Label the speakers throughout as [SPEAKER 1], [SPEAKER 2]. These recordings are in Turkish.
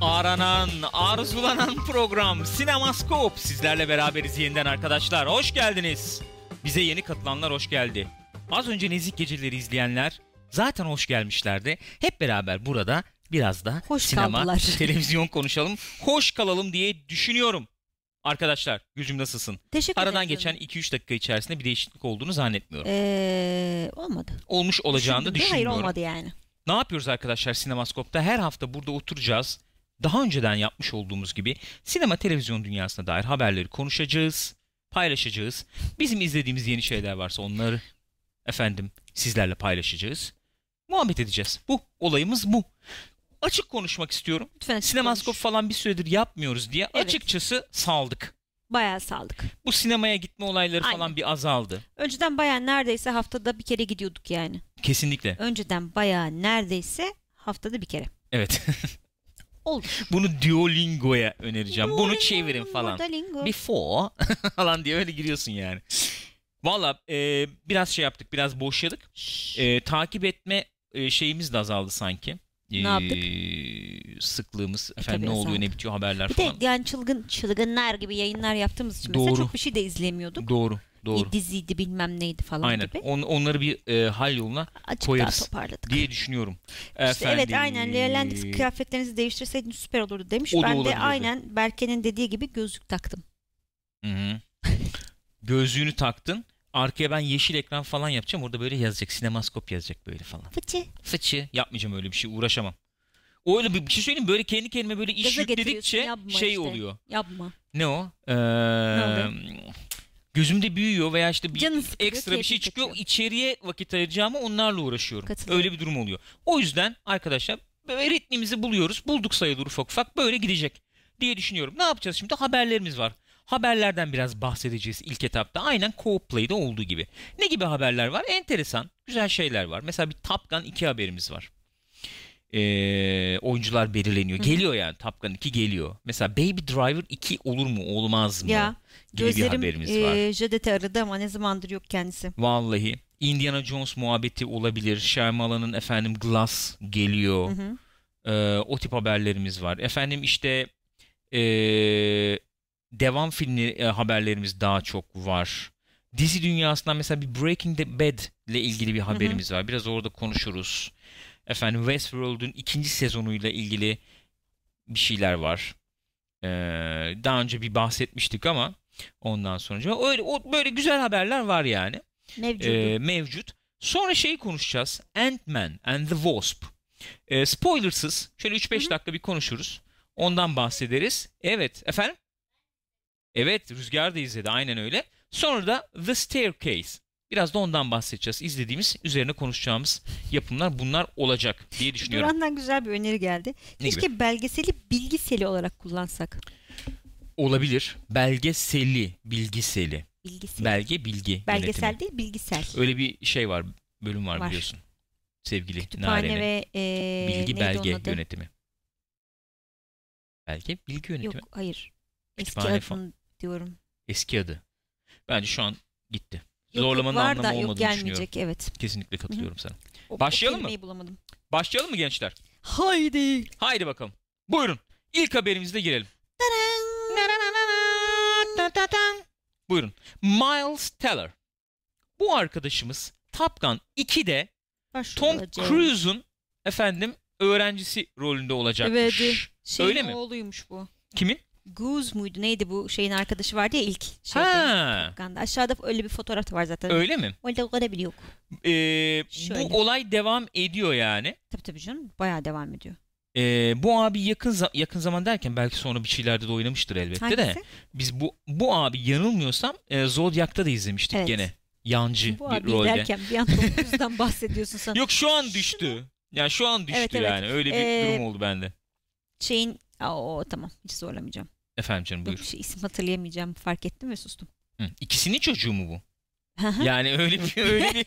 [SPEAKER 1] Arzulanan, arzulanan program Sinemaskop. Sizlerle beraberiz yeniden arkadaşlar. Hoş geldiniz. Bize yeni katılanlar hoş geldi. Az önce Nezik Geceleri izleyenler zaten hoş gelmişlerdi. Hep beraber burada biraz da
[SPEAKER 2] Hoş
[SPEAKER 1] sinema,
[SPEAKER 2] kaldılar.
[SPEAKER 1] televizyon konuşalım. Hoş kalalım diye düşünüyorum. Arkadaşlar Gülcüm nasılsın?
[SPEAKER 2] Teşekkür ederim.
[SPEAKER 1] Aradan geçen 2-3 dakika içerisinde bir değişiklik olduğunu zannetmiyorum.
[SPEAKER 2] Ee, olmadı.
[SPEAKER 1] Olmuş olacağını da
[SPEAKER 2] Düşündüm de, Hayır
[SPEAKER 1] düşünmüyorum.
[SPEAKER 2] olmadı yani.
[SPEAKER 1] Ne yapıyoruz arkadaşlar Sinemaskop'ta? Her hafta burada oturacağız. Daha önceden yapmış olduğumuz gibi sinema televizyon dünyasına dair haberleri konuşacağız, paylaşacağız. Bizim izlediğimiz yeni şeyler varsa onları efendim sizlerle paylaşacağız. Muhabbet edeceğiz. Bu olayımız bu. Açık konuşmak istiyorum.
[SPEAKER 2] Lütfen açık
[SPEAKER 1] Sinemaskop
[SPEAKER 2] konuş.
[SPEAKER 1] falan bir süredir yapmıyoruz diye
[SPEAKER 2] Evet.
[SPEAKER 1] açıkçası saldık.
[SPEAKER 2] Bayağı saldık.
[SPEAKER 1] Bu sinemaya gitme olayları
[SPEAKER 2] Aynen.
[SPEAKER 1] falan bir azaldı.
[SPEAKER 2] Önceden bayağı neredeyse haftada bir kere gidiyorduk yani.
[SPEAKER 1] Kesinlikle.
[SPEAKER 2] Önceden bayağı neredeyse haftada bir kere.
[SPEAKER 1] Evet.
[SPEAKER 2] Oldu.
[SPEAKER 1] Bunu Duolingo'ya önereceğim. Bunu çevirin falan.
[SPEAKER 2] Duolingo.
[SPEAKER 1] before falan diye öyle giriyorsun yani. Valla e, biraz şey yaptık, biraz boşladık. E, takip etme e, şeyimiz de azaldı sanki. E,
[SPEAKER 2] Ne yaptık? E,
[SPEAKER 1] Sıklığımız, efendim
[SPEAKER 2] tabii
[SPEAKER 1] ne oluyor,
[SPEAKER 2] azaldı.
[SPEAKER 1] ne bitiyor haberler
[SPEAKER 2] Bir de
[SPEAKER 1] falan.
[SPEAKER 2] yani çılgın çılgınlar gibi yayınlar yaptığımız için
[SPEAKER 1] Doğru.
[SPEAKER 2] mesela çok bir şey de izlemiyorduk.
[SPEAKER 1] Doğru, doğru.
[SPEAKER 2] Bir diziydi bilmem neydi falan
[SPEAKER 1] Aynen.
[SPEAKER 2] gibi.
[SPEAKER 1] On, onları bir e, hal yoluna
[SPEAKER 2] Açık
[SPEAKER 1] koyarız
[SPEAKER 2] daha toparladık.
[SPEAKER 1] diye düşünüyorum. e,
[SPEAKER 2] İşte evet aynen Leolandix kıyafetlerinizi değiştirseydiniz süper olurdu demiş.
[SPEAKER 1] O da
[SPEAKER 2] ben de
[SPEAKER 1] olabilirdi.
[SPEAKER 2] aynen Berke'nin dediği gibi gözlük taktım.
[SPEAKER 1] Hı hı. Gözlüğünü taktın. Arkaya ben yeşil ekran falan yapacağım. Orada böyle yazacak. Sinemaskop yazacak böyle falan.
[SPEAKER 2] Fıçı.
[SPEAKER 1] Fıçı. Yapmayacağım öyle bir şey. Uğraşamam. O Öyle bir, bir şey söyleyeyim mi? Böyle kendi kendime böyle iş
[SPEAKER 2] Gaza
[SPEAKER 1] yükledikçe
[SPEAKER 2] getiriyorsun, yapma
[SPEAKER 1] şey
[SPEAKER 2] işte.
[SPEAKER 1] oluyor.
[SPEAKER 2] Yapma.
[SPEAKER 1] Ne o? Ee,
[SPEAKER 2] oldu?
[SPEAKER 1] gözümde büyüyor veya işte bir
[SPEAKER 2] Canın sıkılıyor,
[SPEAKER 1] ekstra bir şey
[SPEAKER 2] keyfin
[SPEAKER 1] çıkıyor.
[SPEAKER 2] kaçıyor.
[SPEAKER 1] İçeriye vakit ayıracağıma onlarla uğraşıyorum.
[SPEAKER 2] Katılıyorum.
[SPEAKER 1] Öyle bir durum oluyor. O yüzden arkadaşlar böyle ritmimizi buluyoruz. Bulduk sayılır ufak ufak böyle gidecek diye düşünüyorum. Ne yapacağız şimdi? Haberlerimiz var. Haberlerden biraz bahsedeceğiz ilk etapta. Aynen Co-Play'de olduğu gibi. Ne gibi haberler var? Enteresan, güzel şeyler var. Mesela bir Top Gun 2 haberimiz var. Ee, oyuncular belirleniyor. Geliyor yani Top Gun 2 geliyor. Mesela Baby Driver 2 olur mu olmaz mı?
[SPEAKER 2] Ya
[SPEAKER 1] gibi bir
[SPEAKER 2] gözlerim e,
[SPEAKER 1] haberimiz
[SPEAKER 2] eee,
[SPEAKER 1] var.
[SPEAKER 2] Jadet'i aradı ama ne zamandır yok kendisi.
[SPEAKER 1] Vallahi Indiana Jones muhabbeti olabilir. Shyamalan'ın efendim Glass geliyor.
[SPEAKER 2] Hı hı.
[SPEAKER 1] Ee, o tip haberlerimiz var. Efendim işte ee, devam filmi e, haberlerimiz daha çok var. Dizi dünyasından mesela bir Breaking the Bad ile ilgili bir haberimiz var. Biraz orada konuşuruz. Efendim Westworld'un ikinci sezonuyla ilgili bir şeyler var. Ee, daha önce bir bahsetmiştik ama ondan sonra öyle o, böyle güzel haberler var yani
[SPEAKER 2] Mevcudu.
[SPEAKER 1] e, mevcut. Sonra şeyi konuşacağız. Ant-Man and the Wasp. E, spoilersız şöyle 3-5
[SPEAKER 2] Hı hı.
[SPEAKER 1] dakika bir konuşuruz. Ondan bahsederiz. Evet efendim? Evet Rüzgar da izledi aynen öyle. Sonra da The Staircase. Biraz da ondan bahsedeceğiz. İzlediğimiz, üzerine konuşacağımız yapımlar bunlar olacak diye düşünüyorum.
[SPEAKER 2] Duran'dan güzel bir öneri geldi.
[SPEAKER 1] Ne gibi?
[SPEAKER 2] Keşke belgeseli bilgiseli olarak kullansak.
[SPEAKER 1] Olabilir. Belgeseli, bilgiseli.
[SPEAKER 2] Bilgiseli.
[SPEAKER 1] Belge, bilgi yönetimi.
[SPEAKER 2] Belgesel değil bilgisel.
[SPEAKER 1] Öyle bir şey var, bölüm var,
[SPEAKER 2] Var.
[SPEAKER 1] biliyorsun. Sevgili
[SPEAKER 2] Kütüphane
[SPEAKER 1] Naren'in.
[SPEAKER 2] ve eee,
[SPEAKER 1] Bilgi
[SPEAKER 2] Ee, neydi
[SPEAKER 1] belge
[SPEAKER 2] onun adı?
[SPEAKER 1] yönetimi. Belge bilgi yönetimi.
[SPEAKER 2] Yok hayır. Eski
[SPEAKER 1] Kütüphane falan.
[SPEAKER 2] adını diyorum.
[SPEAKER 1] Eski adı. Bence şu an gitti.
[SPEAKER 2] Yok,
[SPEAKER 1] Zorlamanın
[SPEAKER 2] yok, var
[SPEAKER 1] anlamı
[SPEAKER 2] da, yok,
[SPEAKER 1] olmadığını düşünüyorum.
[SPEAKER 2] gelmeyecek evet.
[SPEAKER 1] Kesinlikle katılıyorum sana.
[SPEAKER 2] O- o
[SPEAKER 1] Başlayalım mı?
[SPEAKER 2] kelimeyi bulamadım.
[SPEAKER 1] Başlayalım mı gençler?
[SPEAKER 2] Haydi.
[SPEAKER 1] Haydi bakalım. Buyurun. İlk haberimizle girelim. Buyurun. Miles Teller. Bu arkadaşımız Top Gun 2'de Tom
[SPEAKER 2] Başlayacağım.
[SPEAKER 1] Cruise'un efendim öğrencisi rolünde olacakmış.
[SPEAKER 2] Evet. Şeyin
[SPEAKER 1] Öyle mi?
[SPEAKER 2] oğluymuş bu.
[SPEAKER 1] Kimin?
[SPEAKER 2] Goose muydu neydi bu şeyin arkadaşı vardı ya ilk Şey, şeyde.
[SPEAKER 1] Ha.
[SPEAKER 2] Ganda. Aşağıda öyle bir fotoğraf var zaten.
[SPEAKER 1] Öyle mi?
[SPEAKER 2] Öyle olabiliyor.
[SPEAKER 1] Ee,
[SPEAKER 2] Şöyle.
[SPEAKER 1] bu olay devam ediyor yani.
[SPEAKER 2] Tabii tabii canım. Bayağı devam ediyor.
[SPEAKER 1] Ee, bu abi yakın za- yakın zaman derken belki sonra bir şeylerde de oynamıştır elbette de.
[SPEAKER 2] Hangisi?
[SPEAKER 1] Biz bu bu abi yanılmıyorsam e, Zodiac'ta da izlemiştik
[SPEAKER 2] Evet.
[SPEAKER 1] gene. Yancı
[SPEAKER 2] Bu
[SPEAKER 1] bir
[SPEAKER 2] abi
[SPEAKER 1] rolde.
[SPEAKER 2] derken bir an Tom Cruise'dan bahsediyorsun sen.
[SPEAKER 1] Yok şu an düştü. Yani şu an düştü
[SPEAKER 2] Evet, evet.
[SPEAKER 1] yani. Öyle bir
[SPEAKER 2] Ee,
[SPEAKER 1] durum oldu bende.
[SPEAKER 2] Şeyin Aa, o tamam hiç zorlamayacağım.
[SPEAKER 1] Efendim canım
[SPEAKER 2] Yok
[SPEAKER 1] buyur.
[SPEAKER 2] bir şey isim hatırlayamayacağım fark ettim ve sustum.
[SPEAKER 1] Hı. İkisinin çocuğu mu bu?
[SPEAKER 2] Hı hı.
[SPEAKER 1] Yani öyle bir öyle bir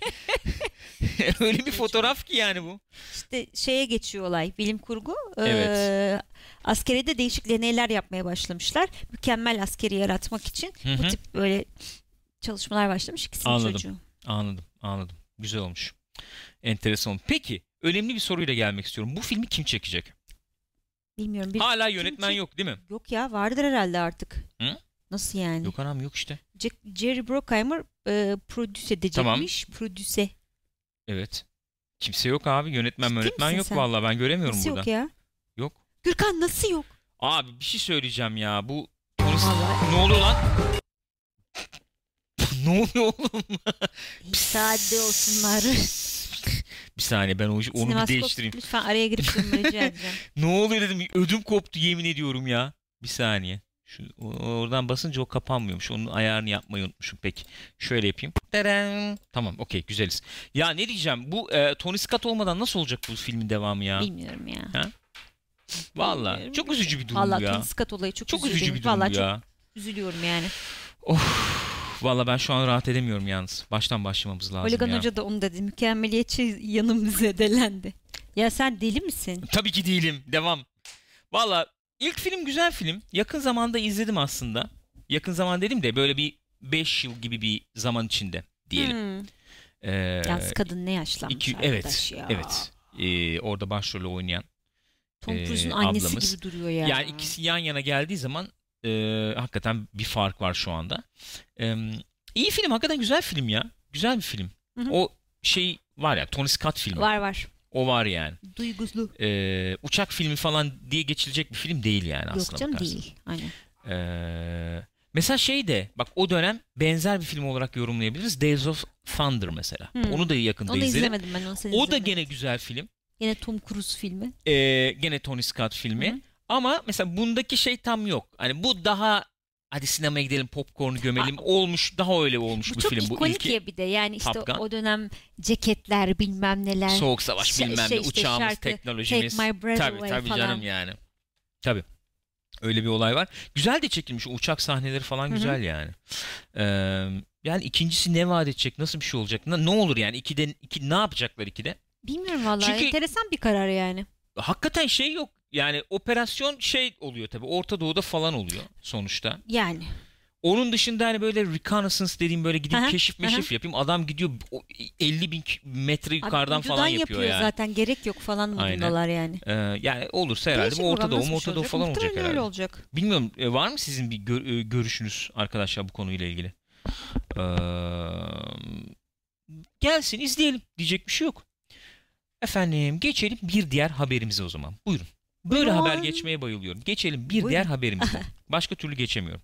[SPEAKER 1] öyle bir fotoğraf ki yani bu.
[SPEAKER 2] işte şeye geçiyor olay bilim kurgu. Ee,
[SPEAKER 1] Evet.
[SPEAKER 2] askeriyede değişik deneyler yapmaya başlamışlar. Mükemmel askeri yaratmak için
[SPEAKER 1] Hı
[SPEAKER 2] bu
[SPEAKER 1] hı.
[SPEAKER 2] tip böyle çalışmalar başlamış ikisinin
[SPEAKER 1] Anladım.
[SPEAKER 2] çocuğu.
[SPEAKER 1] Anladım, anladım. Güzel olmuş. Enteresan. Peki, önemli bir soruyla gelmek istiyorum. Bu filmi kim çekecek?
[SPEAKER 2] Bilmiyorum. Bir...
[SPEAKER 1] Hala yönetmen
[SPEAKER 2] kim-
[SPEAKER 1] yok değil mi?
[SPEAKER 2] Yok ya vardır herhalde artık.
[SPEAKER 1] Hı?
[SPEAKER 2] Nasıl yani?
[SPEAKER 1] Yok anam yok işte.
[SPEAKER 2] Jack- Jerry Bruckheimer e, prodüse edecekmiş. Prodüse.
[SPEAKER 1] Evet. Kimse yok abi. Yönetmen
[SPEAKER 2] Ciddi
[SPEAKER 1] yönetmen
[SPEAKER 2] misin
[SPEAKER 1] yok
[SPEAKER 2] sen?
[SPEAKER 1] vallahi ben göremiyorum
[SPEAKER 2] Nasıl
[SPEAKER 1] burada.
[SPEAKER 2] yok ya?
[SPEAKER 1] Yok.
[SPEAKER 2] Gürkan nasıl yok?
[SPEAKER 1] Abi bir şey söyleyeceğim ya. Bu polis-
[SPEAKER 2] Vallahi-
[SPEAKER 1] ne oluyor lan? ne oluyor oğlum?
[SPEAKER 2] Müsaade olsunlar.
[SPEAKER 1] bir saniye ben o, onu bir
[SPEAKER 2] Sinemaskop,
[SPEAKER 1] değiştireyim.
[SPEAKER 2] Lütfen araya girip durmayı rica edeceğim.
[SPEAKER 1] Ne oluyor dedim. Ödüm koptu yemin ediyorum ya. Bir saniye. Şu, o- oradan basınca o kapanmıyormuş. Onun ayarını yapmayı unutmuşum. Peki şöyle yapayım. Teren. Tamam okey güzeliz. Ya ne diyeceğim bu e, Tony Scott olmadan nasıl olacak bu filmin devamı ya?
[SPEAKER 2] Bilmiyorum ya.
[SPEAKER 1] Valla
[SPEAKER 2] bilmiyorum,
[SPEAKER 1] çok üzücü bir durum
[SPEAKER 2] Allah
[SPEAKER 1] bu ya.
[SPEAKER 2] Tony Scott olayı çok,
[SPEAKER 1] Çok
[SPEAKER 2] üzücü
[SPEAKER 1] üzücü
[SPEAKER 2] beni.
[SPEAKER 1] bir durum
[SPEAKER 2] Vallahi
[SPEAKER 1] bu ya.
[SPEAKER 2] çok üzülüyorum yani.
[SPEAKER 1] Valla ben şu an rahat edemiyorum yalnız. Baştan başlamamız lazım
[SPEAKER 2] Oligan
[SPEAKER 1] ya.
[SPEAKER 2] Hoca da onu dedi. Mükemmeliyetçi yanım zedelendi. Ya sen deli misin?
[SPEAKER 1] Tabii ki değilim. Devam. Valla ilk film güzel film. Yakın zamanda izledim aslında. Yakın zaman dedim de böyle bir 5 yıl gibi bir zaman içinde diyelim.
[SPEAKER 2] Hmm.
[SPEAKER 1] Ee,
[SPEAKER 2] Yalnız kadın ne yaşlanmış
[SPEAKER 1] iki-
[SPEAKER 2] arkadaş
[SPEAKER 1] evet,
[SPEAKER 2] ya.
[SPEAKER 1] evet. Ee, orada başrolü oynayan.
[SPEAKER 2] Tom
[SPEAKER 1] Ee,
[SPEAKER 2] Cruise'un annesi
[SPEAKER 1] ablamız.
[SPEAKER 2] gibi duruyor ya.
[SPEAKER 1] Yani ikisi yan yana geldiği zaman ee, hakikaten bir fark var şu anda. Ee, iyi film hakikaten güzel film ya. Güzel bir film.
[SPEAKER 2] Hı hı.
[SPEAKER 1] O şey var ya Tony Scott filmi.
[SPEAKER 2] Var var.
[SPEAKER 1] O var yani.
[SPEAKER 2] Duyguslu.
[SPEAKER 1] Ee, uçak filmi falan diye geçilecek bir film değil yani aslında
[SPEAKER 2] Yok canım
[SPEAKER 1] bakarsan.
[SPEAKER 2] değil. Aynen.
[SPEAKER 1] Ee, mesela şey de bak o dönem benzer bir film olarak yorumlayabiliriz. Days of Thunder mesela.
[SPEAKER 2] Hmm.
[SPEAKER 1] Onu da yakında
[SPEAKER 2] Onu
[SPEAKER 1] izledim.
[SPEAKER 2] izlemedim ben onu sen
[SPEAKER 1] O da
[SPEAKER 2] izledin.
[SPEAKER 1] gene güzel film.
[SPEAKER 2] Yine Tom Cruise filmi.
[SPEAKER 1] Ee, gene Tony Scott filmi.
[SPEAKER 2] Hı.
[SPEAKER 1] Ama mesela bundaki şey tam yok. Hani bu daha hadi sinemaya gidelim popcorn gömelim olmuş daha öyle olmuş
[SPEAKER 2] Ah. Bu
[SPEAKER 1] bu
[SPEAKER 2] çok
[SPEAKER 1] film bu
[SPEAKER 2] ikonik
[SPEAKER 1] ilki.
[SPEAKER 2] ya bir de. Yani işte
[SPEAKER 1] Top Gun.
[SPEAKER 2] o dönem ceketler bilmem neler.
[SPEAKER 1] Soğuk savaş
[SPEAKER 2] Şey-
[SPEAKER 1] bilmem
[SPEAKER 2] şey
[SPEAKER 1] ne
[SPEAKER 2] işte
[SPEAKER 1] uçağımız
[SPEAKER 2] şarkı,
[SPEAKER 1] teknolojimiz.
[SPEAKER 2] Take my breath
[SPEAKER 1] tabii
[SPEAKER 2] away
[SPEAKER 1] tabii
[SPEAKER 2] falan.
[SPEAKER 1] canım yani. Tabii. Öyle bir olay var. Güzel de çekilmiş. O uçak sahneleri falan
[SPEAKER 2] Hı hı.
[SPEAKER 1] güzel yani. Ee, yani ikincisi ne vaat edecek? Nasıl bir şey olacak? Ne, ne olur yani? İkide, iki, ne yapacaklar ikide?
[SPEAKER 2] Bilmiyorum vallahi.
[SPEAKER 1] Çünkü-
[SPEAKER 2] Enteresan bir karar yani.
[SPEAKER 1] Hakikaten şey yok. Yani operasyon şey oluyor tabii. Orta Doğu'da falan oluyor sonuçta.
[SPEAKER 2] Yani.
[SPEAKER 1] Onun dışında hani böyle reconnaissance dediğim böyle gidip
[SPEAKER 2] Aha,
[SPEAKER 1] keşif meşif yapayım. Adam gidiyor o 50 bin metre yukarıdan
[SPEAKER 2] Abi,
[SPEAKER 1] falan
[SPEAKER 2] uydudan
[SPEAKER 1] yapıyor,
[SPEAKER 2] yapıyor
[SPEAKER 1] yani.
[SPEAKER 2] zaten. Gerek yok falan
[SPEAKER 1] Aynen.
[SPEAKER 2] modundalar yani.
[SPEAKER 1] Ee, yani olursa herhalde
[SPEAKER 2] Değişik
[SPEAKER 1] bu Orta
[SPEAKER 2] program
[SPEAKER 1] Doğu,
[SPEAKER 2] nasıl bir
[SPEAKER 1] Orta
[SPEAKER 2] şey
[SPEAKER 1] Doğu falan olacak
[SPEAKER 2] Muhtemelen
[SPEAKER 1] herhalde.
[SPEAKER 2] öyle olacak.
[SPEAKER 1] Bilmiyorum e, var mı sizin bir gör- e, görüşünüz arkadaşlar bu konuyla ilgili? Ee, gelsin izleyelim diyecek bir şey yok. Efendim geçelim bir diğer haberimize o zaman. Buyurun. Böyle
[SPEAKER 2] Buyurun.
[SPEAKER 1] haber geçmeye bayılıyorum. Geçelim bir
[SPEAKER 2] Buyurun.
[SPEAKER 1] diğer haberimize. Başka türlü geçemiyorum.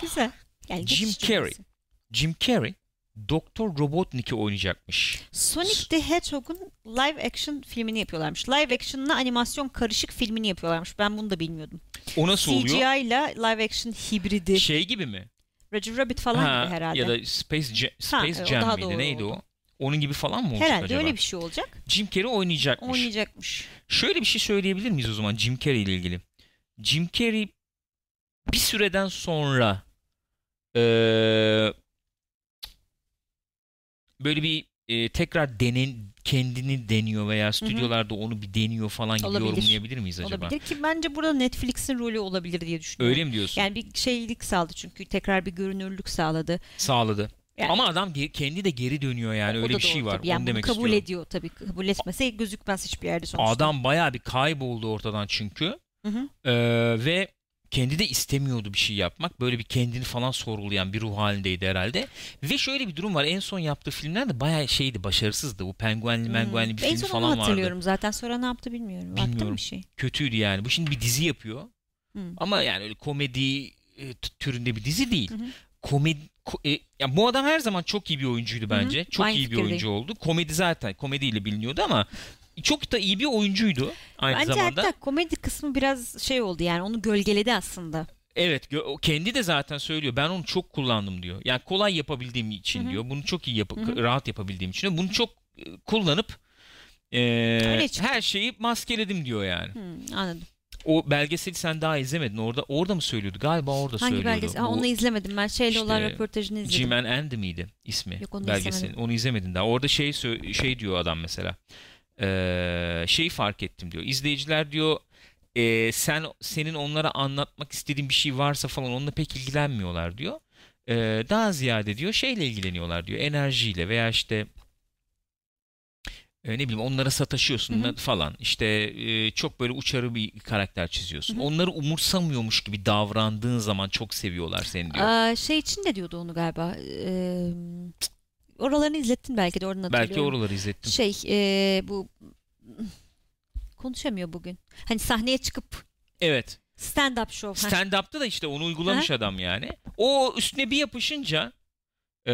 [SPEAKER 2] Güzel. Yani
[SPEAKER 1] Jim
[SPEAKER 2] geçici
[SPEAKER 1] Carrey.
[SPEAKER 2] olsun.
[SPEAKER 1] Jim Carrey Doktor Robotnik'i oynayacakmış.
[SPEAKER 2] Sonic the Hedgehog'un live action filmini yapıyorlarmış. Live action'la animasyon karışık filmini yapıyorlarmış. Ben bunu da bilmiyordum.
[SPEAKER 1] O nasıl oluyor?
[SPEAKER 2] CGI ile live action hibridi.
[SPEAKER 1] Şey gibi mi?
[SPEAKER 2] Roger Rabbit falan
[SPEAKER 1] Ha,
[SPEAKER 2] gibi herhalde.
[SPEAKER 1] Ya da Space, Ja-
[SPEAKER 2] Ha,
[SPEAKER 1] Space
[SPEAKER 2] evet, o
[SPEAKER 1] Jam
[SPEAKER 2] daha
[SPEAKER 1] miydi?
[SPEAKER 2] doğru
[SPEAKER 1] Neydi
[SPEAKER 2] oldu.
[SPEAKER 1] o? Onun gibi falan mı olacak
[SPEAKER 2] herhalde
[SPEAKER 1] acaba?
[SPEAKER 2] öyle bir şey olacak.
[SPEAKER 1] Jim Carrey oynayacakmış.
[SPEAKER 2] Oynayacakmış.
[SPEAKER 1] Şöyle bir şey söyleyebilir miyiz o zaman Jim Carrey ile ilgili? Jim Carrey bir süreden sonra e, eee, böyle bir eee, tekrar denen kendini deniyor veya stüdyolarda onu bir deniyor falan gibi
[SPEAKER 2] Olabilir.
[SPEAKER 1] yorumlayabilir miyiz acaba?
[SPEAKER 2] Olabilir ki bence burada Netflix'in rolü olabilir diye düşünüyorum.
[SPEAKER 1] Öyle mi diyorsun?
[SPEAKER 2] Yani bir şeylik sağladı çünkü tekrar bir görünürlük sağladı.
[SPEAKER 1] Sağladı.
[SPEAKER 2] Yani-
[SPEAKER 1] Ama adam ge- kendi de geri dönüyor yani
[SPEAKER 2] O
[SPEAKER 1] öyle
[SPEAKER 2] da
[SPEAKER 1] bir şey
[SPEAKER 2] doğru
[SPEAKER 1] var.
[SPEAKER 2] tabii. Yani
[SPEAKER 1] Onu
[SPEAKER 2] bunu
[SPEAKER 1] demek
[SPEAKER 2] kabul
[SPEAKER 1] istiyorum.
[SPEAKER 2] ediyor tabii. Kabul etmese gözükmez hiçbir yerde sonuçta.
[SPEAKER 1] Adam bayağı bir kayboldu ortadan çünkü.
[SPEAKER 2] Hı hı.
[SPEAKER 1] Ee, ve kendi de istemiyordu bir şey yapmak. Böyle bir kendini falan sorgulayan bir ruh halindeydi herhalde. Ve şöyle bir durum var. En son yaptığı filmler de bayağı şeydi, başarısızdı. Bu penguenli menguenli bir
[SPEAKER 2] Hmm. En
[SPEAKER 1] film
[SPEAKER 2] son
[SPEAKER 1] falan
[SPEAKER 2] onu
[SPEAKER 1] vardı.
[SPEAKER 2] hatırlıyorum zaten. Sonra ne yaptı bilmiyorum. Baktım
[SPEAKER 1] Bilmiyorum.
[SPEAKER 2] bir şey.
[SPEAKER 1] Kötüydü yani. Bu şimdi bir dizi yapıyor.
[SPEAKER 2] Hmm.
[SPEAKER 1] Ama yani öyle komedi e, t- türünde bir dizi değil.
[SPEAKER 2] Hı hı.
[SPEAKER 1] Komedi ko- e, ya bu adam her zaman çok iyi bir oyuncuydu
[SPEAKER 2] hı.
[SPEAKER 1] bence. Çok
[SPEAKER 2] Aynı
[SPEAKER 1] iyi bir
[SPEAKER 2] fikirdeyim.
[SPEAKER 1] oyuncu oldu. Komedi zaten komediyle biliniyordu ama çok da iyi bir oyuncuydu aynı
[SPEAKER 2] Bence
[SPEAKER 1] zamanda.
[SPEAKER 2] hatta komedi kısmı biraz şey oldu yani onu gölgeledi aslında.
[SPEAKER 1] Evet gö- o kendi de zaten söylüyor ben onu çok kullandım diyor. Yani kolay yapabildiğim için
[SPEAKER 2] Hı hı.
[SPEAKER 1] diyor. Bunu çok iyi yap
[SPEAKER 2] Hı hı.
[SPEAKER 1] rahat yapabildiğim için diyor. Bunu çok e, kullanıp e,
[SPEAKER 2] Öyle çıktı.
[SPEAKER 1] her şeyi maskeledim diyor yani.
[SPEAKER 2] Hmm, anladım.
[SPEAKER 1] O belgeseli sen daha izlemedin. Orada orada mı söylüyordu? Galiba orada
[SPEAKER 2] Hangi
[SPEAKER 1] söylüyordu.
[SPEAKER 2] belgesel? Aa, onu
[SPEAKER 1] Bu
[SPEAKER 2] izlemedim ben. Şeyle
[SPEAKER 1] işte,
[SPEAKER 2] olan röportajını izledim.
[SPEAKER 1] Jim and Andy miydi ismi?
[SPEAKER 2] Yok, onu
[SPEAKER 1] belgeselin.
[SPEAKER 2] izlemedim.
[SPEAKER 1] Onu izlemedin daha. Orada şey sö- şey diyor adam mesela. Ee, şey fark ettim diyor. İzleyiciler diyor e, sen senin onlara anlatmak istediğin bir şey varsa falan onunla pek ilgilenmiyorlar diyor. Ee, daha ziyade diyor şeyle ilgileniyorlar diyor. Enerjiyle veya işte e, ne bileyim onlara sataşıyorsun
[SPEAKER 2] Hı hı.
[SPEAKER 1] falan. İşte e, çok böyle uçarı bir karakter çiziyorsun.
[SPEAKER 2] Hı hı.
[SPEAKER 1] Onları umursamıyormuş gibi davrandığın zaman çok seviyorlar seni diyor.
[SPEAKER 2] Aa, şey için de diyordu onu galiba. Ee, oralarını izlettin belki de oradan
[SPEAKER 1] Belki
[SPEAKER 2] hatırlıyorum.
[SPEAKER 1] oraları izlettim.
[SPEAKER 2] Şey ee, bu konuşamıyor bugün. Hani sahneye çıkıp
[SPEAKER 1] Evet.
[SPEAKER 2] stand-up show. Ha,
[SPEAKER 1] Stand-up'ta da işte onu uygulamış adam yani. O üstüne bir yapışınca e,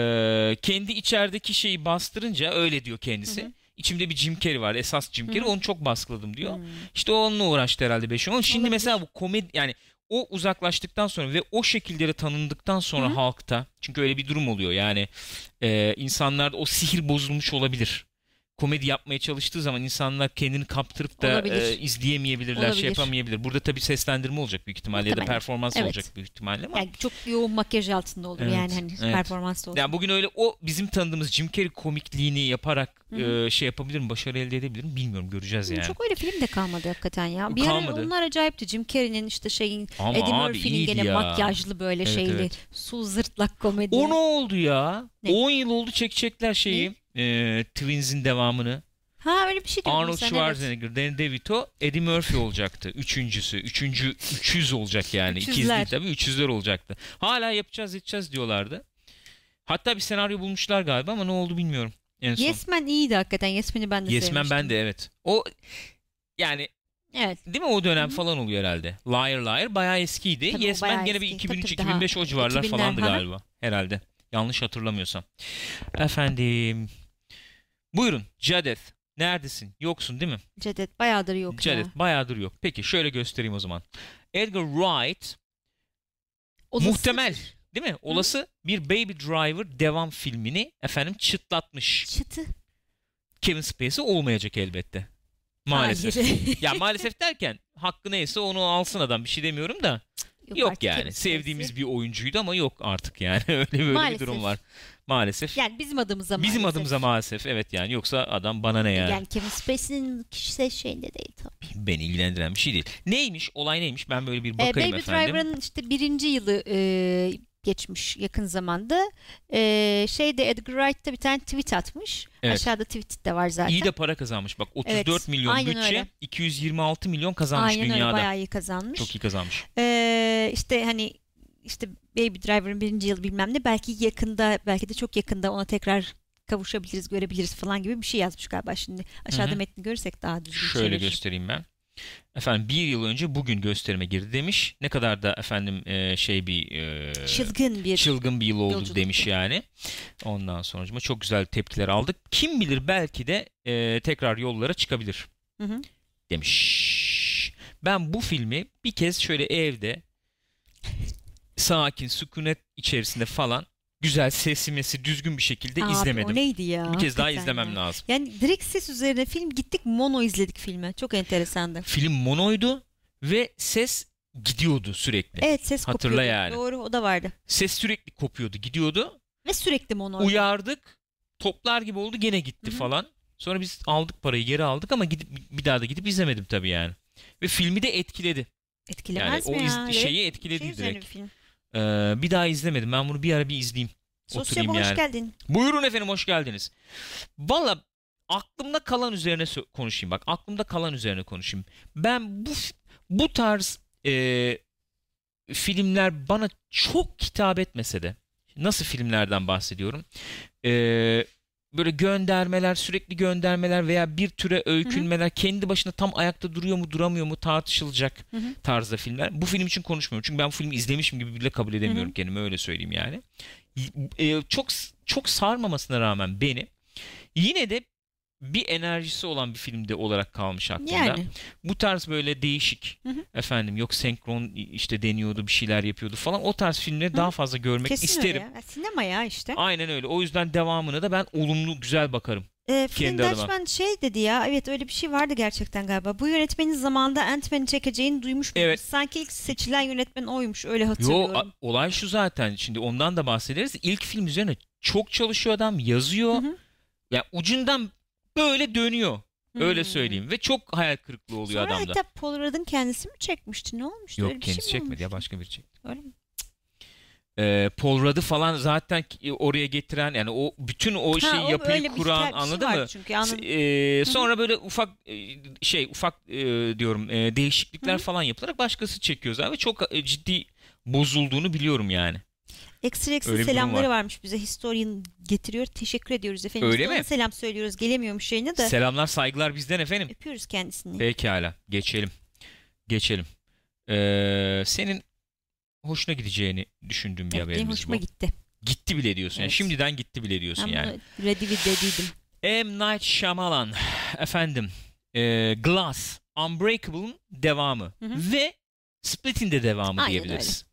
[SPEAKER 1] kendi içerideki şeyi bastırınca öyle diyor kendisi.
[SPEAKER 2] Hı hı.
[SPEAKER 1] İçimde bir Jim Carrey var. Esas Jim
[SPEAKER 2] Hı
[SPEAKER 1] Carrey.
[SPEAKER 2] hı.
[SPEAKER 1] Onu çok baskıladım diyor.
[SPEAKER 2] hmm.
[SPEAKER 1] İşte onunla uğraştı herhalde 5 10. Şimdi
[SPEAKER 2] Olabilir.
[SPEAKER 1] mesela bu komedi yani o uzaklaştıktan sonra ve o şekillere tanındıktan sonra
[SPEAKER 2] Hı hı.
[SPEAKER 1] halkta çünkü öyle bir durum oluyor yani e, insanlarda o sihir bozulmuş olabilir. Komedi yapmaya çalıştığı zaman insanlar kendini kaptırıp da
[SPEAKER 2] Olabilir.
[SPEAKER 1] e, izleyemeyebilirler, şey
[SPEAKER 2] Olabilir.
[SPEAKER 1] yapamayabilir. Burada tabii seslendirme olacak büyük ihtimalle ya da
[SPEAKER 2] Muhtemelen.
[SPEAKER 1] performans
[SPEAKER 2] Evet.
[SPEAKER 1] olacak büyük ihtimalle ama.
[SPEAKER 2] Yani çok yoğun makyaj altında olur
[SPEAKER 1] Evet,
[SPEAKER 2] yani hani
[SPEAKER 1] evet.
[SPEAKER 2] performans da olur.
[SPEAKER 1] Yani bugün öyle o bizim tanıdığımız Jim Carrey komikliğini yaparak
[SPEAKER 2] Hı hı.
[SPEAKER 1] e, şey yapabilir mi, başarı elde edebilir mi bilmiyorum göreceğiz yani.
[SPEAKER 2] Çok öyle film de kalmadı hakikaten ya. Bir
[SPEAKER 1] Kalmadı.
[SPEAKER 2] ara onlar acayipti. Jim Carrey'nin işte şeyin
[SPEAKER 1] Ama
[SPEAKER 2] Eddie
[SPEAKER 1] abi
[SPEAKER 2] Murphy'nin
[SPEAKER 1] iyiydi
[SPEAKER 2] gene
[SPEAKER 1] ya.
[SPEAKER 2] makyajlı böyle
[SPEAKER 1] Evet,
[SPEAKER 2] şeyli
[SPEAKER 1] evet.
[SPEAKER 2] su zırtlak komedi.
[SPEAKER 1] O ne oldu ya?
[SPEAKER 2] Ne?
[SPEAKER 1] 10 yıl oldu çekecekler şeyi. E, Twins'in devamını.
[SPEAKER 2] Ha öyle bir şey diyordun
[SPEAKER 1] Arnold
[SPEAKER 2] sen, evet.
[SPEAKER 1] Schwarzenegger, Danny DeVito, Eddie Murphy olacaktı. Üçüncüsü. Üçüncü, 300 olacak yani. İkiz
[SPEAKER 2] Üçüzler.
[SPEAKER 1] değil tabii. Üçüzler olacaktı. Hala yapacağız edeceğiz diyorlardı. Hatta bir senaryo bulmuşlar galiba ama ne oldu bilmiyorum. En son.
[SPEAKER 2] Yes Man iyiydi hakikaten. Yes Man'i ben de
[SPEAKER 1] Yes Man
[SPEAKER 2] sevmiştim.
[SPEAKER 1] ben de evet. O yani
[SPEAKER 2] Evet.
[SPEAKER 1] değil mi o dönem
[SPEAKER 2] Hı hı.
[SPEAKER 1] falan oluyor herhalde. Liar Liar bayağı eskiydi.
[SPEAKER 2] Tabii o
[SPEAKER 1] yes Man
[SPEAKER 2] bayağı
[SPEAKER 1] gene bir
[SPEAKER 2] eski. Tabii
[SPEAKER 1] 2003
[SPEAKER 2] tabii daha
[SPEAKER 1] 2005 o civarlar
[SPEAKER 2] 2000'ler,
[SPEAKER 1] falandı
[SPEAKER 2] hı hı.
[SPEAKER 1] galiba herhalde. Yanlış hatırlamıyorsam. Efendim. Buyurun Cadet. Neredesin? Yoksun değil mi?
[SPEAKER 2] Cedet bayağıdır yok
[SPEAKER 1] Cadet
[SPEAKER 2] ya.
[SPEAKER 1] bayağıdır yok. Peki şöyle göstereyim o zaman. Edgar Wright
[SPEAKER 2] Olası-
[SPEAKER 1] muhtemel değil mi? Olası bir Baby Driver devam filmini efendim çıtlatmış.
[SPEAKER 2] Çıtı.
[SPEAKER 1] Kevin Spacey olmayacak elbette. Maalesef.
[SPEAKER 2] Hayır.
[SPEAKER 1] ya maalesef derken hakkı neyse onu alsın adam bir şey demiyorum da yok,
[SPEAKER 2] artık
[SPEAKER 1] yani
[SPEAKER 2] Kevin Spacey.
[SPEAKER 1] sevdiğimiz bir oyuncuydu ama yok artık yani öyle böyle
[SPEAKER 2] Maalesef.
[SPEAKER 1] bir durum var maalesef
[SPEAKER 2] Yani bizim adımıza
[SPEAKER 1] bizim
[SPEAKER 2] maalesef.
[SPEAKER 1] adımıza maalesef evet yani yoksa adam bana ne yani,
[SPEAKER 2] Yani Kevin Spacey'nin kişisel şeyinde değil tabii.
[SPEAKER 1] beni ilgilendiren bir şey değil neymiş olay neymiş ben böyle bir
[SPEAKER 2] Ee,
[SPEAKER 1] bakayım
[SPEAKER 2] Baby
[SPEAKER 1] efendim
[SPEAKER 2] Driver'ın işte birinci yılı e, geçmiş yakın zamanda. E, şeyde Edgar Wright da bir tane tweet atmış.
[SPEAKER 1] Evet.
[SPEAKER 2] Aşağıda tweet de var zaten.
[SPEAKER 1] İyi de para kazanmış bak 34
[SPEAKER 2] Evet,
[SPEAKER 1] milyon
[SPEAKER 2] aynen
[SPEAKER 1] bütçe
[SPEAKER 2] öyle.
[SPEAKER 1] 226 milyon kazanmış
[SPEAKER 2] Aynen öyle
[SPEAKER 1] dünyada
[SPEAKER 2] bayağı iyi kazanmış.
[SPEAKER 1] çok iyi kazanmış
[SPEAKER 2] Ee, işte hani işte Baby Driver'ın birinci yılı bilmem ne belki yakında belki de çok yakında ona tekrar kavuşabiliriz görebiliriz falan gibi bir şey yazmış galiba şimdi. Aşağıda
[SPEAKER 1] Hı hı.
[SPEAKER 2] metni görürsek daha düzgün
[SPEAKER 1] şöyle
[SPEAKER 2] çevirir.
[SPEAKER 1] göstereyim ben efendim bir yıl önce bugün gösterime girdi demiş ne kadar da efendim e, şey bir e,
[SPEAKER 2] Çılgın bir
[SPEAKER 1] çılgın bir yıl oldu
[SPEAKER 2] yolculuktu.
[SPEAKER 1] demiş yani. Ondan sonucuma çok güzel tepkiler aldık. Kim bilir belki de e, tekrar yollara çıkabilir
[SPEAKER 2] Hı hı.
[SPEAKER 1] demiş. Ben bu filmi bir kez şöyle evde sakin, sükunet içerisinde falan güzel sesimesi düzgün bir şekilde
[SPEAKER 2] Abi,
[SPEAKER 1] izlemedim.
[SPEAKER 2] o neydi ya?
[SPEAKER 1] Bir kez daha
[SPEAKER 2] Hakikaten
[SPEAKER 1] izlemem
[SPEAKER 2] ya.
[SPEAKER 1] lazım.
[SPEAKER 2] Yani direkt ses üzerine film gittik mono izledik filme. Çok enteresandı.
[SPEAKER 1] Film monoydu ve ses gidiyordu sürekli.
[SPEAKER 2] Evet ses
[SPEAKER 1] Hatırla
[SPEAKER 2] kopuyordu.
[SPEAKER 1] yani.
[SPEAKER 2] Doğru o da vardı.
[SPEAKER 1] Ses sürekli kopuyordu, gidiyordu.
[SPEAKER 2] Ve sürekli mono.
[SPEAKER 1] uyardık. Toplar gibi oldu gene gitti
[SPEAKER 2] Hı hı.
[SPEAKER 1] falan. Sonra biz aldık parayı geri aldık ama gidip bir daha da gidip izlemedim tabii yani. Ve filmi de etkiledi.
[SPEAKER 2] Etkilemez
[SPEAKER 1] yani
[SPEAKER 2] mi
[SPEAKER 1] o iz-
[SPEAKER 2] ya? Evet,
[SPEAKER 1] şeyi
[SPEAKER 2] şey
[SPEAKER 1] etkiledi
[SPEAKER 2] üzerine
[SPEAKER 1] direkt.
[SPEAKER 2] bir film.
[SPEAKER 1] Ee, bir daha izlemedim. Ben bunu bir ara bir izleyeyim.
[SPEAKER 2] Sosyaba
[SPEAKER 1] Oturayım
[SPEAKER 2] hoş
[SPEAKER 1] yani.
[SPEAKER 2] geldin.
[SPEAKER 1] Buyurun efendim hoş geldiniz. Valla aklımda kalan üzerine sö- konuşayım bak. Aklımda kalan üzerine konuşayım. Ben bu f- bu tarz e, filmler bana çok hitap etmese de nasıl filmlerden bahsediyorum? E, böyle göndermeler, sürekli göndermeler veya bir türe öykünmeler kendi başına tam ayakta duruyor mu, duramıyor mu tartışılacak
[SPEAKER 2] Hı hı.
[SPEAKER 1] tarzda filmler. Bu film için konuşmuyorum. Çünkü ben bu filmi izlemişim gibi bile kabul edemiyorum kendimi öyle söyleyeyim yani. Y- e, çok çok sarmamasına rağmen beni yine de bir enerjisi olan bir filmde olarak kalmış aklımda.
[SPEAKER 2] Yani.
[SPEAKER 1] Bu tarz böyle değişik
[SPEAKER 2] Hı hı.
[SPEAKER 1] efendim yok senkron işte deniyordu bir şeyler yapıyordu falan o tarz filmleri
[SPEAKER 2] hı.
[SPEAKER 1] daha fazla görmek
[SPEAKER 2] Kesin
[SPEAKER 1] isterim.
[SPEAKER 2] öyle ya. Sinema ya işte.
[SPEAKER 1] Aynen öyle. O yüzden devamına da ben olumlu güzel bakarım.
[SPEAKER 2] Ee,
[SPEAKER 1] Kendi
[SPEAKER 2] Flynn
[SPEAKER 1] adıma.
[SPEAKER 2] Dutchman şey dedi ya evet öyle bir şey vardı gerçekten galiba. Bu yönetmenin zamanında Ant-Man'i çekeceğini duymuş muyuz?
[SPEAKER 1] Evet.
[SPEAKER 2] Sanki ilk seçilen yönetmen oymuş öyle
[SPEAKER 1] Yo
[SPEAKER 2] hatırlıyorum.
[SPEAKER 1] a- olay şu zaten şimdi ondan da bahsederiz. İlk film üzerine çok çalışıyor adam
[SPEAKER 2] Hı
[SPEAKER 1] yazıyor.
[SPEAKER 2] hı.
[SPEAKER 1] Ya ucundan böyle dönüyor. Öyle
[SPEAKER 2] Hmm.
[SPEAKER 1] söyleyeyim. Ve çok hayal kırıklığı oluyor
[SPEAKER 2] Sonra
[SPEAKER 1] adamda.
[SPEAKER 2] hatta Paul Rudd'ın kendisi mi çekmişti? Ne olmuştu?
[SPEAKER 1] Yok
[SPEAKER 2] öyle bir
[SPEAKER 1] kendisi
[SPEAKER 2] şey mi
[SPEAKER 1] çekmedi ya
[SPEAKER 2] olmuştu?
[SPEAKER 1] başka biri çekti.
[SPEAKER 2] Öyle mi?
[SPEAKER 1] Ee, Ee, Paul Rudd'ı falan zaten ki- e, oraya getiren yani o bütün o şeyi
[SPEAKER 2] ha, o
[SPEAKER 1] yapıyı
[SPEAKER 2] öyle bir
[SPEAKER 1] kuran
[SPEAKER 2] hikayesi
[SPEAKER 1] anladın
[SPEAKER 2] var
[SPEAKER 1] mı?
[SPEAKER 2] Çünkü anladım.
[SPEAKER 1] Ee, sonra böyle ufak e, şey ufak e, diyorum e, değişiklikler
[SPEAKER 2] Hı hı.
[SPEAKER 1] falan yapılarak başkası çekiyor zaten ve çok e, ciddi bozulduğunu biliyorum yani.
[SPEAKER 2] Ekstra ekstra
[SPEAKER 1] Öyle bir durum
[SPEAKER 2] selamları
[SPEAKER 1] var.
[SPEAKER 2] varmış bize. Historian getiriyor. Teşekkür ediyoruz efendim.
[SPEAKER 1] Öyle
[SPEAKER 2] Biz de
[SPEAKER 1] mi?
[SPEAKER 2] ona Selam söylüyoruz. Gelemiyormuş yayına da.
[SPEAKER 1] Selamlar saygılar bizden efendim.
[SPEAKER 2] Öpüyoruz kendisini.
[SPEAKER 1] Pekala geçelim. Geçelim. Ee, senin hoşuna gideceğini düşündüğüm bir
[SPEAKER 2] Evet, benim
[SPEAKER 1] haberimiz
[SPEAKER 2] hoşuma
[SPEAKER 1] bu.
[SPEAKER 2] gitti.
[SPEAKER 1] Gitti bile diyorsun. Yani
[SPEAKER 2] Evet.
[SPEAKER 1] şimdiden gitti bile diyorsun
[SPEAKER 2] Ben
[SPEAKER 1] yani.
[SPEAKER 2] bunu Rediviv'de dediydim.
[SPEAKER 1] M. Night Shyamalan efendim e, Glass Unbreakable'ın devamı
[SPEAKER 2] Hı hı.
[SPEAKER 1] ve Split'in de devamı
[SPEAKER 2] Aynen
[SPEAKER 1] diyebiliriz.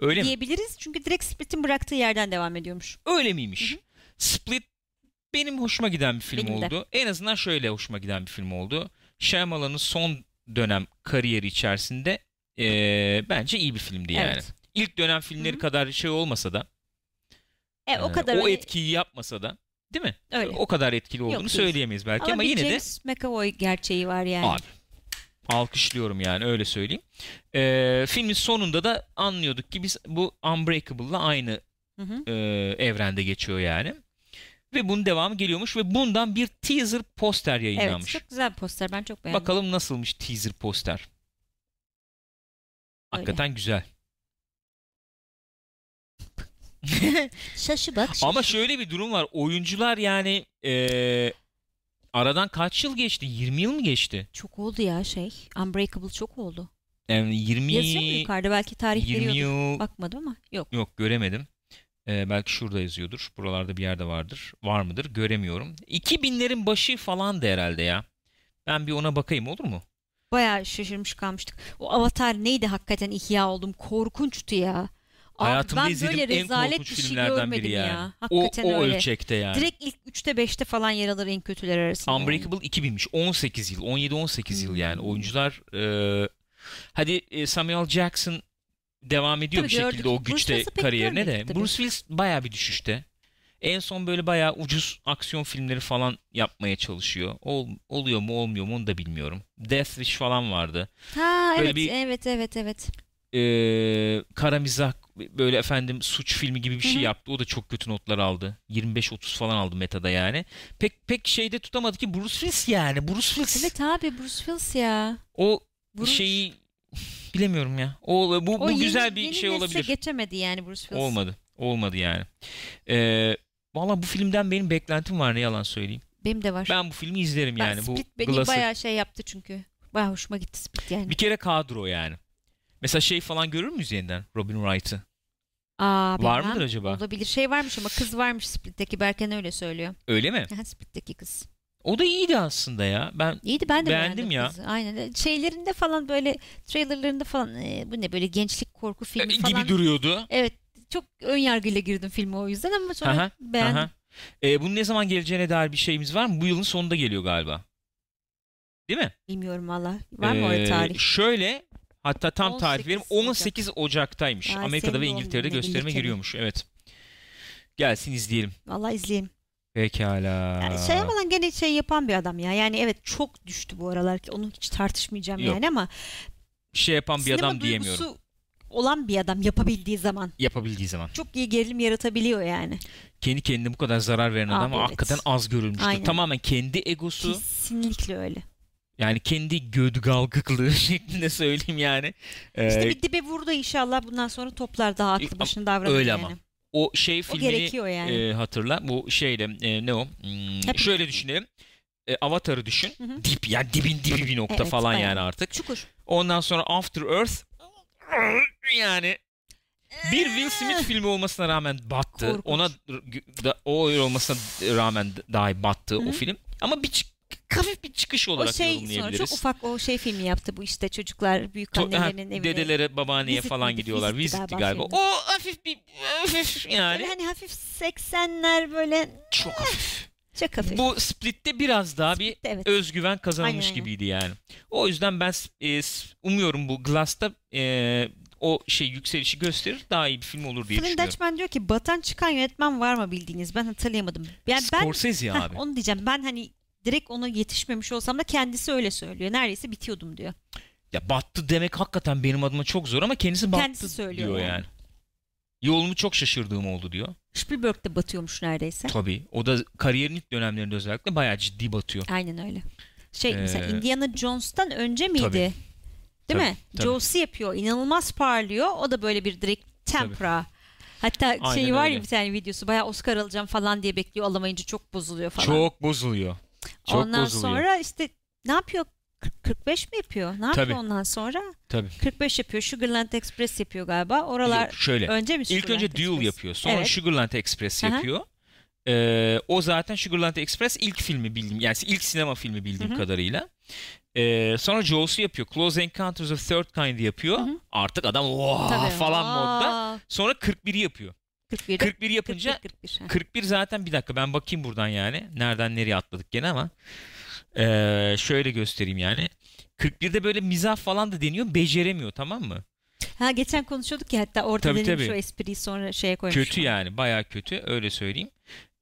[SPEAKER 1] Öyle, mi?
[SPEAKER 2] Diyebiliriz çünkü direkt Split'in bıraktığı yerden devam ediyormuş.
[SPEAKER 1] Öyle miymiş?
[SPEAKER 2] Hı hı.
[SPEAKER 1] Split benim hoşuma giden bir film
[SPEAKER 2] Benim de.
[SPEAKER 1] oldu. En azından şöyle hoşuma giden bir film oldu. Shyamalan'ın son dönem kariyeri içerisinde e, bence iyi bir filmdi yani.
[SPEAKER 2] Evet.
[SPEAKER 1] İlk dönem filmleri
[SPEAKER 2] Hı hı.
[SPEAKER 1] kadar şey olmasa da
[SPEAKER 2] E, o
[SPEAKER 1] e,
[SPEAKER 2] kadar
[SPEAKER 1] o
[SPEAKER 2] öyle-
[SPEAKER 1] etkiyi yapmasa da değil mi?
[SPEAKER 2] öyle.
[SPEAKER 1] O kadar etkili olduğunu
[SPEAKER 2] değil.
[SPEAKER 1] söyleyemeyiz belki ama,
[SPEAKER 2] ama, bir
[SPEAKER 1] yine de
[SPEAKER 2] James McAvoy gerçeği var yani.
[SPEAKER 1] Abi, alkışlıyorum yani öyle söyleyeyim. Ee, filmin sonunda da anlıyorduk ki biz bu Unbreakable'la aynı
[SPEAKER 2] Hı hı.
[SPEAKER 1] e, evrende geçiyor yani. Ve bunun devamı geliyormuş ve bundan bir teaser poster
[SPEAKER 2] Evet
[SPEAKER 1] yayınlanmış.
[SPEAKER 2] çok güzel bir poster ben çok beğendim.
[SPEAKER 1] Bakalım nasılmış teaser poster. Hakikaten güzel.
[SPEAKER 2] Şaşı bak. şaşı.
[SPEAKER 1] Ama şöyle bir durum var. Oyuncular yani e, aradan kaç yıl geçti? 20 yıl mı geçti?
[SPEAKER 2] Çok oldu ya şey. Unbreakable çok oldu.
[SPEAKER 1] Yani 20
[SPEAKER 2] Yazıyor mu yukarıda? Belki tarih
[SPEAKER 1] 20
[SPEAKER 2] veriyordu.
[SPEAKER 1] yıl
[SPEAKER 2] Bakmadım ama yok.
[SPEAKER 1] Yok göremedim. Ee, belki şurada yazıyordur. Buralarda bir yerde vardır. Var mıdır? Göremiyorum. 2000'lerin başı falan da herhalde ya. Ben bir ona bakayım olur mu?
[SPEAKER 2] Bayağı şaşırmış kalmıştık. O avatar neydi hakikaten ihya oldum. Korkunçtu ya. Abi
[SPEAKER 1] Hayatımda
[SPEAKER 2] ben
[SPEAKER 1] izlediğim
[SPEAKER 2] böyle
[SPEAKER 1] en
[SPEAKER 2] rezalet
[SPEAKER 1] korkunç
[SPEAKER 2] bir şey
[SPEAKER 1] filmlerden
[SPEAKER 2] görmedim
[SPEAKER 1] biri yani.
[SPEAKER 2] ya.
[SPEAKER 1] O,
[SPEAKER 2] Hakikaten
[SPEAKER 1] o
[SPEAKER 2] öyle.
[SPEAKER 1] ölçekte yani.
[SPEAKER 2] Direkt ilk 3'te 5'te falan yer alır en kötüler arasında. yani.
[SPEAKER 1] Unbreakable 2000'miş. 18 yıl. 17-18 yıl
[SPEAKER 2] Hmm.
[SPEAKER 1] yani. Oyuncular e, hadi e, Samuel Jackson devam ediyor
[SPEAKER 2] Tabii
[SPEAKER 1] bir şekilde
[SPEAKER 2] gördük.
[SPEAKER 1] o
[SPEAKER 2] Bruce
[SPEAKER 1] güçte
[SPEAKER 2] Willis'i pek
[SPEAKER 1] kariyerine de.
[SPEAKER 2] görmedik tabii.
[SPEAKER 1] Bruce Willis bayağı bir düşüşte. En son böyle bayağı ucuz aksiyon filmleri falan yapmaya çalışıyor. Ol- oluyor mu olmuyor mu onu da bilmiyorum. Death Wish falan vardı.
[SPEAKER 2] Ha
[SPEAKER 1] Böyle
[SPEAKER 2] evet
[SPEAKER 1] bir-
[SPEAKER 2] evet evet evet.
[SPEAKER 1] Ee, kara mizah böyle efendim suç filmi gibi bir şey
[SPEAKER 2] Hı hı.
[SPEAKER 1] yaptı. O da çok kötü notlar aldı. 25-30 falan aldı metada yani. Pek pek şeyde tutamadı ki Bruce Willis yani. Bruce Willis.
[SPEAKER 2] Evet abi Bruce Willis ya.
[SPEAKER 1] O
[SPEAKER 2] Bruce-
[SPEAKER 1] şeyi bilemiyorum ya. O bu,
[SPEAKER 2] O
[SPEAKER 1] bu
[SPEAKER 2] yeni-
[SPEAKER 1] güzel bir
[SPEAKER 2] yeni
[SPEAKER 1] şey
[SPEAKER 2] nesle
[SPEAKER 1] olabilir.
[SPEAKER 2] geçemedi yani Bruce Willis.
[SPEAKER 1] Olmadı. Olmadı yani. Ee, Valla bu filmden benim beklentim var ne yalan söyleyeyim.
[SPEAKER 2] Benim de var.
[SPEAKER 1] Ben bu filmi izlerim
[SPEAKER 2] Ben
[SPEAKER 1] yani. Bu
[SPEAKER 2] Split beni
[SPEAKER 1] Glass'ı-
[SPEAKER 2] bayağı şey yaptı çünkü. Bayağı hoşuma gitti Split yani.
[SPEAKER 1] Bir kere kadro yani. Mesela şey falan görür müyüz yeniden Robin Wright'ı?
[SPEAKER 2] Aa,
[SPEAKER 1] Var
[SPEAKER 2] bilmem.
[SPEAKER 1] mıdır acaba?
[SPEAKER 2] Olabilir. Şey varmış ama kız varmış Split'teki. Berken öyle söylüyor.
[SPEAKER 1] Öyle mi?
[SPEAKER 2] Aha, Split'teki kız.
[SPEAKER 1] O da iyiydi aslında ya. Ben
[SPEAKER 2] İyiydi ben de beğendim,
[SPEAKER 1] Beğendim ya.
[SPEAKER 2] kızı. Aynen. öyle. Şeylerinde falan böyle trailerlarında falan e, bu ne böyle gençlik korku filmi
[SPEAKER 1] E, gibi
[SPEAKER 2] falan.
[SPEAKER 1] duruyordu.
[SPEAKER 2] evet. Çok ön yargıyla girdim filme o yüzden ama sonra
[SPEAKER 1] Aha,
[SPEAKER 2] beğendim.
[SPEAKER 1] Aha. Ee, bunun ne zaman geleceğine dair bir şeyimiz var mı? Bu yılın sonunda geliyor galiba. Değil mi?
[SPEAKER 2] Bilmiyorum valla. Var mı orada
[SPEAKER 1] Ee,
[SPEAKER 2] tarih?
[SPEAKER 1] Şöyle hatta tam tarih
[SPEAKER 2] 18
[SPEAKER 1] verim 18 Ocak'taymış.
[SPEAKER 2] Aa,
[SPEAKER 1] Amerika'da
[SPEAKER 2] senin
[SPEAKER 1] ve
[SPEAKER 2] doğum
[SPEAKER 1] İngiltere'de
[SPEAKER 2] gününe
[SPEAKER 1] gösterime
[SPEAKER 2] birlikte mi?
[SPEAKER 1] giriyormuş. Evet. Gelsin izleyelim.
[SPEAKER 2] Valla izleyeyim.
[SPEAKER 1] Pekala.
[SPEAKER 2] Yani şey yapmadan gene şey yapan bir adam ya. Yani evet çok düştü bu aralar ki onu hiç tartışmayacağım
[SPEAKER 1] Yok.
[SPEAKER 2] yani ama
[SPEAKER 1] şey yapan bir
[SPEAKER 2] sinema
[SPEAKER 1] adam
[SPEAKER 2] duygusu
[SPEAKER 1] diyemiyorum.
[SPEAKER 2] olan bir adam yapabildiği zaman
[SPEAKER 1] Yapabildiği zaman.
[SPEAKER 2] çok iyi gerilim yaratabiliyor yani.
[SPEAKER 1] Kendi kendine bu kadar zarar veren adam
[SPEAKER 2] Abi evet.
[SPEAKER 1] hakikaten az görülmüştür.
[SPEAKER 2] Aynen.
[SPEAKER 1] Tamamen kendi egosu
[SPEAKER 2] Kesinlikle öyle.
[SPEAKER 1] yani kendi gödgalgıklığı şeklinde söyleyeyim yani. Ee,
[SPEAKER 2] İşte bir dibe vurdu inşallah bundan sonra toplar daha aklı
[SPEAKER 1] Ama
[SPEAKER 2] başını davranır
[SPEAKER 1] öyle
[SPEAKER 2] yani.
[SPEAKER 1] ama. o şey
[SPEAKER 2] O
[SPEAKER 1] filmini
[SPEAKER 2] gerekiyor yani.
[SPEAKER 1] e, hatırla. Bu şeyle e, ne o? Hmm,
[SPEAKER 2] Hep-
[SPEAKER 1] şöyle düşünelim. E, Avatar'ı düşün.
[SPEAKER 2] Hı hı.
[SPEAKER 1] Dip yani dibin dibi bir nokta
[SPEAKER 2] Evet,
[SPEAKER 1] falan
[SPEAKER 2] bayağı.
[SPEAKER 1] yani artık.
[SPEAKER 2] Çukur.
[SPEAKER 1] Ondan sonra After Earth yani bir Will Smith filmi olmasına rağmen battı.
[SPEAKER 2] Korkunç.
[SPEAKER 1] Ona da, o öyle olmasına rağmen dahi battı
[SPEAKER 2] Hı hı.
[SPEAKER 1] o film. Ama bir çık- hafif bir çıkış
[SPEAKER 2] O
[SPEAKER 1] olarak
[SPEAKER 2] şey sonra
[SPEAKER 1] yorumlayabiliriz.
[SPEAKER 2] çok ufak o şey filmi yaptı bu işte çocuklar büyük
[SPEAKER 1] To- ha,
[SPEAKER 2] annelerinin evine.
[SPEAKER 1] dedelere, babaanneye
[SPEAKER 2] Visit
[SPEAKER 1] falan
[SPEAKER 2] miydi?
[SPEAKER 1] gidiyorlar.
[SPEAKER 2] Visitti
[SPEAKER 1] Visitti
[SPEAKER 2] galiba
[SPEAKER 1] galiba.
[SPEAKER 2] filmin.
[SPEAKER 1] O hafif bir hafif
[SPEAKER 2] Böyle
[SPEAKER 1] yani.
[SPEAKER 2] hani hafif 80'ler böyle
[SPEAKER 1] Çok hafif.
[SPEAKER 2] çok hafif.
[SPEAKER 1] Bu Split'te biraz daha bir
[SPEAKER 2] evet.
[SPEAKER 1] özgüven kazanılmış
[SPEAKER 2] Aynen, aynen.
[SPEAKER 1] gibiydi yani. O yüzden ben e, s- umuyorum bu Glass'ta e, o şey yükselişi gösterir daha iyi bir film olur diye
[SPEAKER 2] Fırın
[SPEAKER 1] düşünüyorum.
[SPEAKER 2] Dutchman diyor ki batan çıkan yönetmen var mı bildiğiniz? Ben hatırlayamadım. Yani ben
[SPEAKER 1] Scorsese
[SPEAKER 2] Heh,
[SPEAKER 1] abi.
[SPEAKER 2] onu diyeceğim. Ben hani direkt ona yetişmemiş olsam da kendisi öyle söylüyor. Neredeyse bitiyordum diyor.
[SPEAKER 1] Ya battı demek hakikaten benim adıma çok zor ama kendisi battı
[SPEAKER 2] Kendisi söylüyor
[SPEAKER 1] diyor
[SPEAKER 2] yani.
[SPEAKER 1] yani. Yolumu çok şaşırdığım oldu diyor.
[SPEAKER 2] Spielberg de batıyormuş neredeyse.
[SPEAKER 1] Tabii. O da kariyerin ilk dönemlerinde özellikle bayağı ciddi batıyor.
[SPEAKER 2] Aynen öyle. Şey mesela
[SPEAKER 1] Ee,
[SPEAKER 2] Indiana Jones'tan önce miydi?
[SPEAKER 1] tabii.
[SPEAKER 2] Değil
[SPEAKER 1] Tabii,
[SPEAKER 2] mi?
[SPEAKER 1] tabii.
[SPEAKER 2] Jones'u yapıyor. inanılmaz parlıyor. O da böyle bir direkt tempera. Hatta
[SPEAKER 1] Aynen
[SPEAKER 2] şey var ya
[SPEAKER 1] öyle.
[SPEAKER 2] bir tane videosu bayağı Oscar alacağım falan diye bekliyor alamayınca çok bozuluyor falan.
[SPEAKER 1] Çok bozuluyor. Çok
[SPEAKER 2] ondan
[SPEAKER 1] bozuluyor.
[SPEAKER 2] sonra işte ne yapıyor? 40 45 mi yapıyor? Ne yapıyor
[SPEAKER 1] Tabii.
[SPEAKER 2] ondan sonra?
[SPEAKER 1] Tabii.
[SPEAKER 2] 45 yapıyor. Sugarland Express yapıyor galiba. Oralar
[SPEAKER 1] Yok, şöyle.
[SPEAKER 2] önce mi
[SPEAKER 1] İlk önce
[SPEAKER 2] Sugarland
[SPEAKER 1] Duel
[SPEAKER 2] Express?
[SPEAKER 1] yapıyor. Sonra
[SPEAKER 2] Evet.
[SPEAKER 1] Sugarland Express
[SPEAKER 2] Hı hı.
[SPEAKER 1] yapıyor. Ee, o zaten Sugarland Express ilk filmi bildiğim yani ilk sinema filmi bildiğim
[SPEAKER 2] Hı hı.
[SPEAKER 1] kadarıyla. Ee, sonra Jaws'u yapıyor. Close Encounters of Third Kind yapıyor.
[SPEAKER 2] Hı hı.
[SPEAKER 1] Artık adam "Oha!"
[SPEAKER 2] Tabii.
[SPEAKER 1] falan
[SPEAKER 2] Aa,
[SPEAKER 1] modda. Sonra 41'i yapıyor.
[SPEAKER 2] 41,
[SPEAKER 1] 41 yapınca
[SPEAKER 2] 41, 41, ha.
[SPEAKER 1] 41 zaten bir dakika ben bakayım buradan yani. Nereden nereye atladık gene ama. Ee, şöyle göstereyim yani. 41'de böyle mizah falan da deniyor. Beceremiyor tamam mı?
[SPEAKER 2] Ha geçen konuşuyorduk ya hatta orada
[SPEAKER 1] Tabii,
[SPEAKER 2] denemiş
[SPEAKER 1] tabii.
[SPEAKER 2] o espriyi sonra şeye koymuş.
[SPEAKER 1] Kötü yani bayağı kötü öyle söyleyeyim.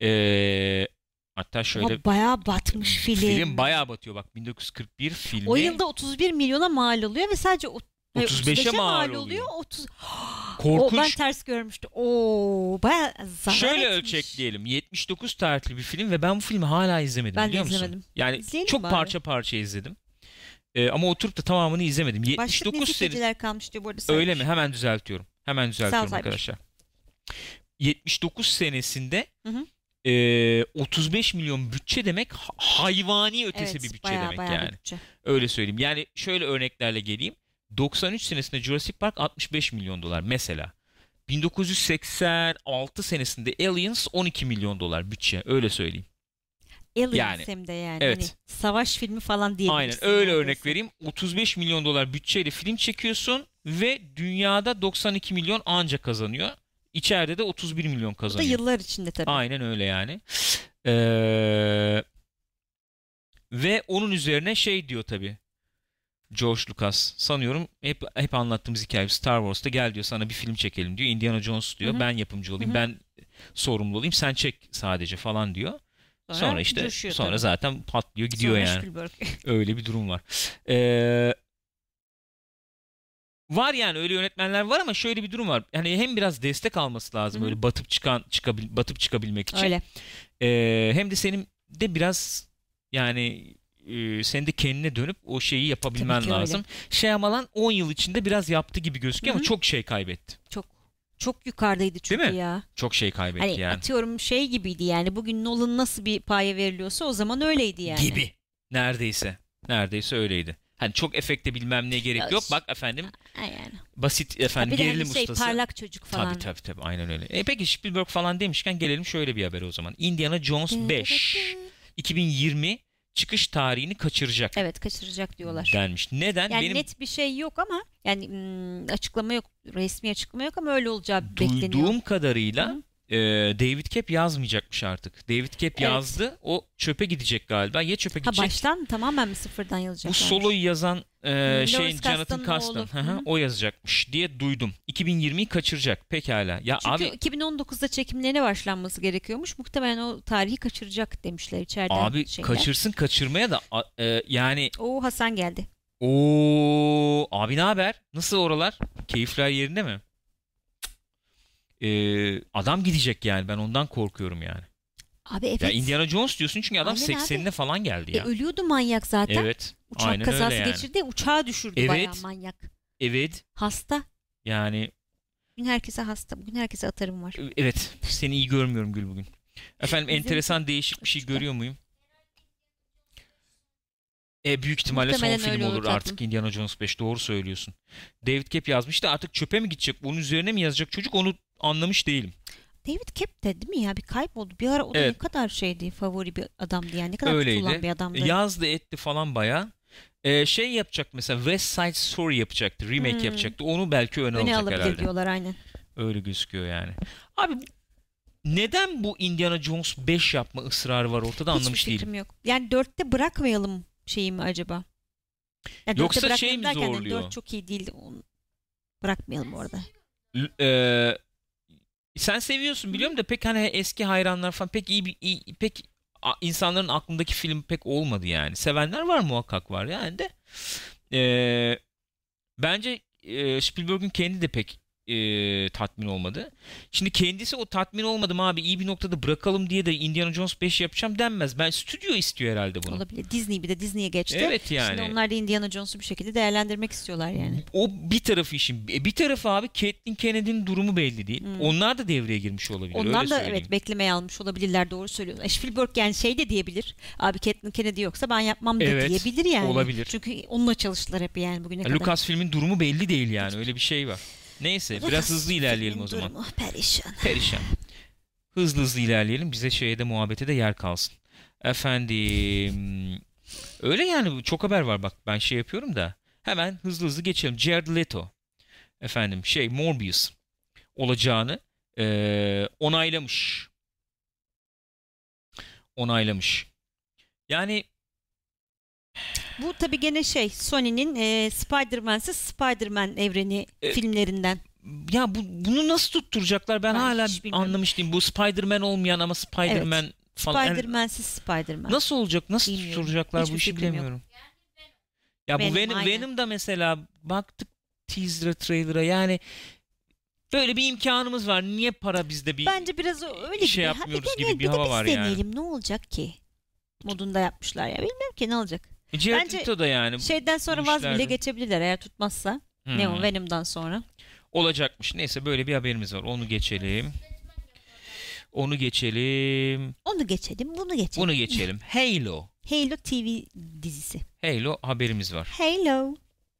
[SPEAKER 1] Ee, hatta şöyle
[SPEAKER 2] Ama bayağı batmış film.
[SPEAKER 1] Film bayağı batıyor bak 1941 filmi.
[SPEAKER 2] O yılda 31 milyona mal oluyor ve sadece o- hayır,
[SPEAKER 1] 35'e
[SPEAKER 2] 35'e
[SPEAKER 1] mal
[SPEAKER 2] mal
[SPEAKER 1] oluyor.
[SPEAKER 2] oluyor. 30 O, ben
[SPEAKER 1] korkunç.
[SPEAKER 2] ters görmüştüm. Oo bayağı zarar
[SPEAKER 1] Şöyle
[SPEAKER 2] etmiş.
[SPEAKER 1] ölçekleyelim. 79 tarihli bir film ve ben bu filmi hala izlemedim
[SPEAKER 2] Ben de
[SPEAKER 1] biliyor musun?
[SPEAKER 2] izlemedim.
[SPEAKER 1] Yani
[SPEAKER 2] İzleyelim
[SPEAKER 1] çok
[SPEAKER 2] bari.
[SPEAKER 1] parça parça izledim. Ee, ama oturup da tamamını izlemedim.
[SPEAKER 2] Başlık
[SPEAKER 1] 79
[SPEAKER 2] nefis
[SPEAKER 1] seri
[SPEAKER 2] geceler kalmış diyor bu arada.
[SPEAKER 1] öyle mi? Hemen düzeltiyorum. Hemen düzeltiyorum
[SPEAKER 2] Saymış.
[SPEAKER 1] arkadaşlar. 79 senesinde
[SPEAKER 2] Hı hı.
[SPEAKER 1] e, 35 milyon bütçe demek ha- hayvani ötesi bir bütçe
[SPEAKER 2] bayağı,
[SPEAKER 1] demek
[SPEAKER 2] bayağı bir
[SPEAKER 1] yani.
[SPEAKER 2] bütçe.
[SPEAKER 1] Öyle söyleyeyim. Yani şöyle örneklerle geleyim. 93 senesinde Jurassic Park 65 milyon dolar mesela. 1986 senesinde Aliens 12 milyon dolar bütçe. Öyle söyleyeyim.
[SPEAKER 2] Aliens
[SPEAKER 1] Yani,
[SPEAKER 2] hem de yani.
[SPEAKER 1] evet.
[SPEAKER 2] Hani savaş filmi falan diyebilirsin.
[SPEAKER 1] Aynen öyle
[SPEAKER 2] neredeyse.
[SPEAKER 1] örnek vereyim. 35 milyon dolar bütçeyle film çekiyorsun ve dünyada 92 milyon anca kazanıyor. İçeride de 31 milyon
[SPEAKER 2] Bu da
[SPEAKER 1] kazanıyor.
[SPEAKER 2] yıllar içinde tabii.
[SPEAKER 1] Aynen öyle yani. Ee, ve onun üzerine şey diyor tabii. George Lucas sanıyorum hep hep anlattığımız hikaye Star Wars'ta gel diyor sana bir film çekelim diyor. Indiana Jones diyor.
[SPEAKER 2] Hı hı.
[SPEAKER 1] Ben yapımcı olayım.
[SPEAKER 2] Hı hı.
[SPEAKER 1] Ben sorumlu olayım. Sen çek sadece falan diyor. Sonra, işte
[SPEAKER 2] coşuyor
[SPEAKER 1] sonra
[SPEAKER 2] tabii.
[SPEAKER 1] zaten patlıyor gidiyor
[SPEAKER 2] Sonra
[SPEAKER 1] yani.
[SPEAKER 2] Spielberg.
[SPEAKER 1] Öyle bir durum var. Ee, var yani öyle yönetmenler var ama şöyle bir durum var. Yani hem biraz destek alması lazım
[SPEAKER 2] Hı hı.
[SPEAKER 1] böyle batıp çıkan çıkabil, batıp çıkabilmek için.
[SPEAKER 2] öyle.
[SPEAKER 1] Ee, hem de senin de biraz yani e, sen de kendine dönüp o şeyi
[SPEAKER 2] Tabii
[SPEAKER 1] yapabilmen
[SPEAKER 2] ki öyle.
[SPEAKER 1] lazım. Shyamalan 10 yıl içinde biraz yaptı gibi gözüküyor
[SPEAKER 2] Hı
[SPEAKER 1] ama
[SPEAKER 2] hı.
[SPEAKER 1] çok şey kaybetti.
[SPEAKER 2] Çok çok yukarıdaydı çünkü
[SPEAKER 1] mi?
[SPEAKER 2] ya.
[SPEAKER 1] Çok şey kaybetti
[SPEAKER 2] Hani
[SPEAKER 1] yani.
[SPEAKER 2] atıyorum şey gibiydi yani bugün Nolan nasıl bir paya veriliyorsa o zaman öyleydi yani.
[SPEAKER 1] Gibi. Neredeyse. Neredeyse öyleydi. Hani çok efekte bilmem ne gerek
[SPEAKER 2] Ya
[SPEAKER 1] yok.
[SPEAKER 2] ş-
[SPEAKER 1] Bak efendim
[SPEAKER 2] Ha yani.
[SPEAKER 1] basit
[SPEAKER 2] Ha,
[SPEAKER 1] efendim
[SPEAKER 2] bir de
[SPEAKER 1] gerilim
[SPEAKER 2] hani şey
[SPEAKER 1] ustası.
[SPEAKER 2] parlak çocuk falan.
[SPEAKER 1] Tabii tabii tabii aynen öyle. E peki Spielberg falan demişken gelelim şöyle bir habere o zaman. Indiana Jones 5 2020 çıkış tarihini kaçıracak
[SPEAKER 2] Evet kaçıracak diyorlar.
[SPEAKER 1] denmiş. Neden?
[SPEAKER 2] yani
[SPEAKER 1] Benim
[SPEAKER 2] net bir şey yok ama yani mm, açıklama yok, resmi açıklama yok ama öyle olacağı bekleniyor.
[SPEAKER 1] duyduğum kadarıyla e, David Kep yazmayacakmış artık. David Kep yazdı. O çöpe gidecek galiba. Ya çöpe
[SPEAKER 2] Ha
[SPEAKER 1] gidecek.
[SPEAKER 2] baştan mı tamamen mi sıfırdan
[SPEAKER 1] Bu
[SPEAKER 2] yazılacak?
[SPEAKER 1] soloyu yazan e,
[SPEAKER 2] Lawrence
[SPEAKER 1] şeyin Jonathan
[SPEAKER 2] Kasdan'ın
[SPEAKER 1] Kasdan
[SPEAKER 2] oğlu.
[SPEAKER 1] Hı hı,
[SPEAKER 2] Hı hı.
[SPEAKER 1] o yazacakmış diye duydum. 2020'yi kaçıracak. Pekala. Ya
[SPEAKER 2] Çünkü
[SPEAKER 1] abi
[SPEAKER 2] 2019'da çekimlerine başlanması gerekiyormuş. Muhtemelen o tarihi kaçıracak demişler içeriden.
[SPEAKER 1] abi
[SPEAKER 2] şeyler.
[SPEAKER 1] kaçırsın kaçırmaya da a- e, yani
[SPEAKER 2] Oo Hasan geldi.
[SPEAKER 1] Oo abi ne haber? Nasıl oralar? Keyifler yerinde mi? Ee, adam gidecek yani. Ben ondan korkuyorum yani.
[SPEAKER 2] Abi evet.
[SPEAKER 1] Ya Indiana Jones diyorsun çünkü adam
[SPEAKER 2] Aynen abi.
[SPEAKER 1] 80'ine falan geldi
[SPEAKER 2] E,
[SPEAKER 1] ya.
[SPEAKER 2] ölüyordu manyak zaten.
[SPEAKER 1] evet.
[SPEAKER 2] Uçak
[SPEAKER 1] aynen
[SPEAKER 2] kazası
[SPEAKER 1] öyle yani.
[SPEAKER 2] geçirdi. Uçağı düşürdü
[SPEAKER 1] Evet.
[SPEAKER 2] bayağı manyak.
[SPEAKER 1] Evet.
[SPEAKER 2] Hasta.
[SPEAKER 1] Yani
[SPEAKER 2] Bugün herkese hasta. Bugün herkese atarım var.
[SPEAKER 1] evet. Seni iyi görmüyorum Gül bugün. Efendim
[SPEAKER 2] Bizim-
[SPEAKER 1] enteresan değişik bir şey görüyor muyum? E büyük ihtimalle
[SPEAKER 2] Muhtemelen
[SPEAKER 1] son film
[SPEAKER 2] öyle
[SPEAKER 1] olur,
[SPEAKER 2] olur tatlım.
[SPEAKER 1] artık Indiana Jones 5. Doğru söylüyorsun. David Kep yazmış da artık çöpe mi gidecek? Onun üzerine mi yazacak çocuk? Onu anlamış değilim. E,
[SPEAKER 2] David Kep de değil mi ya? Bir kayboldu. Bir ara o da
[SPEAKER 1] Evet.
[SPEAKER 2] ne kadar şeydi. Favori bir adamdı yani. Ne kadar
[SPEAKER 1] Öyleydi.
[SPEAKER 2] tutulan bir adamdı.
[SPEAKER 1] Yazdı etti falan baya. Ee, şey yapacak mesela West Side Story yapacaktı. Remake
[SPEAKER 2] Hmm.
[SPEAKER 1] yapacaktı. Onu belki öne,
[SPEAKER 2] Öne
[SPEAKER 1] alacak
[SPEAKER 2] alabilir
[SPEAKER 1] herhalde.
[SPEAKER 2] diyorlar aynen.
[SPEAKER 1] Öyle gözüküyor yani. Abi neden bu Indiana Jones 5 yapma ısrarı var ortada anlamış
[SPEAKER 2] Hiçbir
[SPEAKER 1] değilim.
[SPEAKER 2] fikrim yok. Yani dörtte bırakmayalım şeyi mi acaba? Yani dörtte
[SPEAKER 1] Yoksa şey
[SPEAKER 2] bırakmayalım
[SPEAKER 1] mi
[SPEAKER 2] derken hani
[SPEAKER 1] zorluyor?
[SPEAKER 2] Dört çok iyi değil. onu Bırakmayalım orada.
[SPEAKER 1] L- e, sen seviyorsun biliyorum da pek hani eski hayranlar falan pek iyi, bir- iyi pek a- insanların aklındaki film pek olmadı yani. Sevenler var muhakkak var yani de. E, bence e, Spielberg'ün kendi de pek e, tatmin olmadı. Şimdi kendisi o tatmin olmadım abi iyi bir noktada bırakalım diye de Indiana Jones 5 yapacağım denmez. Ben stüdyo istiyor herhalde bunu.
[SPEAKER 2] Olabilir. Disney bir de Disney'e geçti.
[SPEAKER 1] Evet yani.
[SPEAKER 2] Şimdi onlar da Indiana Jones'u bir şekilde değerlendirmek istiyorlar yani.
[SPEAKER 1] O bir tarafı işin. E, Bir tarafı abi Caitlyn Kennedy'nin durumu belli değil.
[SPEAKER 2] Hmm.
[SPEAKER 1] Onlar da devreye girmiş olabilir.
[SPEAKER 2] Ondan
[SPEAKER 1] öyle
[SPEAKER 2] da
[SPEAKER 1] söyleyeyim.
[SPEAKER 2] evet beklemeye almış olabilirler doğru söylüyorsun. E, Spielberg yani şey de diyebilir. Abi Caitlyn Kennedy yoksa ben yapmam da
[SPEAKER 1] Evet,
[SPEAKER 2] diyebilir yani.
[SPEAKER 1] olabilir.
[SPEAKER 2] Çünkü onunla çalıştılar hep yani bugüne
[SPEAKER 1] Ya,
[SPEAKER 2] kadar.
[SPEAKER 1] Lucasfilm'in durumu belli değil yani. Öyle bir şey var. Neyse biraz hızlı ilerleyelim o zaman.
[SPEAKER 2] Durumu perişan.
[SPEAKER 1] Perişan. Hızlı hızlı ilerleyelim. Bize şeye de muhabbete de yer kalsın. Efendim. Öyle yani çok haber var bak ben şey yapıyorum da. Hemen hızlı hızlı geçelim. Jared Leto. Efendim şey Morbius olacağını eee, onaylamış. Onaylamış. Yani
[SPEAKER 2] Bu tabii gene şey Sony'nin e, Spider-Man'siz Spider-Man evreni
[SPEAKER 1] E,
[SPEAKER 2] filmlerinden.
[SPEAKER 1] ya bu, bunu nasıl tutturacaklar ben,
[SPEAKER 2] Ben
[SPEAKER 1] hala
[SPEAKER 2] hiç bilmiyorum.
[SPEAKER 1] anlamış değilim. Bu Spider-Man olmayan ama Spider-Man falan. Yani
[SPEAKER 2] Spider-Man'siz Spider-Man.
[SPEAKER 1] Nasıl olacak? Nasıl
[SPEAKER 2] Bilmiyorum.
[SPEAKER 1] tutturacaklar bu
[SPEAKER 2] Hiçbir
[SPEAKER 1] işi
[SPEAKER 2] fikrim yok.
[SPEAKER 1] bilemiyorum. Ya bu
[SPEAKER 2] Venom,
[SPEAKER 1] Venom,
[SPEAKER 2] aynen.
[SPEAKER 1] Venom da mesela baktık teaser'a, trailer'a yani böyle bir imkanımız var. Niye para bizde bir
[SPEAKER 2] Bence biraz o- öyle
[SPEAKER 1] şey
[SPEAKER 2] gibi. Ha,
[SPEAKER 1] yapmıyoruz
[SPEAKER 2] bir de-
[SPEAKER 1] gibi bir
[SPEAKER 2] de
[SPEAKER 1] hava
[SPEAKER 2] biz
[SPEAKER 1] var yani.
[SPEAKER 2] deneyelim, ne olacak ki? Modunda yapmışlar ya. Bilmiyorum ki ne olacak.
[SPEAKER 1] Jared
[SPEAKER 2] bence
[SPEAKER 1] Leto da yani
[SPEAKER 2] Şeyden sonra
[SPEAKER 1] E, bu
[SPEAKER 2] vaz bile
[SPEAKER 1] işlerde-
[SPEAKER 2] geçebilirler eğer tutmazsa.
[SPEAKER 1] hmm,
[SPEAKER 2] Ne o Venom'dan sonra.
[SPEAKER 1] olacakmış. Neyse böyle bir haberimiz var. Onu geçelim. Onu geçelim.
[SPEAKER 2] Onu geçelim, bunu geçelim.
[SPEAKER 1] Bunu geçelim. Halo.
[SPEAKER 2] Halo TV dizisi.
[SPEAKER 1] Halo haberimiz var.
[SPEAKER 2] Halo.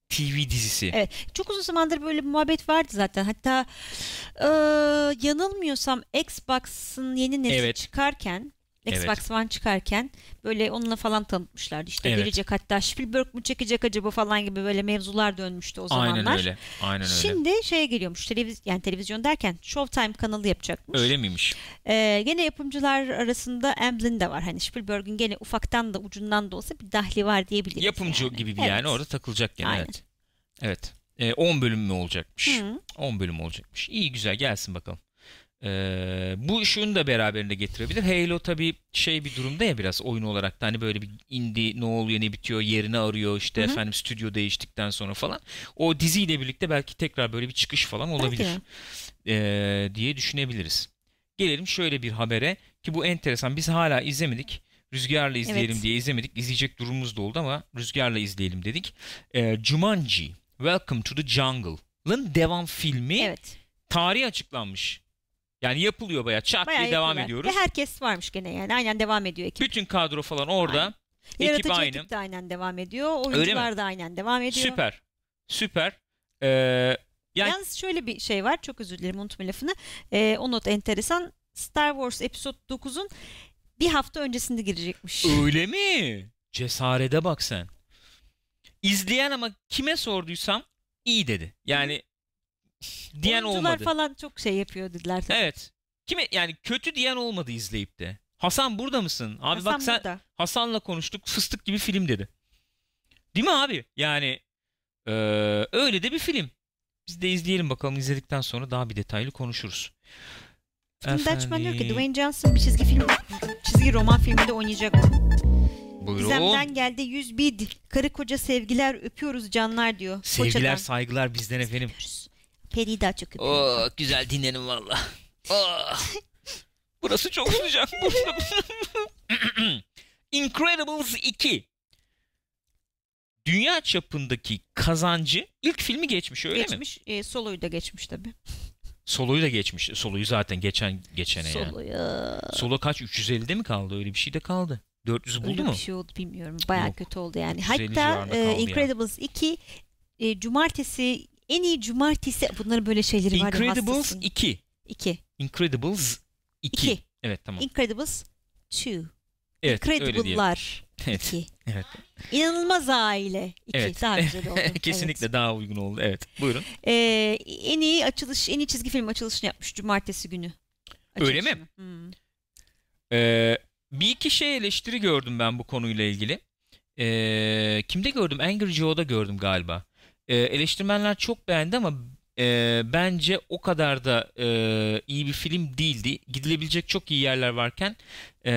[SPEAKER 1] TV dizisi.
[SPEAKER 2] Evet. Çok uzun zamandır böyle bir muhabbet vardı zaten. Hatta e, yanılmıyorsam Xbox'ın yeni nesli
[SPEAKER 1] Evet.
[SPEAKER 2] çıkarken
[SPEAKER 1] Evet.
[SPEAKER 2] Xbox One çıkarken böyle onunla falan tanıtmışlardı işte
[SPEAKER 1] Evet.
[SPEAKER 2] gelecek hatta Spielberg mu çekecek acaba falan gibi böyle mevzular dönmüştü o zamanlar.
[SPEAKER 1] Aynen öyle. Aynen öyle.
[SPEAKER 2] Şimdi şeye geliyormuş televiz yani televizyon derken Showtime kanalı yapacakmış.
[SPEAKER 1] Öyle miymiş?
[SPEAKER 2] Ee, gene yapımcılar arasında Amblin de var. Hani Spielberg'ün gene ufaktan da ucundan da olsa bir dahli var diyebiliriz.
[SPEAKER 1] Yapımcı
[SPEAKER 2] yani.
[SPEAKER 1] gibi bir
[SPEAKER 2] Evet.
[SPEAKER 1] yani orada takılacak yani.
[SPEAKER 2] Aynen.
[SPEAKER 1] Evet. Evet. Ee, 10 bölüm mü olacakmış?
[SPEAKER 2] Hı.
[SPEAKER 1] 10 bölüm olacakmış. İyi güzel gelsin bakalım. Ee, bu şunu da beraberinde getirebilir. Halo tabii şey bir durumda ya biraz oyun olarak da hani böyle bir indi ne oluyor ne bitiyor yerini arıyor işte
[SPEAKER 2] Hı hı.
[SPEAKER 1] efendim stüdyo değiştikten sonra falan. O diziyle birlikte belki tekrar böyle bir çıkış falan olabilir
[SPEAKER 2] de.
[SPEAKER 1] ee, diye düşünebiliriz. Gelelim şöyle bir habere ki bu enteresan biz hala izlemedik. Rüzgarla izleyelim
[SPEAKER 2] Evet.
[SPEAKER 1] diye izlemedik. İzleyecek durumumuz da oldu ama rüzgarla izleyelim dedik. Ee, Jumanji Welcome to the Jungle'ın devam filmi
[SPEAKER 2] Evet.
[SPEAKER 1] tarihi açıklanmış. Yani yapılıyor bayağı çat
[SPEAKER 2] Bayağı
[SPEAKER 1] diye devam
[SPEAKER 2] yapıyorlar.
[SPEAKER 1] ediyoruz.
[SPEAKER 2] Ve herkes varmış gene yani. Aynen devam ediyor ekip.
[SPEAKER 1] Bütün kadro falan orada.
[SPEAKER 2] Aynen.
[SPEAKER 1] ekip
[SPEAKER 2] Yaratıcı
[SPEAKER 1] aynı.
[SPEAKER 2] ekip de aynen devam ediyor. Oyuncular da aynen devam ediyor.
[SPEAKER 1] Süper. Süper. Ee, Yani-
[SPEAKER 2] Yalnız şöyle bir şey var. Çok özür dilerim unutma lafını. Ee, o not enteresan. Star Wars Episode 9'un bir hafta öncesinde girecekmiş.
[SPEAKER 1] öyle mi? Cesarete bak sen. İzleyen ama kime sorduysam iyi dedi. Yani diyen
[SPEAKER 2] Oyuncular
[SPEAKER 1] olmadı.
[SPEAKER 2] falan çok şey yapıyor dediler.
[SPEAKER 1] Evet. Kime yani kötü diyen olmadı izleyip de. Hasan burada mısın? Abi
[SPEAKER 2] Hasan
[SPEAKER 1] bak sen
[SPEAKER 2] burada.
[SPEAKER 1] Hasan'la konuştuk fıstık gibi film dedi. Değil mi abi? Yani eee, öyle de bir film. Biz de izleyelim bakalım izledikten sonra daha bir detaylı konuşuruz.
[SPEAKER 2] Filmden çıkan diyor ki
[SPEAKER 1] Efendim,
[SPEAKER 2] Dwayne Johnson bir çizgi film, çizgi roman filminde oynayacak.
[SPEAKER 1] buyurun.
[SPEAKER 2] Gizemden geldi 100 bid. Karı koca sevgiler öpüyoruz canlar diyor.
[SPEAKER 1] Sevgiler
[SPEAKER 2] Koçadan.
[SPEAKER 1] saygılar bizden efendim.
[SPEAKER 2] öpüyoruz. Peri'yi daha çok öpüyoruz.
[SPEAKER 1] Oh, güzel dinlenin valla. Oh. Burası çok sıcak. Burada. Incredibles 2. Dünya çapındaki kazancı ilk filmi geçmiş öyle mi?
[SPEAKER 2] geçmiş. e, soloyu da geçmiş tabii.
[SPEAKER 1] Solo'yu da geçmiş. Solo'yu zaten geçen geçene yani.
[SPEAKER 2] Soloyu.
[SPEAKER 1] Solo kaç? 350'de mi kaldı? Öyle bir şey de kaldı. 400'ü buldu
[SPEAKER 2] Öyle
[SPEAKER 1] mu?
[SPEAKER 2] bir şey oldu bilmiyorum. Bayağı
[SPEAKER 1] Yok.
[SPEAKER 2] kötü oldu yani.
[SPEAKER 1] 350
[SPEAKER 2] Hatta
[SPEAKER 1] civarında
[SPEAKER 2] e,
[SPEAKER 1] kaldı
[SPEAKER 2] Incredibles 2 e, cumartesi en iyi cumartesi bunların böyle şeyleri var. ya,
[SPEAKER 1] Incredibles
[SPEAKER 2] hastasıyım.
[SPEAKER 1] 2.
[SPEAKER 2] 2.
[SPEAKER 1] Incredibles 2.
[SPEAKER 2] 2.
[SPEAKER 1] Evet tamam.
[SPEAKER 2] Incredibles 2.
[SPEAKER 1] Evet öyle diyelim.
[SPEAKER 2] Incredible'lar
[SPEAKER 1] Evet.
[SPEAKER 2] 2.
[SPEAKER 1] Evet.
[SPEAKER 2] İnanılmaz Aile 2.
[SPEAKER 1] Evet.
[SPEAKER 2] Daha güzel oldu.
[SPEAKER 1] Kesinlikle
[SPEAKER 2] Evet.
[SPEAKER 1] daha uygun oldu. Evet. Buyurun.
[SPEAKER 2] E, en iyi açılış, en iyi çizgi film açılışını yapmış cumartesi günü.
[SPEAKER 1] Öyle mi?
[SPEAKER 2] Açılışını. Hmm.
[SPEAKER 1] Ee, bir iki şey eleştiri gördüm ben bu konuyla ilgili. Ee, kimde gördüm? Angry Joe'da gördüm galiba. Ee, eleştirmenler çok beğendi ama e, bence o kadar da e, iyi bir film değildi. Gidilebilecek çok iyi yerler varken e,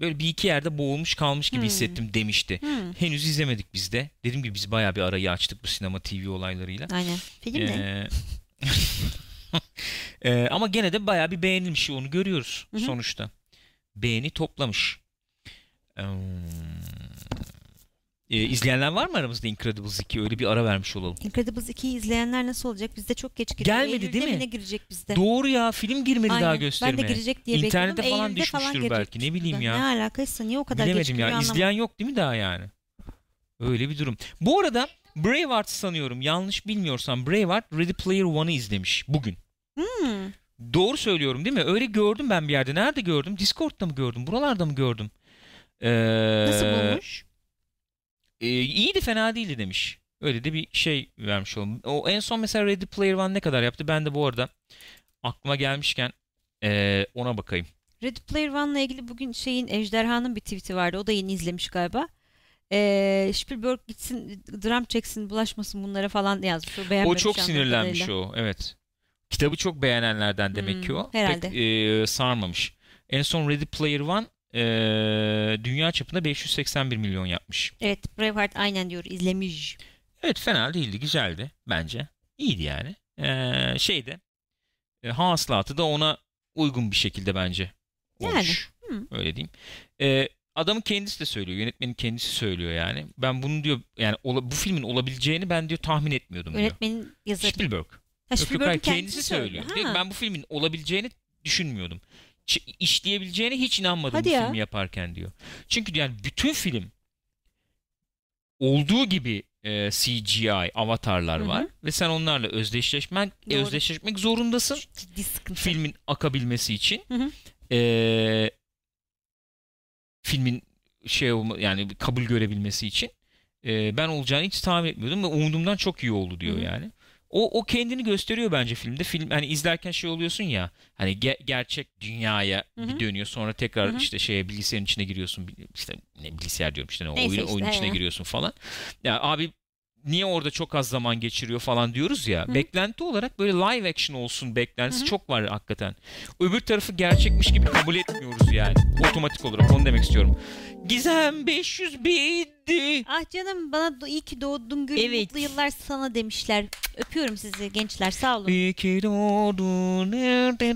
[SPEAKER 1] böyle bir iki yerde boğulmuş kalmış gibi
[SPEAKER 2] Hmm.
[SPEAKER 1] hissettim demişti.
[SPEAKER 2] Hmm.
[SPEAKER 1] Henüz izlemedik biz de. Dediğim gibi biz bayağı bir arayı açtık bu sinema TV olaylarıyla.
[SPEAKER 2] Aynen. Film ne?
[SPEAKER 1] Ee, Ee, ama gene de bayağı bir beğenilmiş onu görüyoruz
[SPEAKER 2] Hı hı.
[SPEAKER 1] sonuçta. Beğeni toplamış. Ee, e, izleyenler var mı aramızda Incredibles 2? Öyle bir ara vermiş olalım.
[SPEAKER 2] Incredibles 2'yi izleyenler nasıl olacak? Bizde çok geç giriyor.
[SPEAKER 1] Gelmedi,
[SPEAKER 2] Eylül'de
[SPEAKER 1] değil mi?
[SPEAKER 2] Ne girecek bizde?
[SPEAKER 1] Doğru ya film girmedi
[SPEAKER 2] Aynen.
[SPEAKER 1] daha göstermeye.
[SPEAKER 2] Ben de girecek diye bekliyordum.
[SPEAKER 1] İnternete falan
[SPEAKER 2] Eylül'de falan
[SPEAKER 1] düşmüştür
[SPEAKER 2] girecek.
[SPEAKER 1] belki, ne bileyim ya.
[SPEAKER 2] Ne alakası? Niye o kadar geç
[SPEAKER 1] Bilemedim
[SPEAKER 2] giriyor
[SPEAKER 1] ya.
[SPEAKER 2] anlamadım.
[SPEAKER 1] İzleyen yok değil mi daha yani? Öyle bir durum. Bu arada Braveheart sanıyorum yanlış bilmiyorsam Braveheart Ready Player One'ı izlemiş bugün.
[SPEAKER 2] Hmm.
[SPEAKER 1] Doğru söylüyorum değil mi? Öyle gördüm ben bir yerde. Nerede gördüm? Discord'da mı gördüm? Buralarda mı gördüm? Ee,
[SPEAKER 2] Nasıl bulmuş?
[SPEAKER 1] e, iyiydi fena değildi demiş. Öyle de bir şey vermiş oldum. O en son mesela Ready Player One ne kadar yaptı? Ben de bu arada aklıma gelmişken e, ona bakayım.
[SPEAKER 2] Red Player One'la ilgili bugün şeyin Ejderha'nın bir tweet'i vardı. O da yeni izlemiş galiba. Ee, Spielberg gitsin dram çeksin bulaşmasın bunlara falan yazmış. O,
[SPEAKER 1] O
[SPEAKER 2] beğenmemiş
[SPEAKER 1] çok
[SPEAKER 2] anladığım
[SPEAKER 1] sinirlenmiş
[SPEAKER 2] kadarıyla.
[SPEAKER 1] o. Evet. Kitabı çok beğenenlerden demek
[SPEAKER 2] Hmm,
[SPEAKER 1] ki o.
[SPEAKER 2] herhalde.
[SPEAKER 1] Pek e, sarmamış. En son Ready Player One e, dünya çapında 581 milyon yapmış.
[SPEAKER 2] Evet Braveheart aynen diyor izlemiş.
[SPEAKER 1] Evet fena değildi. Güzeldi bence. İyiydi yani. E, şeyde e, hasılatı da ona uygun bir şekilde bence
[SPEAKER 2] Yani,
[SPEAKER 1] olmuş.
[SPEAKER 2] hı.
[SPEAKER 1] Öyle diyeyim. E, adamın kendisi de söylüyor. Yönetmenin kendisi söylüyor yani. Ben bunu diyor yani ola- bu filmin olabileceğini ben diyor tahmin etmiyordum diyor.
[SPEAKER 2] Öğretmenin yazarı.
[SPEAKER 1] Spielberg.
[SPEAKER 2] Ha,
[SPEAKER 1] Yok yok
[SPEAKER 2] Spielberg'in
[SPEAKER 1] hayır, kendisi söylüyor. Diyor ki,
[SPEAKER 2] Ha.
[SPEAKER 1] ben bu filmin olabileceğini düşünmüyordum. Ç- işleyebileceğine hiç inanmadım
[SPEAKER 2] Hadi
[SPEAKER 1] bu
[SPEAKER 2] ya.
[SPEAKER 1] filmi yaparken diyor. Çünkü yani bütün film olduğu gibi e, CGI avatarlar
[SPEAKER 2] Hı hı.
[SPEAKER 1] var ve sen onlarla özdeşleşmen
[SPEAKER 2] Doğru.
[SPEAKER 1] özdeşleşmek zorundasın
[SPEAKER 2] Ciddi sıkıntı.
[SPEAKER 1] filmin akabilmesi için.
[SPEAKER 2] Hı hı.
[SPEAKER 1] E, filmin şey olma, yani kabul görebilmesi için E, ben olacağını hiç tahmin etmiyordum ve umduğumdan çok iyi oldu diyor
[SPEAKER 2] Hı hı.
[SPEAKER 1] yani. O o kendini gösteriyor bence filmde. Film hani izlerken şey oluyorsun ya. Hani ge- gerçek dünyaya
[SPEAKER 2] Hı hı.
[SPEAKER 1] bir dönüyor sonra tekrar
[SPEAKER 2] Hı hı.
[SPEAKER 1] işte şeye bilgisayarın içine giriyorsun. Bil- işte ne bilgisayar diyorum işte ne
[SPEAKER 2] Neyse
[SPEAKER 1] oyun,
[SPEAKER 2] işte,
[SPEAKER 1] oyun içine
[SPEAKER 2] he.
[SPEAKER 1] giriyorsun falan. Ya abi niye orada çok az zaman geçiriyor falan diyoruz ya.
[SPEAKER 2] Hı hı.
[SPEAKER 1] Beklenti olarak böyle live action olsun beklentisi
[SPEAKER 2] Hı hı.
[SPEAKER 1] çok var hakikaten. Öbür tarafı gerçekmiş gibi kabul etmiyoruz yani. Otomatik olarak onu demek istiyorum. Gizem 500 bindi.
[SPEAKER 2] Ah canım bana do- iyi ki doğdun gül
[SPEAKER 1] Evet.
[SPEAKER 2] mutlu yıllar sana demişler. Öpüyorum sizi gençler sağ olun.
[SPEAKER 1] İyi ki doğdun.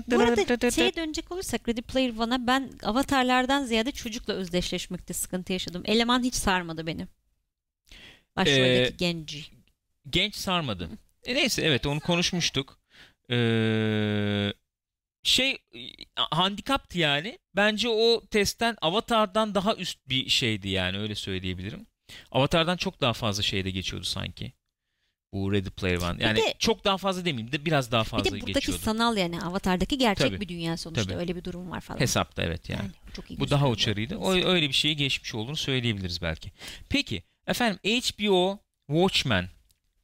[SPEAKER 2] Bu arada şeye dönecek olursak Ready Player One'a ben avatarlardan ziyade çocukla özdeşleşmekte sıkıntı yaşadım. Eleman hiç sarmadı beni. Başroldeki
[SPEAKER 1] Ee,
[SPEAKER 2] genci.
[SPEAKER 1] Genç sarmadı. E neyse evet onu konuşmuştuk. Ee, şey e, handikaptı yani. Bence o testten Avatar'dan daha üst bir şeydi yani öyle söyleyebilirim. Avatar'dan çok daha fazla şeyde geçiyordu sanki. Bu Ready Player One. Yani
[SPEAKER 2] de-
[SPEAKER 1] çok daha fazla demeyeyim de biraz daha
[SPEAKER 2] Bir
[SPEAKER 1] fazla
[SPEAKER 2] de buradaki
[SPEAKER 1] geçiyordu.
[SPEAKER 2] sanal yani avatardaki gerçek
[SPEAKER 1] Tabii.
[SPEAKER 2] bir dünya sonuçta
[SPEAKER 1] Tabii.
[SPEAKER 2] öyle bir durum var falan.
[SPEAKER 1] Hesapta evet yani.
[SPEAKER 2] Yani çok iyi
[SPEAKER 1] Bu daha
[SPEAKER 2] gözüküyor.
[SPEAKER 1] uçarıydı. O, öyle bir şeye geçmiş olduğunu söyleyebiliriz belki. Peki efendim HBO Watchmen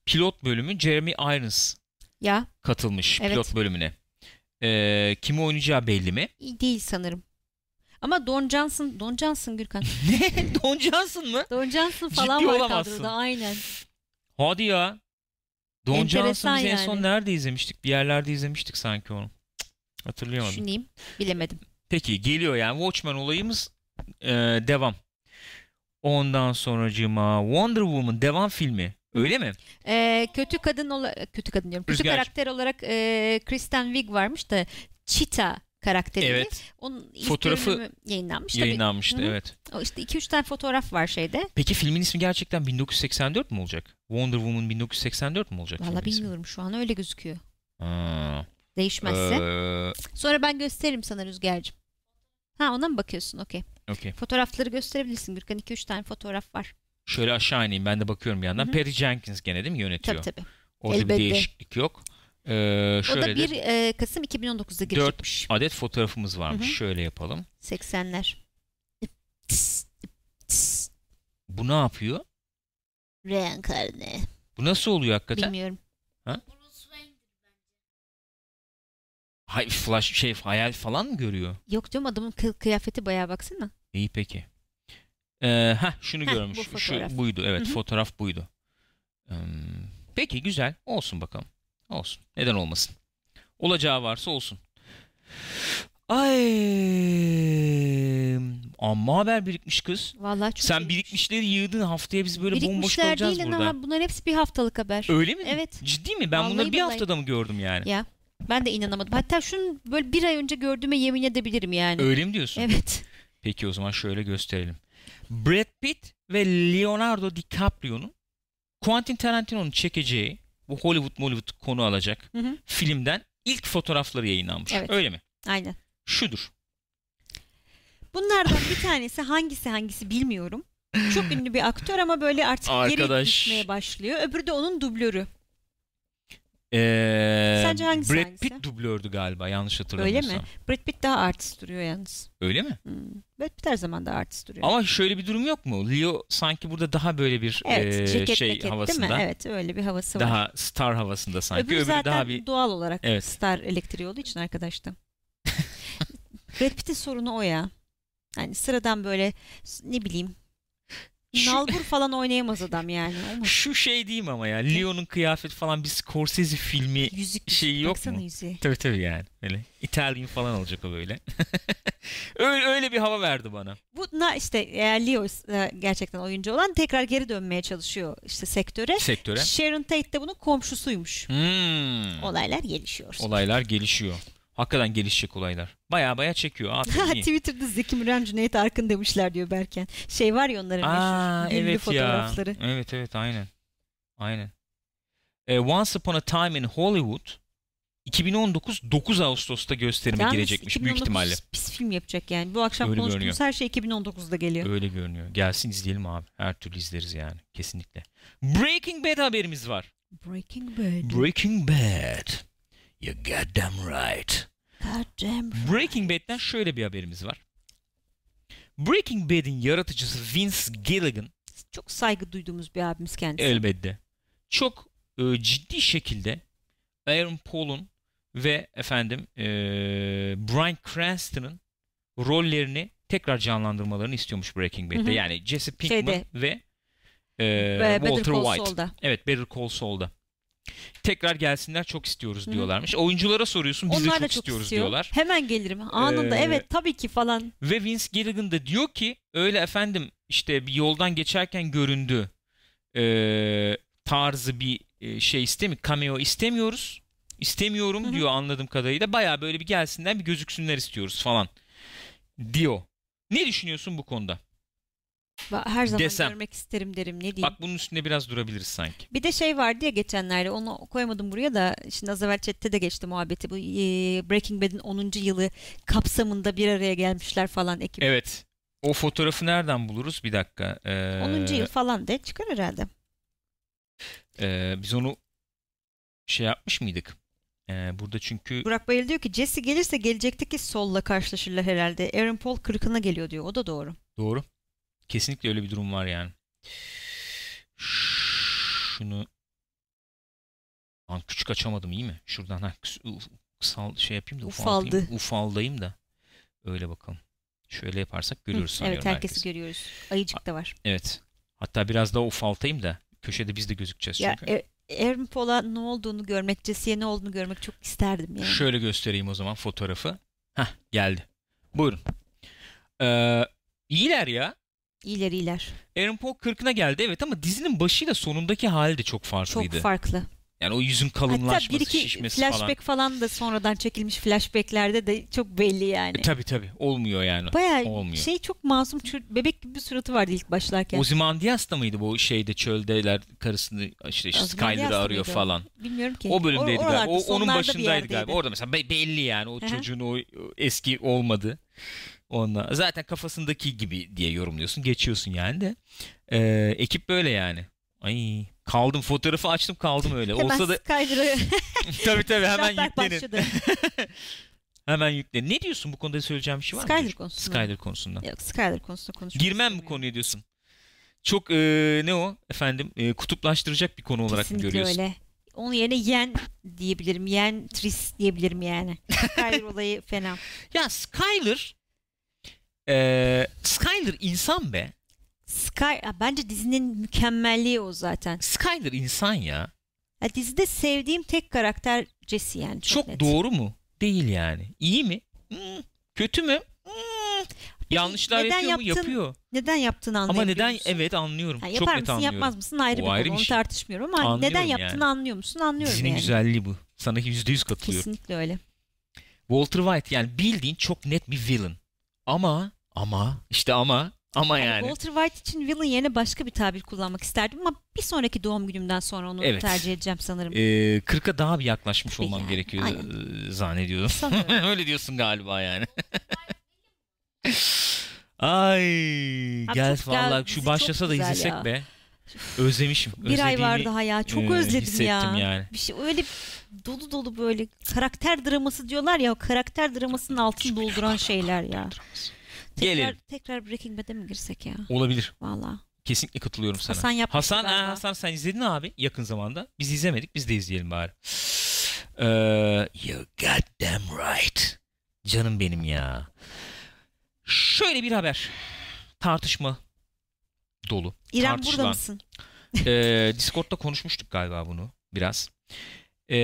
[SPEAKER 1] pilot bölümü Jeremy Irons
[SPEAKER 2] Ya
[SPEAKER 1] katılmış
[SPEAKER 2] Evet.
[SPEAKER 1] pilot bölümüne. Ee, kimi oynayacağı belli mi?
[SPEAKER 2] iyi değil sanırım. Ama Don Johnson, Don Johnson Gürkan.
[SPEAKER 1] Don Johnson mı?
[SPEAKER 2] Don Johnson falan
[SPEAKER 1] Ciddi
[SPEAKER 2] var
[SPEAKER 1] olamazsın.
[SPEAKER 2] kadroda aynen.
[SPEAKER 1] Hadi ya. Don Johnson
[SPEAKER 2] Enteresan
[SPEAKER 1] biz en
[SPEAKER 2] yani.
[SPEAKER 1] son nerede izlemiştik? Bir yerlerde izlemiştik sanki onu. Cık, Hatırlayamadım.
[SPEAKER 2] Düşüneyim. Bilemedim.
[SPEAKER 1] Peki geliyor yani Watchmen olayımız e, devam. Ondan sonracığıma Wonder Woman devam filmi. Öyle mi?
[SPEAKER 2] Ee, kötü kadın ola- kötü kadın diyorum. Kötü
[SPEAKER 1] Rüzgar.
[SPEAKER 2] karakter olarak e, Kristen Wiig varmış da Cheetah karakteri.
[SPEAKER 1] Evet.
[SPEAKER 2] Onun ilk
[SPEAKER 1] Fotoğrafı
[SPEAKER 2] bölümü yayınlanmış. Tabii
[SPEAKER 1] Yayınlanmıştı
[SPEAKER 2] Hı hı.
[SPEAKER 1] evet.
[SPEAKER 2] o işte 2-3 tane fotoğraf var şeyde.
[SPEAKER 1] Peki filmin ismi gerçekten 1984 mu olacak? Wonder Woman 1984 mu olacak?
[SPEAKER 2] Valla
[SPEAKER 1] filmin ismi?
[SPEAKER 2] bilmiyorum şu an öyle gözüküyor.
[SPEAKER 1] Ha,
[SPEAKER 2] Değişmezse.
[SPEAKER 1] ee,
[SPEAKER 2] Sonra ben gösteririm sana Rüzgar'cığım. Ha ona mı bakıyorsun? Okey.
[SPEAKER 1] Okey.
[SPEAKER 2] Fotoğrafları gösterebilirsin Gürkan. 2-3 tane fotoğraf var.
[SPEAKER 1] Şöyle aşağı ineyim ben de bakıyorum bir yandan.
[SPEAKER 2] Hı hı.
[SPEAKER 1] Perry Jenkins gene değil mi yönetiyor?
[SPEAKER 2] Tabii tabii.
[SPEAKER 1] Orada
[SPEAKER 2] Elbette.
[SPEAKER 1] bir değişiklik yok. Ee,
[SPEAKER 2] o
[SPEAKER 1] şöyle
[SPEAKER 2] da
[SPEAKER 1] de
[SPEAKER 2] 1 e, Kasım 2019'da girecekmiş.
[SPEAKER 1] adet fotoğrafımız varmış.
[SPEAKER 2] Hı hı.
[SPEAKER 1] Şöyle yapalım.
[SPEAKER 2] 80'ler. Tıs, tıs.
[SPEAKER 1] Bu ne yapıyor?
[SPEAKER 2] Reenkarne.
[SPEAKER 1] Bu nasıl oluyor hakikaten?
[SPEAKER 2] Bilmiyorum.
[SPEAKER 1] Hay, flash şey hayal falan mı görüyor?
[SPEAKER 2] Yok diyorum adamın kı- kıyafeti bayağı baksana.
[SPEAKER 1] İyi peki. Ee, heh, şunu
[SPEAKER 2] Heh,
[SPEAKER 1] görmüş.
[SPEAKER 2] bu fotoğraf.
[SPEAKER 1] Şu buydu evet
[SPEAKER 2] Hı hı.
[SPEAKER 1] fotoğraf buydu. Ee, peki güzel olsun bakalım. Olsun. Neden olmasın? Olacağı varsa olsun. Ay amma haber birikmiş kız.
[SPEAKER 2] Vallahi çok
[SPEAKER 1] Sen
[SPEAKER 2] iyi.
[SPEAKER 1] birikmişleri yığdın haftaya biz böyle bomboş
[SPEAKER 2] Birikmişler
[SPEAKER 1] kalacağız
[SPEAKER 2] değil
[SPEAKER 1] burada.
[SPEAKER 2] ama bunların hepsi bir haftalık haber.
[SPEAKER 1] Öyle mi?
[SPEAKER 2] Evet.
[SPEAKER 1] Ciddi mi? Ben bunları
[SPEAKER 2] Vallahi
[SPEAKER 1] bir
[SPEAKER 2] billahi.
[SPEAKER 1] haftada mı gördüm yani?
[SPEAKER 2] Ya ben de inanamadım. Hatta şunu böyle bir ay önce gördüğüme yemin edebilirim yani.
[SPEAKER 1] Öyle mi diyorsun?
[SPEAKER 2] Evet.
[SPEAKER 1] Peki o zaman şöyle gösterelim. Brad Pitt ve Leonardo DiCaprio'nun Quentin Tarantino'nun çekeceği bu Hollywood Mollywood konu alacak
[SPEAKER 2] Hı hı.
[SPEAKER 1] filmden ilk fotoğrafları yayınlanmış.
[SPEAKER 2] Evet.
[SPEAKER 1] Öyle mi?
[SPEAKER 2] Aynen.
[SPEAKER 1] Şudur.
[SPEAKER 2] Bunlardan bir tanesi hangisi hangisi bilmiyorum. Çok ünlü bir aktör ama böyle artık geri
[SPEAKER 1] Arkadaş.
[SPEAKER 2] düşmeye başlıyor. Öbürü de onun dublörü.
[SPEAKER 1] Ee,
[SPEAKER 2] Sence hangisi
[SPEAKER 1] Brad
[SPEAKER 2] hangisi?
[SPEAKER 1] Pitt dublördü galiba yanlış
[SPEAKER 2] Öyle
[SPEAKER 1] hatırlamıyorsam.
[SPEAKER 2] mi? Brad Pitt daha artist duruyor yalnız.
[SPEAKER 1] Öyle mi?
[SPEAKER 2] Hmm. Brad Pitt her zaman da artist duruyor.
[SPEAKER 1] Ama şöyle bir durum yok mu? Leo sanki burada daha böyle bir
[SPEAKER 2] evet,
[SPEAKER 1] ee,
[SPEAKER 2] ceket
[SPEAKER 1] şey
[SPEAKER 2] meket
[SPEAKER 1] havasında.
[SPEAKER 2] değil mi? Evet, öyle bir havası var.
[SPEAKER 1] Daha star havasında sanki.
[SPEAKER 2] Öbürü,
[SPEAKER 1] Öbürü,
[SPEAKER 2] zaten
[SPEAKER 1] daha bir
[SPEAKER 2] doğal olarak
[SPEAKER 1] Evet.
[SPEAKER 2] star elektriği olduğu için arkadaştım. Brad Pitt'in sorunu o ya. Yani sıradan böyle s- ne bileyim
[SPEAKER 1] Şu-
[SPEAKER 2] nalbur falan oynayamaz adam yani. Olmaz.
[SPEAKER 1] şu şey diyeyim ama ya Leo'nun kıyafet falan bir Scorsese filmi
[SPEAKER 2] Yüzük
[SPEAKER 1] şeyi şey yok
[SPEAKER 2] baksana
[SPEAKER 1] mu?
[SPEAKER 2] yüzüğe.
[SPEAKER 1] Tabii tabii yani. Öyle İtalyan falan olacak o böyle. öyle, öyle bir hava verdi bana.
[SPEAKER 2] Bu na, işte eğer Leo e, gerçekten oyuncu olan tekrar geri dönmeye çalışıyor işte sektöre.
[SPEAKER 1] Sektöre.
[SPEAKER 2] Sharon Tate de bunun komşusuymuş.
[SPEAKER 1] Hmm.
[SPEAKER 2] Olaylar gelişiyor.
[SPEAKER 1] Olaylar gelişiyor. Hakikaten gelişecek olaylar. Baya baya çekiyor.
[SPEAKER 2] Ha,
[SPEAKER 1] Aferin iyi.
[SPEAKER 2] Twitter'da Zeki Müren Cüneyt Arkın demişler diyor Berken. Şey var ya onların
[SPEAKER 1] Aa
[SPEAKER 2] meşhur ünlü
[SPEAKER 1] evet ya.
[SPEAKER 2] fotoğrafları.
[SPEAKER 1] Evet evet aynen. Aynen. E, Once Upon a Time in Hollywood 2019 9 Ağustos'ta gösterime
[SPEAKER 2] Yalnız
[SPEAKER 1] girecekmiş büyük
[SPEAKER 2] 2019
[SPEAKER 1] ihtimalle.
[SPEAKER 2] Pis film yapacak yani. Bu akşam
[SPEAKER 1] Öyle
[SPEAKER 2] konuştuğumuz
[SPEAKER 1] görünüyor.
[SPEAKER 2] her şey 2019'da geliyor.
[SPEAKER 1] Öyle görünüyor. Gelsin izleyelim abi. Her türlü izleriz yani. Kesinlikle. Breaking Bad haberimiz var.
[SPEAKER 2] Breaking Bad.
[SPEAKER 1] Breaking Bad. You goddamn right.
[SPEAKER 2] God damn.
[SPEAKER 1] Breaking Bad'den şöyle bir haberimiz var. Breaking Bad'in yaratıcısı Vince Gilligan
[SPEAKER 2] Çok saygı duyduğumuz bir abimiz kendisi.
[SPEAKER 1] elbette çok e, ciddi şekilde Aaron Paul'un ve efendim e, Bryan Cranston'ın rollerini tekrar canlandırmalarını istiyormuş Breaking Bad'de.
[SPEAKER 2] Hı hı.
[SPEAKER 1] Yani Jesse Pinkman
[SPEAKER 2] Şeyde.
[SPEAKER 1] ve e,
[SPEAKER 2] Ee,
[SPEAKER 1] Walter
[SPEAKER 2] Better Call
[SPEAKER 1] White.
[SPEAKER 2] Saul'da.
[SPEAKER 1] Evet Better Call Saul'da. Tekrar gelsinler çok istiyoruz
[SPEAKER 2] Hı hı.
[SPEAKER 1] diyorlarmış. Oyunculara soruyorsun biz
[SPEAKER 2] Onlar
[SPEAKER 1] de çok,
[SPEAKER 2] da çok
[SPEAKER 1] istiyoruz
[SPEAKER 2] istiyor.
[SPEAKER 1] diyorlar.
[SPEAKER 2] Hemen gelirim. Anında
[SPEAKER 1] Ee,
[SPEAKER 2] evet tabii ki falan.
[SPEAKER 1] Ve Vince Gilligan da diyor ki öyle efendim işte bir yoldan geçerken göründü ee, tarzı bir e, şey istemi cameo istemiyoruz. İstemiyorum
[SPEAKER 2] Hı hı.
[SPEAKER 1] diyor anladığım kadarıyla. Baya böyle bir gelsinler bir gözüksünler istiyoruz falan diyor. Ne düşünüyorsun bu konuda?
[SPEAKER 2] Ba- Her zaman
[SPEAKER 1] desem.
[SPEAKER 2] görmek isterim derim ne diyeyim.
[SPEAKER 1] Bak bunun üstünde biraz durabiliriz sanki.
[SPEAKER 2] Bir de şey vardı ya geçenlerde onu koymadım buraya da şimdi az evvel chatte de geçti muhabbeti. Bu e, Breaking Bad'in 10. yılı kapsamında bir araya gelmişler falan ekip.
[SPEAKER 1] Evet. O fotoğrafı nereden buluruz? Bir dakika. Ee,
[SPEAKER 2] 10. yıl falan de çıkar herhalde.
[SPEAKER 1] Ee, biz onu şey yapmış mıydık? Ee, burada çünkü
[SPEAKER 2] Burak Bayır diyor ki Jesse gelirse gelecekteki Sol'la karşılaşırlar herhalde. Aaron Paul kırkına geliyor diyor. O da doğru.
[SPEAKER 1] doğru. Kesinlikle öyle bir durum var yani. Şunu Lan küçük açamadım iyi mi? Şuradan ha, kıs- uf- kısal şey yapayım da
[SPEAKER 2] Ufaldı.
[SPEAKER 1] ufaltayım. Ufaldayım da. Öyle bakalım. Şöyle yaparsak görüyoruz
[SPEAKER 2] Hı, Evet
[SPEAKER 1] sanıyorum
[SPEAKER 2] herkesi
[SPEAKER 1] herkesi.
[SPEAKER 2] görüyoruz. Ayıcık da var.
[SPEAKER 1] Evet. Hatta biraz daha ufaltayım da köşede biz de gözükeceğiz
[SPEAKER 2] Ya
[SPEAKER 1] çünkü.
[SPEAKER 2] e, Aaron Paul'a ne olduğunu görmek, Jesse'ye ne olduğunu görmek çok isterdim yani.
[SPEAKER 1] Şöyle göstereyim o zaman fotoğrafı. Hah geldi. Buyurun. Ee, iyiler ya.
[SPEAKER 2] İyiler iyiler.
[SPEAKER 1] Aaron Paul 40'ına geldi evet ama dizinin başıyla sonundaki hali de çok
[SPEAKER 2] Çok
[SPEAKER 1] farklıydı.
[SPEAKER 2] farklı.
[SPEAKER 1] yani o yüzün
[SPEAKER 2] Hatta
[SPEAKER 1] kalınlaşması,
[SPEAKER 2] bir iki
[SPEAKER 1] şişmesi falan.
[SPEAKER 2] flashback falan. da sonradan çekilmiş flashbacklerde de çok belli yani.
[SPEAKER 1] E, tabii tabii olmuyor yani.
[SPEAKER 2] hani. Bayağı
[SPEAKER 1] Olmuyor.
[SPEAKER 2] şey çok masum çür- bebek gibi bir suratı vardı ilk başlarken.
[SPEAKER 1] Ozymandias da mıydı bu şeyde çöldeler karısını işte, işte
[SPEAKER 2] Ozymandias
[SPEAKER 1] Skyler'ı
[SPEAKER 2] da
[SPEAKER 1] arıyor
[SPEAKER 2] mıydı o?
[SPEAKER 1] falan.
[SPEAKER 2] Bilmiyorum ki.
[SPEAKER 1] O
[SPEAKER 2] Or-
[SPEAKER 1] bölümdeydi
[SPEAKER 2] oralarda,
[SPEAKER 1] galiba. O, onun
[SPEAKER 2] sonlarda bir
[SPEAKER 1] başındaydı
[SPEAKER 2] yerdeydi.
[SPEAKER 1] galiba. Orada mesela be- belli yani o
[SPEAKER 2] Aha.
[SPEAKER 1] çocuğun o o eski olmadı. Onunla. Zaten kafasındaki gibi diye yorumluyorsun. Geçiyorsun yani de. Ee, ekip böyle yani. Ay kaldım fotoğrafı açtım kaldım öyle.
[SPEAKER 2] Hemen
[SPEAKER 1] Olsa da
[SPEAKER 2] Skyler'ı
[SPEAKER 1] tabii tabii hemen yüklenin.
[SPEAKER 2] şaplak başladı.
[SPEAKER 1] Hemen yüklenin. Ne diyorsun bu konuda söyleyeceğim bir şey var mı?
[SPEAKER 2] Skyler konusunda.
[SPEAKER 1] Skyler konusunda.
[SPEAKER 2] Yok Skyler konusunda konuşmak
[SPEAKER 1] Girmem bu
[SPEAKER 2] istemiyorum.
[SPEAKER 1] konuya diyorsun. Çok e, ne o efendim e, kutuplaştıracak bir konu olarak mı
[SPEAKER 2] Kesinlikle
[SPEAKER 1] görüyorsun?
[SPEAKER 2] öyle. Onun yerine yen diyebilirim. Yen tris diyebilirim yani. Skyler olayı fena.
[SPEAKER 1] Ya Skyler e, Skyler insan be.
[SPEAKER 2] Sky, Aa, bence dizinin mükemmelliği o zaten.
[SPEAKER 1] Skyler insan ya.
[SPEAKER 2] Ya dizide sevdiğim tek karakter Jesse yani. Çok,
[SPEAKER 1] Çok
[SPEAKER 2] net.
[SPEAKER 1] doğru mu? Değil yani. İyi mi? Hmm. Kötü mü? Hmm. Yanlışlar
[SPEAKER 2] neden
[SPEAKER 1] yapıyor mu?
[SPEAKER 2] yaptın?
[SPEAKER 1] Yapıyor.
[SPEAKER 2] Neden yaptığını
[SPEAKER 1] Ama
[SPEAKER 2] anlayabiliyor
[SPEAKER 1] neden?
[SPEAKER 2] musun?
[SPEAKER 1] Evet anlıyorum.
[SPEAKER 2] Yani
[SPEAKER 1] Çok
[SPEAKER 2] yapar
[SPEAKER 1] net
[SPEAKER 2] mısın
[SPEAKER 1] anlıyorum.
[SPEAKER 2] yapmaz mısın ayrı
[SPEAKER 1] O
[SPEAKER 2] bir konu
[SPEAKER 1] ayrı bir
[SPEAKER 2] onu
[SPEAKER 1] şey.
[SPEAKER 2] tartışmıyorum ama
[SPEAKER 1] Anlıyorum
[SPEAKER 2] neden
[SPEAKER 1] yani.
[SPEAKER 2] yaptığını anlıyor musun anlıyorum
[SPEAKER 1] Dizinin
[SPEAKER 2] yani.
[SPEAKER 1] güzelliği bu. Sana yüzde yüz katılıyorum.
[SPEAKER 2] Kesinlikle öyle.
[SPEAKER 1] Walter White yani bildiğin çok net bir villain. Ama ama işte ama ama
[SPEAKER 2] Yani
[SPEAKER 1] yani.
[SPEAKER 2] Hani Walter White için villain yerine başka bir tabir kullanmak isterdim ama bir sonraki doğum günümden sonra onu
[SPEAKER 1] Evet.
[SPEAKER 2] tercih edeceğim sanırım.
[SPEAKER 1] Ee, 40'a daha bir yaklaşmış
[SPEAKER 2] Tabii
[SPEAKER 1] olmam
[SPEAKER 2] yani,
[SPEAKER 1] gerekiyor
[SPEAKER 2] aynen.
[SPEAKER 1] e, zannediyorum.
[SPEAKER 2] Sanırım.
[SPEAKER 1] Öyle diyorsun galiba yani. Ay
[SPEAKER 2] Abi
[SPEAKER 1] gel
[SPEAKER 2] çok güzel,
[SPEAKER 1] vallahi
[SPEAKER 2] dizi
[SPEAKER 1] şu başlasa
[SPEAKER 2] çok
[SPEAKER 1] da
[SPEAKER 2] güzel
[SPEAKER 1] izlesek
[SPEAKER 2] ya.
[SPEAKER 1] be. Özlemişim.
[SPEAKER 2] bir ay var
[SPEAKER 1] Özlediğimi,
[SPEAKER 2] daha ya. Çok
[SPEAKER 1] e,
[SPEAKER 2] özledim
[SPEAKER 1] hissettim
[SPEAKER 2] ya.
[SPEAKER 1] yani.
[SPEAKER 2] Bir şey öyle dolu dolu böyle karakter draması diyorlar ya o karakter dramasının altını dolduran şeyler ya. Tekrar,
[SPEAKER 1] Gelelim.
[SPEAKER 2] tekrar Breaking Bad'e mi girsek ya?
[SPEAKER 1] Olabilir.
[SPEAKER 2] Valla.
[SPEAKER 1] Kesinlikle katılıyorum sana.
[SPEAKER 2] Hasan yapmıştı
[SPEAKER 1] Hasan, ha,
[SPEAKER 2] galiba.
[SPEAKER 1] Hasan sen izledin abi yakın zamanda. Biz izlemedik biz de izleyelim bari. Ee, you goddamn right. Canım benim ya. Şöyle bir haber. Tartışma dolu.
[SPEAKER 2] İrem
[SPEAKER 1] tartışılan.
[SPEAKER 2] burada mısın?
[SPEAKER 1] Ee, Discord'da konuşmuştuk galiba bunu biraz. Ee,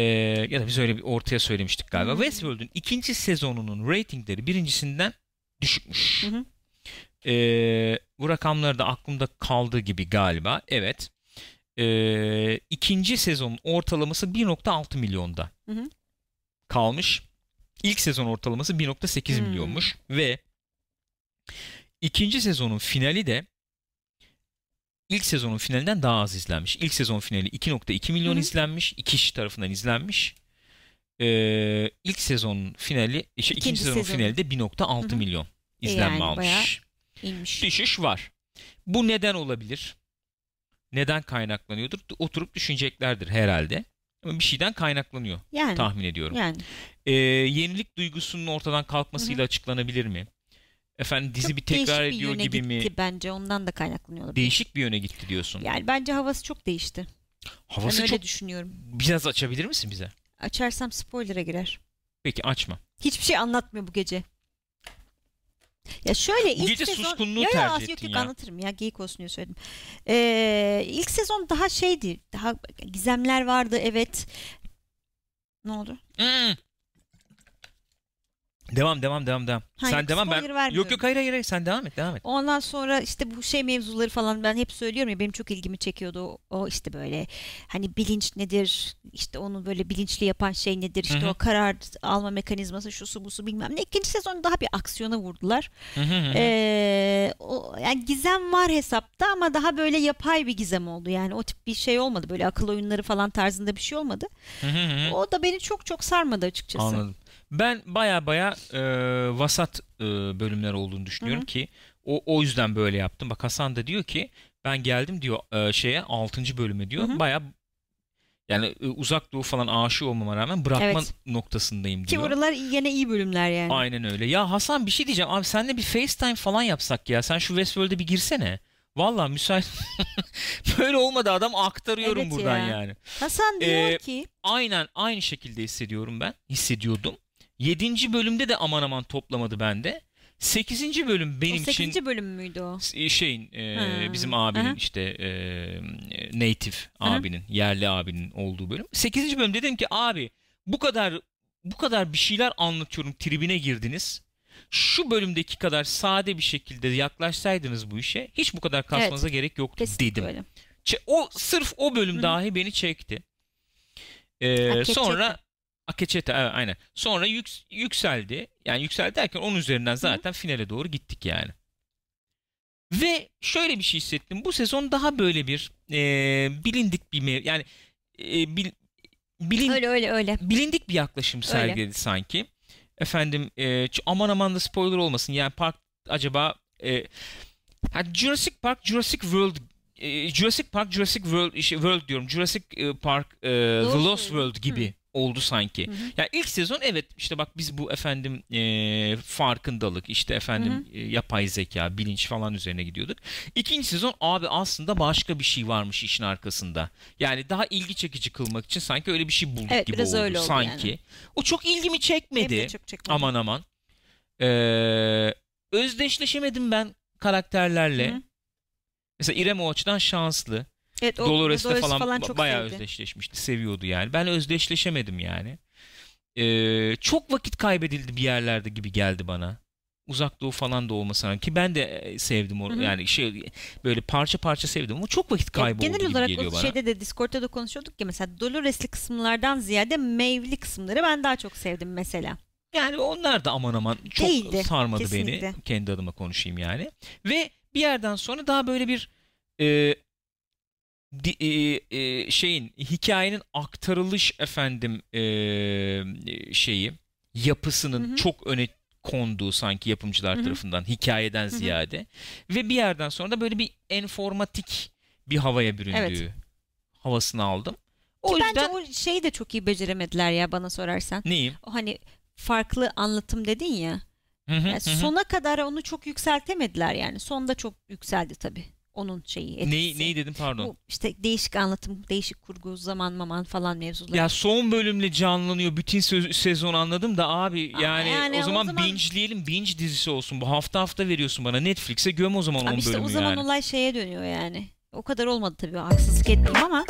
[SPEAKER 1] ya da biz öyle bir ortaya söylemiştik galiba.
[SPEAKER 2] Hmm.
[SPEAKER 1] Westworld'un ikinci sezonunun ratingleri birincisinden düşükmüş.
[SPEAKER 2] Hı hı.
[SPEAKER 1] Ee, bu rakamlar da aklımda kaldı gibi galiba. Evet. Ee, ikinci sezonun ortalaması 1.6 milyonda
[SPEAKER 2] Hı hı.
[SPEAKER 1] kalmış. İlk sezon ortalaması 1.8
[SPEAKER 2] Hmm.
[SPEAKER 1] milyonmuş ve ikinci sezonun finali de ilk sezonun finalinden daha az izlenmiş. İlk sezon finali 2.2 milyon
[SPEAKER 2] Hı hı.
[SPEAKER 1] izlenmiş. iki kişi tarafından izlenmiş. Ee, ilk sezon finali, işte ikinci,
[SPEAKER 2] İkinci
[SPEAKER 1] sezon
[SPEAKER 2] sezon.
[SPEAKER 1] finali de 1.6
[SPEAKER 2] Hı hı.
[SPEAKER 1] milyon
[SPEAKER 2] E
[SPEAKER 1] izlenme
[SPEAKER 2] yani
[SPEAKER 1] almış
[SPEAKER 2] bayağı İnmiş.
[SPEAKER 1] düşüş var. Bu neden olabilir? Neden kaynaklanıyordur? Oturup düşüneceklerdir herhalde. Ama bir şeyden kaynaklanıyor
[SPEAKER 2] Yani.
[SPEAKER 1] tahmin ediyorum.
[SPEAKER 2] Yani.
[SPEAKER 1] Ee, yenilik duygusunun ortadan kalkmasıyla açıklanabilir mi? Efendim dizi
[SPEAKER 2] Çok
[SPEAKER 1] bir tekrar
[SPEAKER 2] değişik bir
[SPEAKER 1] ediyor
[SPEAKER 2] yöne
[SPEAKER 1] gibi mi?
[SPEAKER 2] gitti bence ondan da kaynaklanıyor olabilir.
[SPEAKER 1] Değişik bir yöne gitti diyorsun.
[SPEAKER 2] Yani bence havası çok değişti. ben
[SPEAKER 1] Havası
[SPEAKER 2] öyle
[SPEAKER 1] çok
[SPEAKER 2] düşünüyorum.
[SPEAKER 1] biraz açabilir misin bize?
[SPEAKER 2] Açarsam spoiler'a girer.
[SPEAKER 1] Peki açma.
[SPEAKER 2] Hiçbir şey anlatmıyor bu gece. Ya şöyle
[SPEAKER 1] Bu
[SPEAKER 2] ilk
[SPEAKER 1] gece
[SPEAKER 2] sezon...
[SPEAKER 1] suskunluğu
[SPEAKER 2] ya,
[SPEAKER 1] tercih
[SPEAKER 2] yok,
[SPEAKER 1] ettin
[SPEAKER 2] yok,
[SPEAKER 1] ya.
[SPEAKER 2] anlatırım ya geyik olsun diye söyledim. Ee, ilk sezon daha şeydi. Daha gizemler vardı evet. Ne oldu?
[SPEAKER 1] Hmm. Devam devam devam devam.
[SPEAKER 2] Hayır,
[SPEAKER 1] sen devam
[SPEAKER 2] spoiler
[SPEAKER 1] ben. Yok
[SPEAKER 2] vermiyorum.
[SPEAKER 1] yok hayır hayır hayır. sen devam et devam et.
[SPEAKER 2] Ondan sonra işte bu şey mevzuları falan ben hep söylüyorum ya benim çok ilgimi çekiyordu. O, o işte böyle hani bilinç nedir? işte onu böyle bilinçli yapan şey nedir? İşte
[SPEAKER 1] Hı hı.
[SPEAKER 2] o karar alma mekanizması şusu busu bilmem ne. İkinci sezon daha bir aksiyona vurdular.
[SPEAKER 1] Hı hı hı.
[SPEAKER 2] Ee, o, yani gizem var hesapta ama daha böyle yapay bir gizem oldu. Yani o tip bir şey olmadı. Böyle akıl oyunları falan tarzında bir şey olmadı.
[SPEAKER 1] Hı hı hı.
[SPEAKER 2] O da beni çok çok sarmadı açıkçası.
[SPEAKER 1] Anladım. Ben baya baya e, vasat e, bölümler olduğunu düşünüyorum
[SPEAKER 2] Hı hı.
[SPEAKER 1] ki o o yüzden böyle yaptım. Bak Hasan da diyor ki ben geldim diyor e, şeye 6. bölüme diyor.
[SPEAKER 2] Hı hı.
[SPEAKER 1] Baya yani e, uzak doğu falan aşık olmama rağmen bırakma
[SPEAKER 2] Evet.
[SPEAKER 1] noktasındayım
[SPEAKER 2] Ki
[SPEAKER 1] diyor.
[SPEAKER 2] oralar yine iyi bölümler yani.
[SPEAKER 1] Aynen öyle. Ya Hasan bir şey diyeceğim. Abi senle bir FaceTime falan yapsak ya. Sen şu Westworld'e bir girsene. Valla müsait. böyle olmadı adam aktarıyorum
[SPEAKER 2] Evet
[SPEAKER 1] buradan
[SPEAKER 2] ya.
[SPEAKER 1] yani.
[SPEAKER 2] Hasan diyor
[SPEAKER 1] Ee,
[SPEAKER 2] ki
[SPEAKER 1] aynen aynı şekilde hissediyorum ben. Hissediyordum. 7. bölümde de aman aman toplamadı bende. 8. bölüm benim
[SPEAKER 2] o 8.
[SPEAKER 1] için
[SPEAKER 2] bölüm müydü o?
[SPEAKER 1] s- şeyin e,
[SPEAKER 2] Ha,
[SPEAKER 1] bizim abinin
[SPEAKER 2] aha.
[SPEAKER 1] işte e, native
[SPEAKER 2] Aha.
[SPEAKER 1] abinin, yerli abinin olduğu bölüm. 8. bölüm dedim ki abi bu kadar bu kadar bir şeyler anlatıyorum tribine girdiniz. Şu bölümdeki kadar sade bir şekilde yaklaşsaydınız bu işe hiç bu kadar kasmanıza gerek yoktu
[SPEAKER 2] Kesinlikle
[SPEAKER 1] dedim.
[SPEAKER 2] öyle.
[SPEAKER 1] Ç- o sırf o bölüm
[SPEAKER 2] Hı hı.
[SPEAKER 1] dahi beni çekti. Ee,
[SPEAKER 2] Akeçete.
[SPEAKER 1] sonra Akeçete evet, aynen. Sonra yük- yükseldi. Yani yükseldi derken onun üzerinden zaten finale doğru gittik yani. Ve şöyle bir şey hissettim. Bu sezon daha böyle bir e, bilindik bir mev- yani e, bil- bilin-
[SPEAKER 2] Öyle öyle öyle.
[SPEAKER 1] bilindik bir yaklaşım
[SPEAKER 2] Öyle.
[SPEAKER 1] sergiledi sanki. Efendim e, ç- aman aman da spoiler olmasın. Yani park acaba e, ha, Jurassic Park Jurassic World e, Jurassic Park Jurassic World işte World diyorum. Jurassic e, Park e, The Lost World gibi oldu sanki.
[SPEAKER 2] Hı hı.
[SPEAKER 1] Yani ilk sezon evet işte bak biz bu efendim e, farkındalık işte efendim e, yapay zeka bilinç falan üzerine gidiyorduk. İkinci sezon abi aslında başka bir şey varmış işin arkasında. Yani daha ilgi çekici kılmak için sanki öyle bir şey bulduk
[SPEAKER 2] Evet,
[SPEAKER 1] gibi
[SPEAKER 2] biraz
[SPEAKER 1] oldu,
[SPEAKER 2] öyle oldu
[SPEAKER 1] sanki.
[SPEAKER 2] yani.
[SPEAKER 1] O çok ilgimi
[SPEAKER 2] Benim
[SPEAKER 1] çekmedi.
[SPEAKER 2] de çok çekmedi.
[SPEAKER 1] Aman aman. Ee, özdeşleşemedim ben karakterlerle.
[SPEAKER 2] Hı hı.
[SPEAKER 1] Mesela İrem o açıdan şanslı.
[SPEAKER 2] Evet, o
[SPEAKER 1] Dolores'le
[SPEAKER 2] Dolores'i
[SPEAKER 1] falan,
[SPEAKER 2] falan
[SPEAKER 1] ba-
[SPEAKER 2] çok
[SPEAKER 1] bayağı
[SPEAKER 2] sevdi.
[SPEAKER 1] özdeşleşmişti. Seviyordu yani. Ben özdeşleşemedim yani. Ee, çok vakit kaybedildi bir yerlerde gibi geldi bana. uzak doğu falan da olmasına ki ben de e, sevdim onu
[SPEAKER 2] Hı hı.
[SPEAKER 1] yani şey böyle parça parça sevdim ama çok vakit
[SPEAKER 2] Ya
[SPEAKER 1] kayboldu
[SPEAKER 2] genel
[SPEAKER 1] gibi
[SPEAKER 2] olarak
[SPEAKER 1] geliyor
[SPEAKER 2] o
[SPEAKER 1] bana.
[SPEAKER 2] şeyde de Discord'da da konuşuyorduk ya mesela Dolores'li kısımlardan ziyade meyveli kısımları ben daha çok sevdim mesela.
[SPEAKER 1] Yani onlar da aman aman çok
[SPEAKER 2] Değildi,
[SPEAKER 1] sarmadı
[SPEAKER 2] kesinlikle.
[SPEAKER 1] beni. Kendi adıma konuşayım yani. Ve bir yerden sonra daha böyle bir e, di- e, e, şeyin hikayenin aktarılış efendim e, e, şeyi yapısının
[SPEAKER 2] Hı hı.
[SPEAKER 1] çok öne konduğu sanki yapımcılar
[SPEAKER 2] Hı hı.
[SPEAKER 1] tarafından hikayeden
[SPEAKER 2] hı.
[SPEAKER 1] ziyade ve bir yerden sonra da böyle bir enformatik bir havaya büründüğü
[SPEAKER 2] Evet.
[SPEAKER 1] havasını aldım.
[SPEAKER 2] Ki
[SPEAKER 1] O
[SPEAKER 2] bence
[SPEAKER 1] yüzden
[SPEAKER 2] o şeyi de çok iyi beceremediler ya bana sorarsan.
[SPEAKER 1] neyim?
[SPEAKER 2] O hani farklı anlatım dedin ya.
[SPEAKER 1] Hı hı,
[SPEAKER 2] Yani
[SPEAKER 1] hı hı.
[SPEAKER 2] sona kadar onu çok yükseltemediler yani. Sonda çok yükseldi tabii. Onun şeyi etkisi.
[SPEAKER 1] Neyi, neyi dedim pardon?
[SPEAKER 2] Bu işte değişik anlatım, değişik kurgu, zaman maman falan mevzuları.
[SPEAKER 1] Ya son bölümle canlanıyor bütün sö- sezon anladım da abi
[SPEAKER 2] Aa,
[SPEAKER 1] yani,
[SPEAKER 2] yani
[SPEAKER 1] o,
[SPEAKER 2] o
[SPEAKER 1] zaman
[SPEAKER 2] zaman-
[SPEAKER 1] bingeleyelim binge dizisi olsun bu hafta hafta veriyorsun bana Netflix'e göm o zaman 10
[SPEAKER 2] Abi işte
[SPEAKER 1] bölümü
[SPEAKER 2] o zaman
[SPEAKER 1] yani.
[SPEAKER 2] olay şeye dönüyor yani. O kadar olmadı tabii haksızlık etmeyeyim ama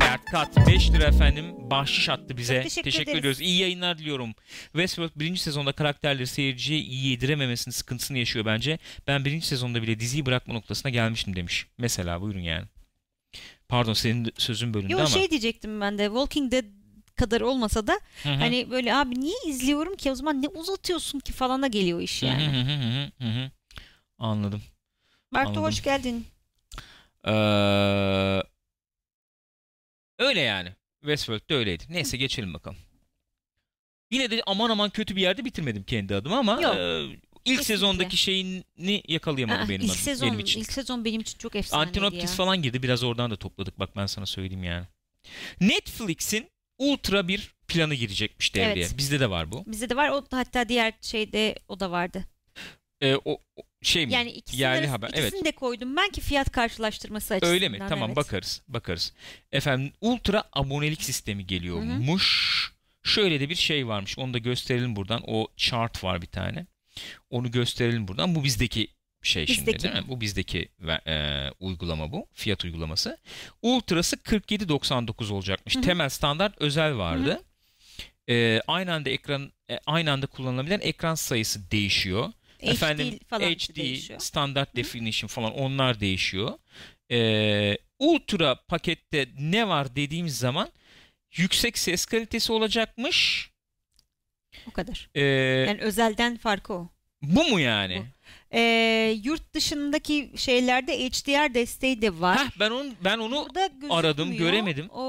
[SPEAKER 1] Dert kat 5 lira efendim bahşiş attı bize.
[SPEAKER 2] Çok teşekkür ederiz.
[SPEAKER 1] ediyoruz. İyi yayınlar diliyorum. Westworld birinci sezonda karakterleri seyirciye iyi yedirememesinin sıkıntısını yaşıyor bence. Ben birinci sezonda bile diziyi bırakma noktasına gelmiştim demiş. Mesela buyurun yani. Pardon senin de- sözün bölündü
[SPEAKER 2] Yo
[SPEAKER 1] ama.
[SPEAKER 2] şey diyecektim ben de Walking Dead kadar olmasa da
[SPEAKER 1] Hı hı.
[SPEAKER 2] hani böyle abi niye izliyorum ki o zaman ne uzatıyorsun ki falana geliyor iş
[SPEAKER 1] Hı hı
[SPEAKER 2] yani.
[SPEAKER 1] hı hı hı hı hı. Anladım.
[SPEAKER 2] Bartu
[SPEAKER 1] Anladım.
[SPEAKER 2] hoş geldin.
[SPEAKER 1] Ee, öyle yani. Westworld'de öyleydi. Neyse geçelim bakalım. Yine de aman aman kötü bir yerde bitirmedim kendi adıma ama
[SPEAKER 2] Yok.
[SPEAKER 1] e, ilk sezondaki şeyini yakalayamadı
[SPEAKER 2] Aa,
[SPEAKER 1] benim,
[SPEAKER 2] Ah, ilk
[SPEAKER 1] adım-
[SPEAKER 2] sezon
[SPEAKER 1] benim için.
[SPEAKER 2] ilk sezon benim için çok efsaneydi ya.
[SPEAKER 1] Antinopkis falan girdi. Biraz oradan da topladık. Bak ben sana söyleyeyim yani. Netflix'in ultra bir planı girecekmiş devreye.
[SPEAKER 2] Evet.
[SPEAKER 1] Bizde de var bu.
[SPEAKER 2] Bizde de var. O hatta diğer şeyde o da vardı.
[SPEAKER 1] E, o, o şey mi?
[SPEAKER 2] Yani ikisini,
[SPEAKER 1] Yerli
[SPEAKER 2] arası-
[SPEAKER 1] haber, evet.
[SPEAKER 2] ikisini de koydum ben ki fiyat karşılaştırması açısından.
[SPEAKER 1] Öyle mi? Tamam
[SPEAKER 2] evet.
[SPEAKER 1] bakarız. Bakarız. Efendim ultra abonelik sistemi geliyormuş. Şöyle de bir şey varmış. Onu da gösterelim buradan. O chart var bir tane. Onu gösterelim buradan. Bu bizdeki şey şimdi
[SPEAKER 2] Bizdeki.
[SPEAKER 1] değil mi? Bu bizdeki ve- e, uygulama bu. Fiyat uygulaması. Ultrası 47.99 olacakmış.
[SPEAKER 2] Hı hı.
[SPEAKER 1] Temel standart özel vardı. E, aynı anda ekran e, aynı anda kullanılabilen ekran sayısı değişiyor.
[SPEAKER 2] HD
[SPEAKER 1] Efendim,
[SPEAKER 2] falan
[SPEAKER 1] HD,
[SPEAKER 2] değişiyor.
[SPEAKER 1] standart definition falan onlar değişiyor. Ee, ultra pakette ne var dediğimiz zaman yüksek ses kalitesi olacakmış.
[SPEAKER 2] O kadar.
[SPEAKER 1] Ee,
[SPEAKER 2] Yani özelden farkı o.
[SPEAKER 1] bu mu yani?
[SPEAKER 2] Ee, yurt dışındaki şeylerde HDR desteği de var.
[SPEAKER 1] Hah, ben onu ben onu
[SPEAKER 2] Burada gözükmüyor.
[SPEAKER 1] aradım, göremedim.
[SPEAKER 2] O,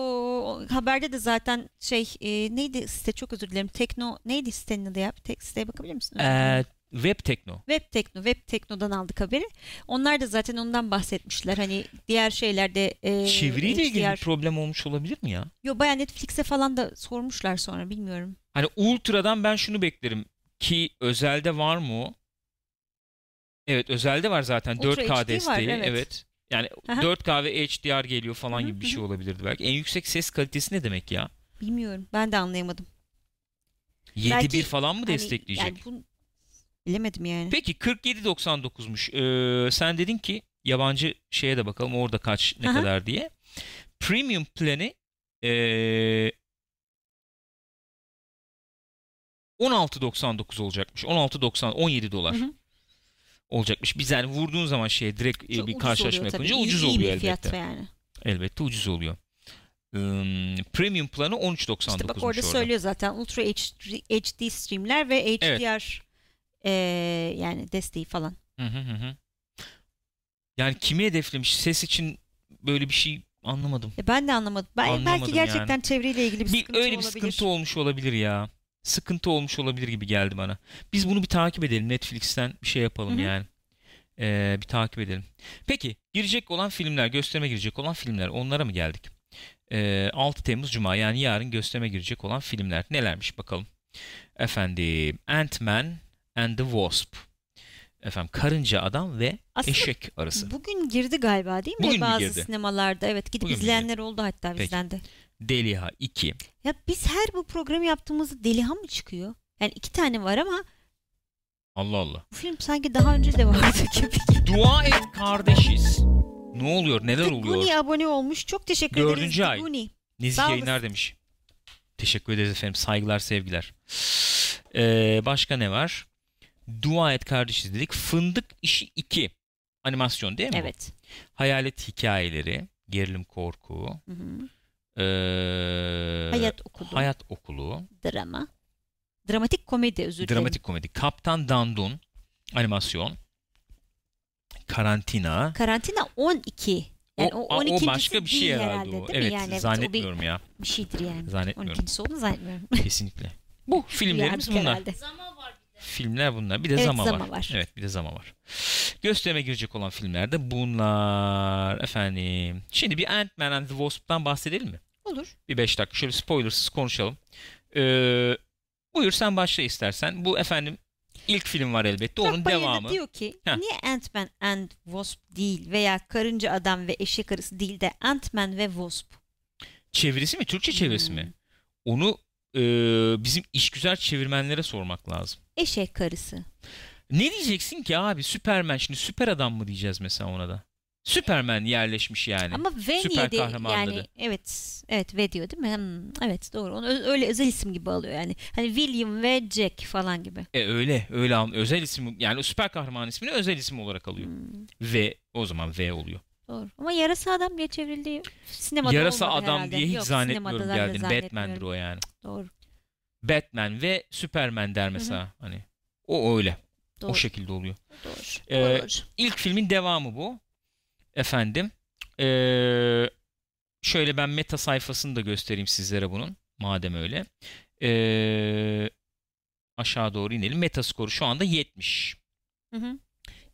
[SPEAKER 2] o haberde de zaten şey e, neydi site çok özür dilerim. Tekno neydi sitenin adı ya? Bir Tek siteye bakabilir misin?
[SPEAKER 1] Ee, web tekno.
[SPEAKER 2] Web Tekno, Web Tekno'dan aldık haberi. Onlar da zaten ondan bahsetmişler. Hani diğer şeylerde e,
[SPEAKER 1] Çeviriyle ilgili bir
[SPEAKER 2] HDR
[SPEAKER 1] problem olmuş olabilir mi ya?
[SPEAKER 2] Yo baya Netflix'e falan da sormuşlar sonra bilmiyorum.
[SPEAKER 1] Hani ultradan ben şunu beklerim ki özelde var mı o? Evet özelde var zaten
[SPEAKER 2] Ultra
[SPEAKER 1] 4K
[SPEAKER 2] HD
[SPEAKER 1] desteği.
[SPEAKER 2] var, evet.
[SPEAKER 1] Yani
[SPEAKER 2] Aha.
[SPEAKER 1] 4K ve HDR geliyor falan
[SPEAKER 2] Hı hı,
[SPEAKER 1] gibi bir
[SPEAKER 2] hı
[SPEAKER 1] şey olabilirdi belki. En yüksek ses kalitesi ne demek ya?
[SPEAKER 2] Bilmiyorum. Ben de anlayamadım.
[SPEAKER 1] 7.1 falan mı
[SPEAKER 2] Hani,
[SPEAKER 1] destekleyecek?
[SPEAKER 2] yani bu- bilemedim yani.
[SPEAKER 1] Peki 47.99'muş. Ee, sen dedin ki yabancı şeye de bakalım orada kaç ne
[SPEAKER 2] Aha.
[SPEAKER 1] kadar diye. Premium planı ee, 16.99 olacakmış. 16.90 17 dolar.
[SPEAKER 2] Hı hı.
[SPEAKER 1] olacakmış. Biz yani vurduğun zaman şeye direkt e,
[SPEAKER 2] Çok
[SPEAKER 1] bir
[SPEAKER 2] ucuz
[SPEAKER 1] karşılaşma
[SPEAKER 2] oluyor tabii.
[SPEAKER 1] yapınca
[SPEAKER 2] İyi-
[SPEAKER 1] ucuz
[SPEAKER 2] iyi
[SPEAKER 1] oluyor
[SPEAKER 2] bir fiyat
[SPEAKER 1] elbette.
[SPEAKER 2] yani.
[SPEAKER 1] Elbette ucuz oluyor. Im, premium planı 13.99
[SPEAKER 2] İşte bak orada söylüyor zaten Ultra HD, HD streamler ve HDR e, yani desteği falan.
[SPEAKER 1] Hı hı hı hı. Yani kimi hedeflemiş? Ses için böyle bir şey anlamadım.
[SPEAKER 2] E ben de anlamadım. Ben
[SPEAKER 1] Anlamadım
[SPEAKER 2] belki gerçekten çevreyle ilgili bir,
[SPEAKER 1] Bir,
[SPEAKER 2] sıkıntı
[SPEAKER 1] öyle bir
[SPEAKER 2] olabilir.
[SPEAKER 1] sıkıntı olmuş olabilir ya. Sıkıntı olmuş olabilir gibi geldi bana. Biz bunu bir takip edelim. Netflix'ten bir şey yapalım
[SPEAKER 2] Hı hı.
[SPEAKER 1] yani. Ee, bir takip edelim. Peki girecek olan filmler, gösterime girecek olan filmler onlara mı geldik? Ee, 6 Temmuz Cuma yani yarın gösterime girecek olan filmler nelermiş bakalım. Efendim Ant-Man and the Wasp. Efendim Karınca Adam ve
[SPEAKER 2] Aslında
[SPEAKER 1] Eşek Arısı.
[SPEAKER 2] bugün girdi galiba değil mi?
[SPEAKER 1] Bugün mü
[SPEAKER 2] Bazı
[SPEAKER 1] girdi?
[SPEAKER 2] sinemalarda evet gidip
[SPEAKER 1] Bugün mü
[SPEAKER 2] izleyenler oldu hatta
[SPEAKER 1] Peki.
[SPEAKER 2] bizden de.
[SPEAKER 1] Deliha 2.
[SPEAKER 2] Ya biz her bu programı yaptığımızda Deliha mı çıkıyor? Yani iki tane var ama
[SPEAKER 1] Allah Allah.
[SPEAKER 2] bu film sanki daha önce de vardı gibi.
[SPEAKER 1] Dua et kardeşiz. Ne oluyor neler oluyor?
[SPEAKER 2] Guni abone olmuş. Çok teşekkür ederiz.
[SPEAKER 1] Dördüncü ay.
[SPEAKER 2] Guni.
[SPEAKER 1] Nezih
[SPEAKER 2] Sağ
[SPEAKER 1] yayınlar demiş. Teşekkür ederiz efendim. Saygılar, sevgiler. Ee, başka ne var? Dua et kardeşiz dedik. Fındık işi 2. Animasyon değil mi? bu?
[SPEAKER 2] Evet.
[SPEAKER 1] Hayalet hikayeleri, gerilim korku,
[SPEAKER 2] Hı hı.
[SPEAKER 1] ee,
[SPEAKER 2] Hayat okulu,
[SPEAKER 1] hayat okulu,
[SPEAKER 2] drama. Dramatik komedi özür dilerim.
[SPEAKER 1] dramatik komedi, Kaptan Dandun animasyon, karantina.
[SPEAKER 2] Karantina 12. Yani o,
[SPEAKER 1] a-
[SPEAKER 2] 12.
[SPEAKER 1] başka bir şey herhalde, o.
[SPEAKER 2] değil mi?
[SPEAKER 1] Evet,
[SPEAKER 2] yani, evet, O
[SPEAKER 1] zannetmiyorum ya.
[SPEAKER 2] bir, bir şeydir yani.
[SPEAKER 1] Zannetmiyorum.
[SPEAKER 2] 12. olduğunu zannetmiyorum.
[SPEAKER 1] Kesinlikle. Bu filmlerimiz
[SPEAKER 2] Uyandık
[SPEAKER 1] bunlar.
[SPEAKER 2] herhalde.
[SPEAKER 1] Filmler bunlar. Bir de
[SPEAKER 2] Evet,
[SPEAKER 1] zama,
[SPEAKER 2] Zama
[SPEAKER 1] var.
[SPEAKER 2] var.
[SPEAKER 1] Evet bir de zama var. Gösterime girecek olan filmler de bunlar. Efendim. Şimdi bir Ant-Man and the Wasp'tan bahsedelim mi?
[SPEAKER 2] Olur.
[SPEAKER 1] Bir 5 dakika şöyle spoilersız konuşalım. Ee, buyur sen başla istersen. Bu efendim ilk film var elbette. Onun
[SPEAKER 2] Çok bayıldı.
[SPEAKER 1] devamı.
[SPEAKER 2] diyor ki
[SPEAKER 1] Heh.
[SPEAKER 2] niye Ant-Man and Wasp değil veya Karınca Adam ve Eşek Arısı değil de Ant-Man ve Wasp.
[SPEAKER 1] Çevirisi mi? Türkçe çevirisi
[SPEAKER 2] Hmm.
[SPEAKER 1] mi? Onu e, bizim işgüzar çevirmenlere sormak lazım.
[SPEAKER 2] Eşek Arısı.
[SPEAKER 1] Ne diyeceksin ki abi? Süpermen şimdi süper adam mı diyeceğiz mesela ona da? Süpermen yerleşmiş yani.
[SPEAKER 2] Ama V
[SPEAKER 1] süper
[SPEAKER 2] niye de
[SPEAKER 1] kahraman
[SPEAKER 2] yani
[SPEAKER 1] dedi.
[SPEAKER 2] evet evet V diyor değil mi? Hmm, evet doğru. Onu ö- öyle özel isim gibi alıyor yani. Hani William ve Jack falan gibi.
[SPEAKER 1] E öyle öyle an- özel isim yani o süper kahraman ismini özel isim olarak alıyor.
[SPEAKER 2] Hmm,
[SPEAKER 1] Ve o zaman V oluyor.
[SPEAKER 2] doğru. Ama yarasa adam diye çevrildi. Sinemada
[SPEAKER 1] Yarasa
[SPEAKER 2] olmadı
[SPEAKER 1] adam
[SPEAKER 2] herhalde.
[SPEAKER 1] diye hiç
[SPEAKER 2] Yok,
[SPEAKER 1] zannetmiyorum
[SPEAKER 2] sinemada da
[SPEAKER 1] geldiğini. Batman'dir
[SPEAKER 2] zannetmiyorum.
[SPEAKER 1] o yani.
[SPEAKER 2] Doğru.
[SPEAKER 1] Batman ve Superman der mesela hani. O öyle.
[SPEAKER 2] Doğru.
[SPEAKER 1] O şekilde oluyor.
[SPEAKER 2] doğru.
[SPEAKER 1] Ee,
[SPEAKER 2] Olur.
[SPEAKER 1] İlk filmin devamı bu. Efendim. Ee, şöyle ben meta sayfasını da göstereyim sizlere bunun. Madem öyle. Ee, aşağı doğru inelim. Meta skoru şu anda 70.
[SPEAKER 2] Hı hı.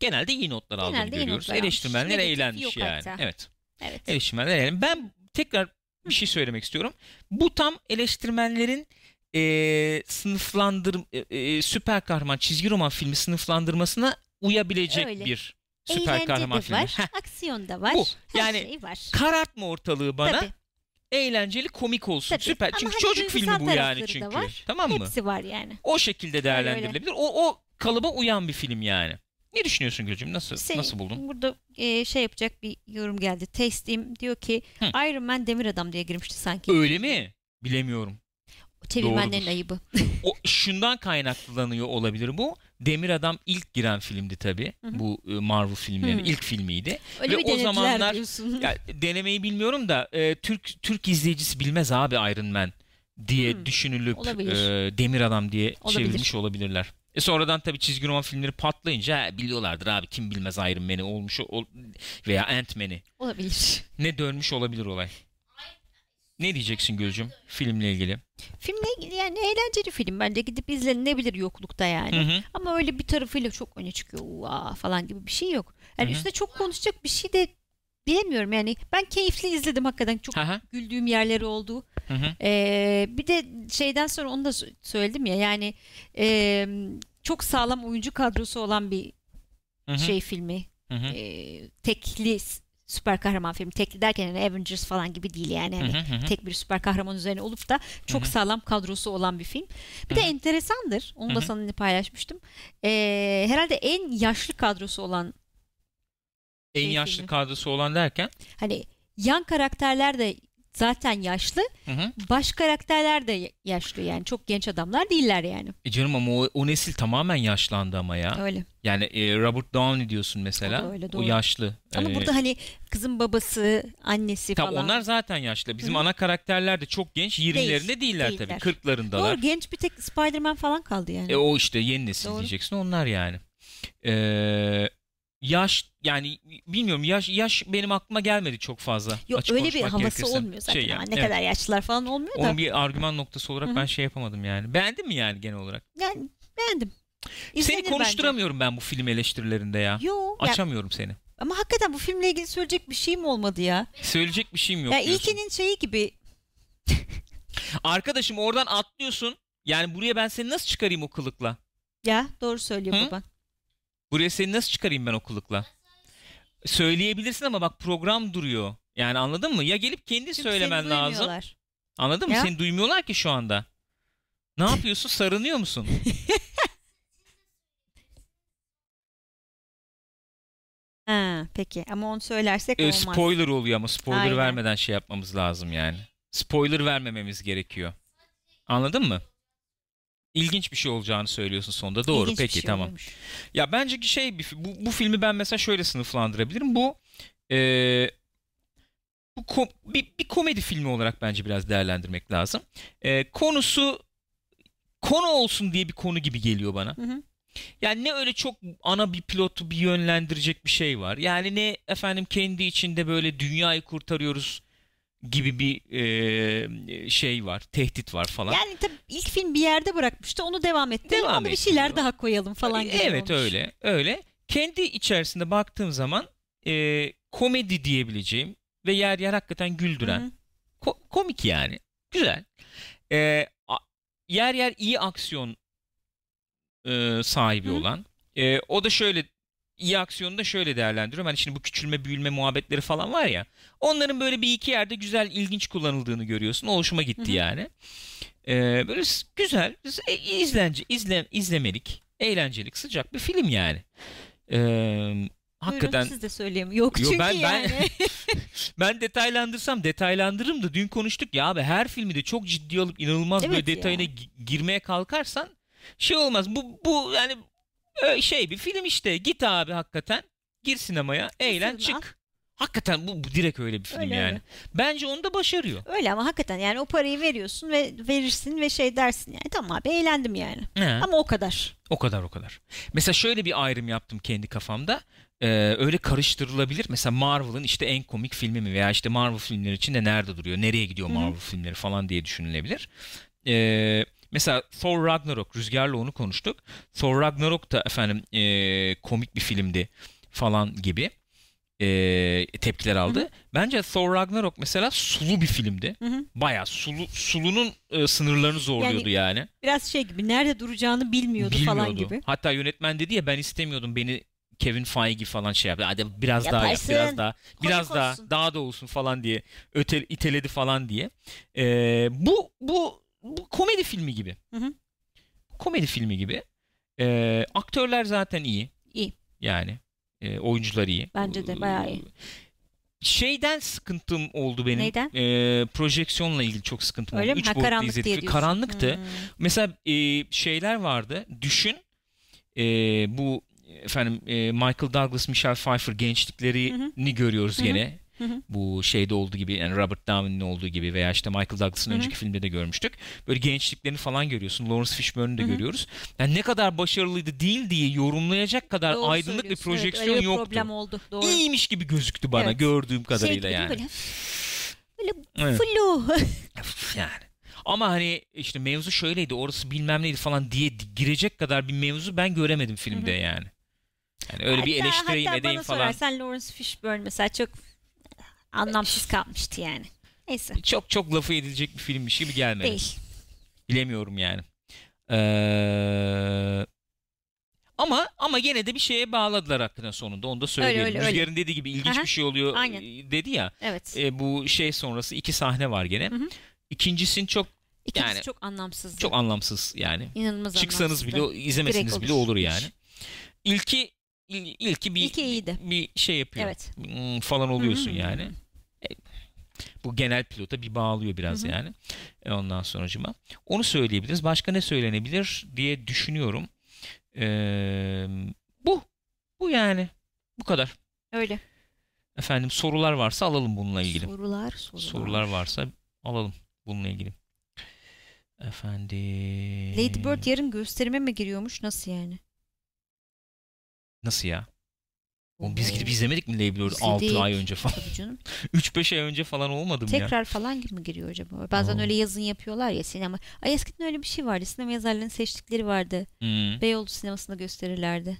[SPEAKER 1] Genelde iyi notlar aldığını
[SPEAKER 2] Genelde iyi
[SPEAKER 1] görüyoruz.
[SPEAKER 2] notlar almış.
[SPEAKER 1] Eleştirmenler
[SPEAKER 2] Negatifi
[SPEAKER 1] eğlenmiş
[SPEAKER 2] yok
[SPEAKER 1] yani.
[SPEAKER 2] hatta.
[SPEAKER 1] Evet.
[SPEAKER 2] Evet.
[SPEAKER 1] Eleştirmenler eğlenmiş. Ben tekrar bir şey söylemek istiyorum. Bu tam eleştirmenlerin eee sınıflandır eee, süper kahraman çizgi roman filmi sınıflandırmasına uyabilecek
[SPEAKER 2] Öyle.
[SPEAKER 1] bir süper
[SPEAKER 2] Eğlence
[SPEAKER 1] kahraman
[SPEAKER 2] de
[SPEAKER 1] filmi.
[SPEAKER 2] var,
[SPEAKER 1] Heh,
[SPEAKER 2] aksiyon da var,
[SPEAKER 1] Bu.
[SPEAKER 2] her
[SPEAKER 1] Yani
[SPEAKER 2] şey var.
[SPEAKER 1] karartma ortalığı bana.
[SPEAKER 2] Tabii,
[SPEAKER 1] Eğlenceli, komik olsun.
[SPEAKER 2] Tabii.
[SPEAKER 1] Süper.
[SPEAKER 2] Ama
[SPEAKER 1] Çünkü
[SPEAKER 2] hani
[SPEAKER 1] çocuk filmi
[SPEAKER 2] duygusal
[SPEAKER 1] bu yani
[SPEAKER 2] tarafları da
[SPEAKER 1] çünkü.
[SPEAKER 2] var.
[SPEAKER 1] Tamam mı?
[SPEAKER 2] hepsi var yani.
[SPEAKER 1] O şekilde
[SPEAKER 2] öyle.
[SPEAKER 1] değerlendirilebilir. O o kalıba uyan bir film yani. Ne düşünüyorsun Gülcüm? Nasıl
[SPEAKER 2] Senin
[SPEAKER 1] nasıl buldun?
[SPEAKER 2] Şey, Burada e, şey yapacak bir yorum geldi. Teslim diyor ki
[SPEAKER 1] Hı.
[SPEAKER 2] Iron Man Demir Adam diye girmişti sanki.
[SPEAKER 1] Öyle mi? Bilemiyorum.
[SPEAKER 2] Çevirmenlerin
[SPEAKER 1] Doğrudur.
[SPEAKER 2] ayıbı.
[SPEAKER 1] O şundan kaynaklanıyor olabilir bu. Demir Adam ilk giren filmdi tabii.
[SPEAKER 2] Hı hı.
[SPEAKER 1] Bu e, Marvel filmlerinin
[SPEAKER 2] Hı.
[SPEAKER 1] ilk filmiydi.
[SPEAKER 2] Öyle
[SPEAKER 1] Ve
[SPEAKER 2] bir
[SPEAKER 1] o
[SPEAKER 2] denediler
[SPEAKER 1] zamanlar-
[SPEAKER 2] diyorsun.
[SPEAKER 1] Ya, denemeyi bilmiyorum da e, Türk Türk izleyicisi bilmez abi Iron Man diye
[SPEAKER 2] Hmm,
[SPEAKER 1] düşünülüp
[SPEAKER 2] olabilir.
[SPEAKER 1] e, Demir Adam diye
[SPEAKER 2] Olabilir.
[SPEAKER 1] çevrilmiş olabilirler. E sonradan tabii çizgi roman filmleri patlayınca "Ha, biliyorlardır abi kim bilmez Iron Man'i olmuş ol- veya Ant-Man'i.
[SPEAKER 2] Olabilir.
[SPEAKER 1] Ne dönmüş olabilir olay. Ne diyeceksin Gülcüm filmle ilgili?
[SPEAKER 2] Filmle ilgili yani eğlenceli film bence gidip izlenebilir yoklukta yani.
[SPEAKER 1] Hı hı.
[SPEAKER 2] Ama öyle bir tarafıyla çok öne çıkıyor "Ua!" falan gibi bir şey yok. Yani
[SPEAKER 1] Hı hı.
[SPEAKER 2] üstüne çok konuşacak bir şey de bilemiyorum yani. Ben keyifli izledim hakikaten çok
[SPEAKER 1] Hı hı.
[SPEAKER 2] güldüğüm yerleri oldu.
[SPEAKER 1] Hı hı.
[SPEAKER 2] Ee, bir de şeyden sonra onu da sö- söyledim ya yani e, çok sağlam oyuncu kadrosu olan bir
[SPEAKER 1] Hı hı.
[SPEAKER 2] şey filmi.
[SPEAKER 1] Hı hı.
[SPEAKER 2] E, tekli s- süper kahraman filmi. Tekli derken yani Avengers falan gibi değil yani.
[SPEAKER 1] Hı
[SPEAKER 2] Hani
[SPEAKER 1] hı hı hı.
[SPEAKER 2] tek bir süper kahraman üzerine olup da çok
[SPEAKER 1] Hı hı.
[SPEAKER 2] sağlam kadrosu olan bir film. Bir de
[SPEAKER 1] Hı hı.
[SPEAKER 2] enteresandır. Onu
[SPEAKER 1] Hı
[SPEAKER 2] da
[SPEAKER 1] hı.
[SPEAKER 2] seninle paylaşmıştım. Ee, herhalde en yaşlı kadrosu olan
[SPEAKER 1] En
[SPEAKER 2] şey
[SPEAKER 1] yaşlı
[SPEAKER 2] filmi.
[SPEAKER 1] kadrosu olan derken
[SPEAKER 2] hani yan karakterler de zaten yaşlı.
[SPEAKER 1] Hı hı.
[SPEAKER 2] Baş karakterler de ya- yaşlı yani. Çok genç adamlar değiller yani.
[SPEAKER 1] E canım ama o, o nesil tamamen yaşlandı ama ya.
[SPEAKER 2] Öyle.
[SPEAKER 1] Yani e, Robert Downey diyorsun mesela.
[SPEAKER 2] O da öyle,
[SPEAKER 1] o
[SPEAKER 2] doğru.
[SPEAKER 1] yaşlı.
[SPEAKER 2] Ama
[SPEAKER 1] E,
[SPEAKER 2] burada hani kızın babası, annesi
[SPEAKER 1] Tabii
[SPEAKER 2] falan.
[SPEAKER 1] onlar zaten yaşlı. Bizim
[SPEAKER 2] Hı.
[SPEAKER 1] ana karakterler de çok genç. 20'lerinde değiller, tabii.
[SPEAKER 2] değiller.
[SPEAKER 1] 40'larındalar.
[SPEAKER 2] Doğru genç bir tek Spider-Man falan kaldı yani.
[SPEAKER 1] E, o işte yeni nesil
[SPEAKER 2] Doğru.
[SPEAKER 1] diyeceksin. Onlar yani. Ee, yaş yani bilmiyorum yaş yaş benim aklıma gelmedi çok fazla.
[SPEAKER 2] Yok
[SPEAKER 1] Açık
[SPEAKER 2] öyle bir
[SPEAKER 1] konuşmak
[SPEAKER 2] havası
[SPEAKER 1] gerekirse. Şey
[SPEAKER 2] olmuyor zaten.
[SPEAKER 1] yani,
[SPEAKER 2] Aa, ne
[SPEAKER 1] evet.
[SPEAKER 2] kadar yaşlılar falan olmuyor da.
[SPEAKER 1] Onu bir argüman noktası olarak
[SPEAKER 2] Hı hı.
[SPEAKER 1] ben şey yapamadım yani. Beğendin mi yani genel olarak?
[SPEAKER 2] Yani beğendim.
[SPEAKER 1] seni konuşturamıyorum ben bu film eleştirilerinde ya.
[SPEAKER 2] Yok.
[SPEAKER 1] Açamıyorum seni.
[SPEAKER 2] ama hakikaten bu filmle ilgili söyleyecek bir şeyim olmadı ya.
[SPEAKER 1] Söyleyecek bir şeyim yok.
[SPEAKER 2] ya
[SPEAKER 1] diyorsun.
[SPEAKER 2] ilkinin şeyi gibi
[SPEAKER 1] Arkadaşım oradan atlıyorsun. Yani buraya ben seni nasıl çıkarayım o kılıkla?
[SPEAKER 2] ya doğru söylüyor
[SPEAKER 1] Hı?
[SPEAKER 2] baban.
[SPEAKER 1] Buraya seni nasıl çıkarayım ben o kılıkla? Söyleyebilirsin ama bak program duruyor. Yani anladın mı? Ya gelip kendi
[SPEAKER 2] Çünkü
[SPEAKER 1] söylemen
[SPEAKER 2] seni
[SPEAKER 1] lazım.
[SPEAKER 2] duymuyorlar.
[SPEAKER 1] Anladın mı?
[SPEAKER 2] Ya.
[SPEAKER 1] Seni duymuyorlar ki şu anda. Ne yapıyorsun? Sarınıyor musun?
[SPEAKER 2] Ha, peki ama onu söylersek
[SPEAKER 1] Ee,
[SPEAKER 2] olmaz.
[SPEAKER 1] spoiler oluyor ama spoiler
[SPEAKER 2] Aynen.
[SPEAKER 1] vermeden şey yapmamız lazım yani. Spoiler vermememiz gerekiyor. Anladın mı? İlginç bir şey olacağını söylüyorsun sonunda. Doğru.
[SPEAKER 2] İlginç bir
[SPEAKER 1] Peki
[SPEAKER 2] şey
[SPEAKER 1] tamam.
[SPEAKER 2] oluyormuş.
[SPEAKER 1] Ya bence ki şey bir fi- bu, bu filmi ben mesela şöyle sınıflandırabilirim. Bu e, bu ko- bir, bir komedi filmi olarak bence biraz değerlendirmek lazım. E, konusu konu olsun diye bir konu gibi geliyor bana.
[SPEAKER 2] Hı hı.
[SPEAKER 1] Yani ne öyle çok ana bir pilotu bir yönlendirecek bir şey var. Yani ne efendim kendi içinde böyle dünyayı kurtarıyoruz gibi bir e, şey var, tehdit var falan.
[SPEAKER 2] Yani tabii ilk film bir yerde bırakmıştı. Onu devam etti.
[SPEAKER 1] Devam
[SPEAKER 2] Ama bir şeyler
[SPEAKER 1] ettiriyor.
[SPEAKER 2] daha koyalım falan gibi
[SPEAKER 1] Evet
[SPEAKER 2] olmuş.
[SPEAKER 1] öyle öyle. Kendi içerisinde baktığım zaman e, komedi diyebileceğim ve yer yer hakikaten güldüren.
[SPEAKER 2] Hı hı.
[SPEAKER 1] Ko- komik yani. Güzel. E, a- yer yer iyi aksiyon e, sahibi
[SPEAKER 2] Hı.
[SPEAKER 1] olan. E, o da şöyle iyi aksiyonu da şöyle değerlendiriyorum. Hani şimdi bu küçülme büyülme muhabbetleri falan var ya. Onların böyle bir iki yerde güzel ilginç kullanıldığını görüyorsun. O hoşuma gitti
[SPEAKER 2] Hı hı.
[SPEAKER 1] yani. E, böyle s- güzel s- e, izlence izle, izlemelik eğlencelik sıcak bir film yani. E, hakikaten
[SPEAKER 2] Buyurun siz de söyleyeyim. Yok
[SPEAKER 1] Yo,
[SPEAKER 2] çünkü
[SPEAKER 1] ben- ben-
[SPEAKER 2] yani.
[SPEAKER 1] ben detaylandırsam detaylandırırım da dün konuştuk ya abi her filmi de çok ciddi alıp inanılmaz
[SPEAKER 2] Evet
[SPEAKER 1] böyle
[SPEAKER 2] ya.
[SPEAKER 1] detayına gi- girmeye kalkarsan şey olmaz. Bu bu yani ö- şey bir film işte. Git abi hakikaten. Gir sinemaya, eğlen,
[SPEAKER 2] Kesin, al.
[SPEAKER 1] çık. Hakikaten bu, bu direkt öyle bir film
[SPEAKER 2] Öyle,
[SPEAKER 1] yani.
[SPEAKER 2] öyle.
[SPEAKER 1] Bence onu da başarıyor.
[SPEAKER 2] öyle ama hakikaten yani o parayı veriyorsun ve verirsin ve şey dersin yani tamam abi eğlendim yani.
[SPEAKER 1] He.
[SPEAKER 2] Ama o kadar.
[SPEAKER 1] O kadar o kadar. Mesela şöyle bir ayrım yaptım kendi kafamda. Ee, öyle karıştırılabilir. Mesela Marvel'ın işte en komik filmi mi veya işte Marvel filmleri içinde nerede duruyor, nereye gidiyor
[SPEAKER 2] Hı hı.
[SPEAKER 1] Marvel filmleri falan diye düşünülebilir. Ee, mesela Thor Ragnarok, Rüzgar'la onu konuştuk. Thor Ragnarok da efendim ee, komik bir filmdi falan gibi ee, tepkiler aldı.
[SPEAKER 2] Hı
[SPEAKER 1] Bence Thor Ragnarok mesela sulu bir filmdi.
[SPEAKER 2] Hı hı.
[SPEAKER 1] Bayağı sulu, sulunun e, sınırlarını zorluyordu yani
[SPEAKER 2] Biraz şey gibi nerede duracağını bilmiyordu, falan gibi.
[SPEAKER 1] Hatta yönetmen dedi ya ben istemiyordum beni Kevin Feige falan şey yaptı. Hadi biraz daha yap,
[SPEAKER 2] Yaparsın.
[SPEAKER 1] biraz daha, biraz
[SPEAKER 2] Komik
[SPEAKER 1] daha,
[SPEAKER 2] olsun.
[SPEAKER 1] daha da olsun falan diye öte, iteledi falan diye. Ee, bu, bu bu komedi filmi gibi.
[SPEAKER 2] Hı hı.
[SPEAKER 1] Komedi filmi gibi. Ee, aktörler zaten iyi.
[SPEAKER 2] İyi.
[SPEAKER 1] Yani e, oyuncular iyi.
[SPEAKER 2] Bence de bayağı iyi.
[SPEAKER 1] Şeyden sıkıntım oldu benim.
[SPEAKER 2] Neyden?
[SPEAKER 1] Ee, projeksiyonla ilgili çok sıkıntım
[SPEAKER 2] Öyle
[SPEAKER 1] oldu.
[SPEAKER 2] mi?
[SPEAKER 1] Üç
[SPEAKER 2] Ha,
[SPEAKER 1] boyutlu
[SPEAKER 2] karanlık
[SPEAKER 1] izledik.
[SPEAKER 2] diye diyorsun.
[SPEAKER 1] Karanlıktı.
[SPEAKER 2] Hmm.
[SPEAKER 1] Mesela e, şeyler vardı. Düşün e, bu efendim e, Michael Douglas, Michelle Pfeiffer gençliklerini görüyoruz
[SPEAKER 2] Hı hı.
[SPEAKER 1] gene.
[SPEAKER 2] Hı hı.
[SPEAKER 1] Bu şeyde olduğu gibi yani Robert Downey'nin olduğu gibi veya işte Michael Douglas'ın
[SPEAKER 2] Hı hı.
[SPEAKER 1] önceki filmde de görmüştük. Böyle gençliklerini falan görüyorsun. Lawrence Fishburne'u da
[SPEAKER 2] Hı hı.
[SPEAKER 1] görüyoruz. Yani ne kadar başarılıydı değil diye yorumlayacak kadar
[SPEAKER 2] Doğru
[SPEAKER 1] aydınlık bir
[SPEAKER 2] söylüyorsun. Evet,
[SPEAKER 1] projeksiyon
[SPEAKER 2] öyle bir
[SPEAKER 1] yoktu.
[SPEAKER 2] problem oldu. Doğru.
[SPEAKER 1] İyiymiş gibi gözüktü bana
[SPEAKER 2] Evet.
[SPEAKER 1] gördüğüm
[SPEAKER 2] Şey
[SPEAKER 1] kadarıyla
[SPEAKER 2] gibi değil
[SPEAKER 1] yani.
[SPEAKER 2] mi? Böyle, böyle
[SPEAKER 1] Evet.
[SPEAKER 2] flu.
[SPEAKER 1] Öf, yani. Ama hani işte mevzu şöyleydi orası bilmem neydi falan diye di- girecek kadar bir mevzu ben göremedim filmde yani. Yani öyle bir
[SPEAKER 2] Hatta-
[SPEAKER 1] eleştireyim
[SPEAKER 2] hatta
[SPEAKER 1] edeyim
[SPEAKER 2] bana
[SPEAKER 1] falan.
[SPEAKER 2] sorarsan Lawrence Fishburne mesela çok anlamsız kalmıştı yani. Neyse.
[SPEAKER 1] Çok çok lafı edilecek bir filmmiş gibi gelmedi.
[SPEAKER 2] Değil.
[SPEAKER 1] Bilemiyorum yani. Ee, ama ama gene de bir şeye bağladılar hakkında sonunda. Onu da söyleyelim.
[SPEAKER 2] öyle, öyle.
[SPEAKER 1] Rüzgar'ın dediği gibi ilginç
[SPEAKER 2] Aha,
[SPEAKER 1] bir şey oluyor
[SPEAKER 2] aynen.
[SPEAKER 1] e, dedi ya.
[SPEAKER 2] Evet.
[SPEAKER 1] E, bu şey sonrası iki sahne var gene.
[SPEAKER 2] Hı hı.
[SPEAKER 1] İkincisini çok
[SPEAKER 2] İkincisi
[SPEAKER 1] yani-
[SPEAKER 2] çok anlamsızdı.
[SPEAKER 1] çok anlamsız yani.
[SPEAKER 2] İnanılmaz
[SPEAKER 1] Çıksanız
[SPEAKER 2] anlamsızdı.
[SPEAKER 1] bile o- izlemeseniz
[SPEAKER 2] Direkt
[SPEAKER 1] bile
[SPEAKER 2] olur.
[SPEAKER 1] olur yani. İlki il- ilki bir
[SPEAKER 2] İlki iyiydi.
[SPEAKER 1] bir şey yapıyor.
[SPEAKER 2] Evet.
[SPEAKER 1] Hmm, falan oluyorsun
[SPEAKER 2] Hmm.
[SPEAKER 1] yani. E, Bu genel pilota bir bağlıyor biraz
[SPEAKER 2] Hı hı.
[SPEAKER 1] yani. E, ondan sonracıma. Onu söyleyebiliriz. Başka ne söylenebilir diye düşünüyorum. Ee, bu bu yani. Bu kadar.
[SPEAKER 2] Öyle.
[SPEAKER 1] Efendim sorular varsa alalım bununla ilgili.
[SPEAKER 2] Sorular, sorular.
[SPEAKER 1] Sorular varsa alalım bununla ilgili. Efendim.
[SPEAKER 2] Lady Bird yarın gösterime mi giriyormuş? Nasıl yani?
[SPEAKER 1] Nasıl ya? Oğlum biz gidip izlemedik mi Lady Bird'ü 6
[SPEAKER 2] İzledik.
[SPEAKER 1] ay önce falan?
[SPEAKER 2] Tabii canım.
[SPEAKER 1] 3-5 ay önce falan olmadı mı ya?
[SPEAKER 2] Tekrar falan gibi mi giriyor acaba? Bazen
[SPEAKER 1] Oo.
[SPEAKER 2] öyle yazın yapıyorlar ya sinema. Ay eskiden öyle bir şey vardı. Sinema yazarlarının seçtikleri vardı.
[SPEAKER 1] Hmm.
[SPEAKER 2] Beyoğlu sinemasında gösterirlerdi.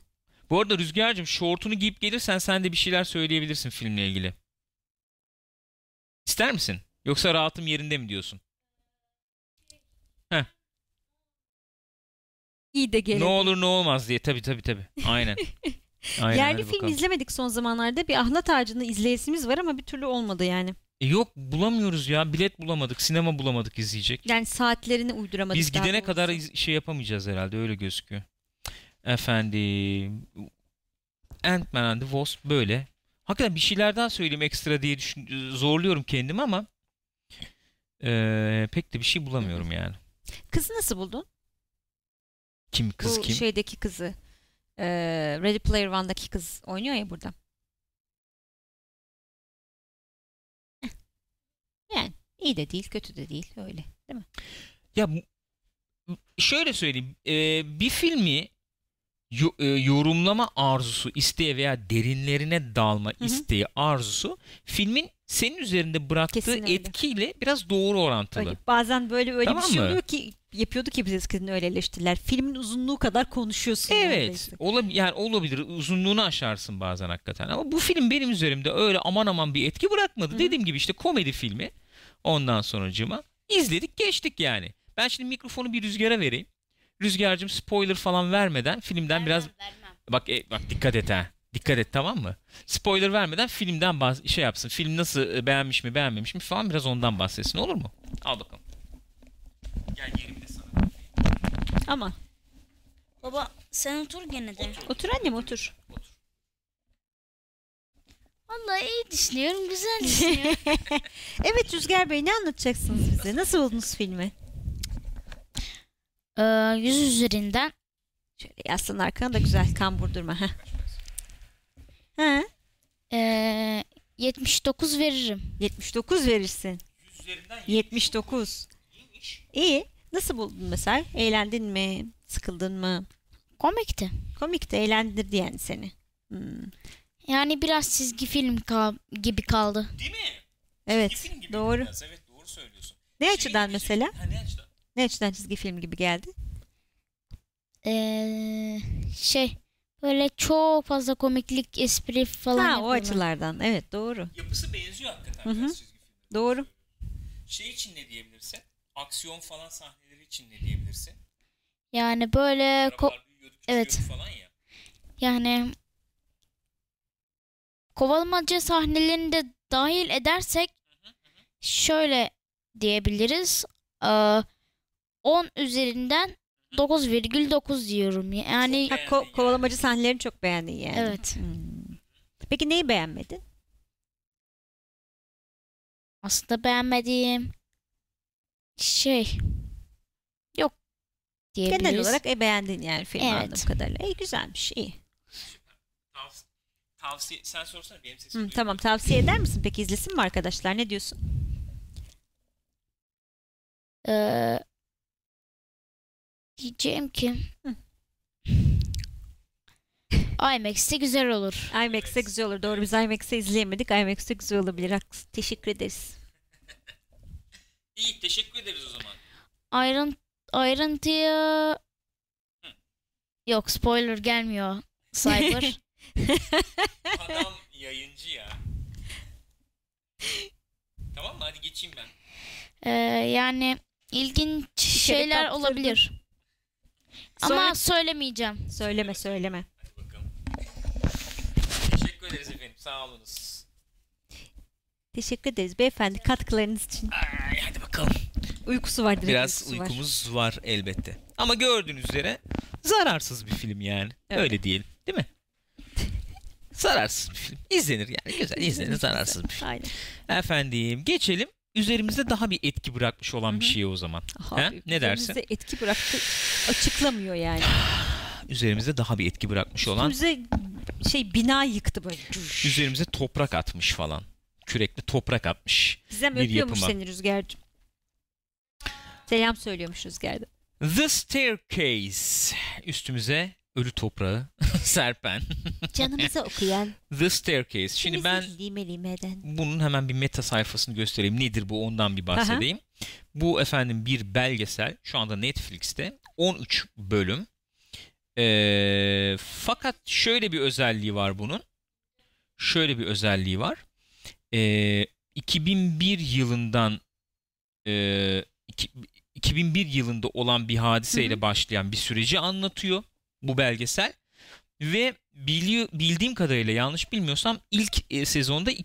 [SPEAKER 1] Bu arada Rüzgar'cığım şortunu giyip gelirsen sen de bir şeyler söyleyebilirsin filmle ilgili. İster misin? Yoksa rahatım yerinde mi diyorsun?
[SPEAKER 2] İyi de
[SPEAKER 1] Ne
[SPEAKER 2] gelebilir.
[SPEAKER 1] olur ne olmaz diye. Tabii tabii tabii. Aynen. Aynen
[SPEAKER 2] Yerli
[SPEAKER 1] hadi
[SPEAKER 2] film
[SPEAKER 1] bakalım.
[SPEAKER 2] izlemedik son zamanlarda. Bir ahlat ağacını izleyesimiz var ama bir türlü olmadı yani.
[SPEAKER 1] E yok bulamıyoruz ya. Bilet bulamadık. Sinema bulamadık izleyecek.
[SPEAKER 2] Yani saatlerini uyduramadık.
[SPEAKER 1] Biz
[SPEAKER 2] daha
[SPEAKER 1] gidene
[SPEAKER 2] doğrusu.
[SPEAKER 1] kadar iz- şey yapamayacağız herhalde. Öyle gözüküyor. Efendim. Ant-Man and the Wasp böyle. Hakikaten bir şeyler daha söyleyeyim ekstra diye düşün- zorluyorum kendimi ama eee, pek de bir şey bulamıyorum yani.
[SPEAKER 2] Kızı nasıl buldun?
[SPEAKER 1] Kim kız
[SPEAKER 2] Bu şey
[SPEAKER 1] kim?
[SPEAKER 2] şeydeki kızı. e, Ready Player One'daki kız oynuyor ya burada. Eh. Yani iyi de değil, kötü de değil. Öyle. Değil mi?
[SPEAKER 1] Ya bu- şöyle söyleyeyim. Ee, bir filmi yo- e, yorumlama arzusu, isteği veya derinlerine dalma
[SPEAKER 2] hı.
[SPEAKER 1] isteği, arzusu filmin senin üzerinde bıraktığı
[SPEAKER 2] Kesin öyle.
[SPEAKER 1] etkiyle biraz doğru orantılı.
[SPEAKER 2] Öyle. Bazen böyle öyle
[SPEAKER 1] Tamam
[SPEAKER 2] bir şey
[SPEAKER 1] mı?
[SPEAKER 2] oluyor ki yapıyorduk ya biz eskiden öyle eleştiriler. Filmin uzunluğu kadar konuşuyorsun.
[SPEAKER 1] Evet,
[SPEAKER 2] neredeyse.
[SPEAKER 1] olabilir. Yani olabilir. Uzunluğunu aşarsın bazen hakikaten. Ama bu film benim üzerimde öyle aman aman bir etki bırakmadı.
[SPEAKER 2] Hı.
[SPEAKER 1] Dediğim gibi işte komedi filmi. Ondan sonucuma izledik, geçtik yani. Ben şimdi mikrofonu bir rüzgara vereyim. Rüzgarcığım spoiler falan vermeden filmden biraz
[SPEAKER 3] vermem.
[SPEAKER 1] Bak e, bak dikkat et ha. Dikkat et tamam mı? Spoiler vermeden filmden bahs- şey yapsın. Film nasıl e, beğenmiş mi beğenmemiş mi falan biraz ondan bahsetsin olur mu? Al bakalım. Gel yerimi de sana.
[SPEAKER 2] Ama
[SPEAKER 3] Baba sen otur gene de.
[SPEAKER 2] otur annem otur.
[SPEAKER 3] Vallahi iyi düşünüyorum, güzel düşünüyorum.
[SPEAKER 2] Evet Rüzgar Bey ne anlatacaksınız bize? Nasıl buldunuz filmi?
[SPEAKER 3] ee, yüz üzerinden
[SPEAKER 2] Şöyle yaslan arkana da güzel kambur durma. Ha. ha
[SPEAKER 3] ee, 79 veririm.
[SPEAKER 2] 79 verirsin.
[SPEAKER 1] Üzerinden
[SPEAKER 2] 79. İyi. Nasıl buldun mesela? Eğlendin mi? Sıkıldın mı?
[SPEAKER 3] Komikti.
[SPEAKER 2] Komik de eğlendirdi yani seni. Hmm.
[SPEAKER 3] Yani biraz çizgi film ka- gibi kaldı.
[SPEAKER 1] değil mi?
[SPEAKER 2] Evet. Doğru.
[SPEAKER 1] Evet doğru söylüyorsun.
[SPEAKER 2] Ne açıdan mesela?
[SPEAKER 1] ne Şey hani açıdan?
[SPEAKER 2] Ne açıdan çizgi film gibi geldi?
[SPEAKER 3] Ee, şey böyle çok fazla komiklik, espri falan
[SPEAKER 2] Ha o
[SPEAKER 3] yapıyorlar.
[SPEAKER 2] açılardan. Evet doğru.
[SPEAKER 1] Yapısı benziyor hakikaten
[SPEAKER 2] Hı hı. biraz Doğru.
[SPEAKER 1] Şey için ne diyebilirsin? Aksiyon falan sahneleri için ne diyebilirsin?
[SPEAKER 3] Yani böyle E, ko- Evet.
[SPEAKER 1] falan ya.
[SPEAKER 3] yani kovalamaca sahnelerini de dahil edersek şöyle diyebiliriz. Ee, 10 üzerinden 9,9 diyorum. Yani
[SPEAKER 2] Ha, ko-
[SPEAKER 1] Beğendin
[SPEAKER 2] kovalamacı sahnelerini çok beğendin yani.
[SPEAKER 3] Evet.
[SPEAKER 2] Hmm. Peki neyi beğenmedin?
[SPEAKER 3] aslında beğenmediğim şey yok diyebiliriz.
[SPEAKER 2] Genel olarak e, beğendin yani filmi
[SPEAKER 3] Evet.
[SPEAKER 2] anladığım kadarıyla. İyi güzelmiş iyi.
[SPEAKER 1] Tavsiye, tavsiye sen sorsana benim sesim
[SPEAKER 2] Hı, tamam tavsiye eder misin? Peki izlesin mi arkadaşlar? Ne diyorsun?
[SPEAKER 3] Ee, diyeceğim ki IMAX'te güzel olur.
[SPEAKER 2] IMAX'te güzel olur. Doğru biz IMAX'te izleyemedik. IMAX'te güzel olabilir. Haklısın. Teşekkür ederiz.
[SPEAKER 1] İyi teşekkür ederiz o zaman.
[SPEAKER 3] Ayrın, ayrıntıya yok spoiler gelmiyor Cyber.
[SPEAKER 1] Adam yayıncı ya. Tamam mı? Hadi geçeyim ben.
[SPEAKER 3] Ee, yani ilginç şeyler
[SPEAKER 2] kaptırdım.
[SPEAKER 3] olabilir. Ama
[SPEAKER 2] Sonra-
[SPEAKER 3] söylemeyeceğim.
[SPEAKER 2] söyleme söyleme.
[SPEAKER 1] Hadi bakalım. Teşekkür ederiz efendim. Sağ olunuz.
[SPEAKER 2] Teşekkür ederiz beyefendi katkılarınız için.
[SPEAKER 1] Ay, hadi bakalım.
[SPEAKER 2] Uykusu var direkt
[SPEAKER 1] Biraz
[SPEAKER 2] uykusu var.
[SPEAKER 1] uykumuz var. elbette. Ama gördüğünüz üzere zararsız bir film yani.
[SPEAKER 2] Evet.
[SPEAKER 1] Öyle diyelim. Değil mi? zararsız bir film. İzlenir yani. Güzel izlenir. zararsız bir film.
[SPEAKER 2] Aynen.
[SPEAKER 1] Efendim geçelim. Üzerimizde daha bir etki bırakmış olan bir şeye o zaman.
[SPEAKER 2] Aha,
[SPEAKER 1] He? Ne dersin?
[SPEAKER 2] üzerimize etki bıraktı. Açıklamıyor yani.
[SPEAKER 1] Üzerimizde daha bir etki bırakmış olan.
[SPEAKER 2] Bize şey bina yıktı böyle. Cüş.
[SPEAKER 1] Üzerimize toprak atmış falan. Kürekli toprak atmış.
[SPEAKER 2] Gizem
[SPEAKER 1] bir
[SPEAKER 2] öpüyormuş
[SPEAKER 1] yapıma.
[SPEAKER 2] seni Rüzgar'cığım. Selam söylüyormuş Rüzgar'da.
[SPEAKER 1] The Staircase. Üstümüze ölü toprağı serpen.
[SPEAKER 2] Canımıza okuyan.
[SPEAKER 1] The Staircase. Şimdi ben
[SPEAKER 2] Lime limeden.
[SPEAKER 1] bunun hemen bir meta sayfasını göstereyim. Nedir bu ondan bir bahsedeyim. Bu efendim bir belgesel. Şu anda Netflix'te 13 bölüm. Ee, fakat şöyle bir özelliği var bunun. Şöyle bir özelliği var. Ee, 2001 yılından e, iki- 2001 yılında olan bir hadiseyle
[SPEAKER 2] Hı
[SPEAKER 1] başlayan bir süreci anlatıyor bu belgesel. Ve bili- bildiğim kadarıyla yanlış bilmiyorsam ilk e, sezonda 2000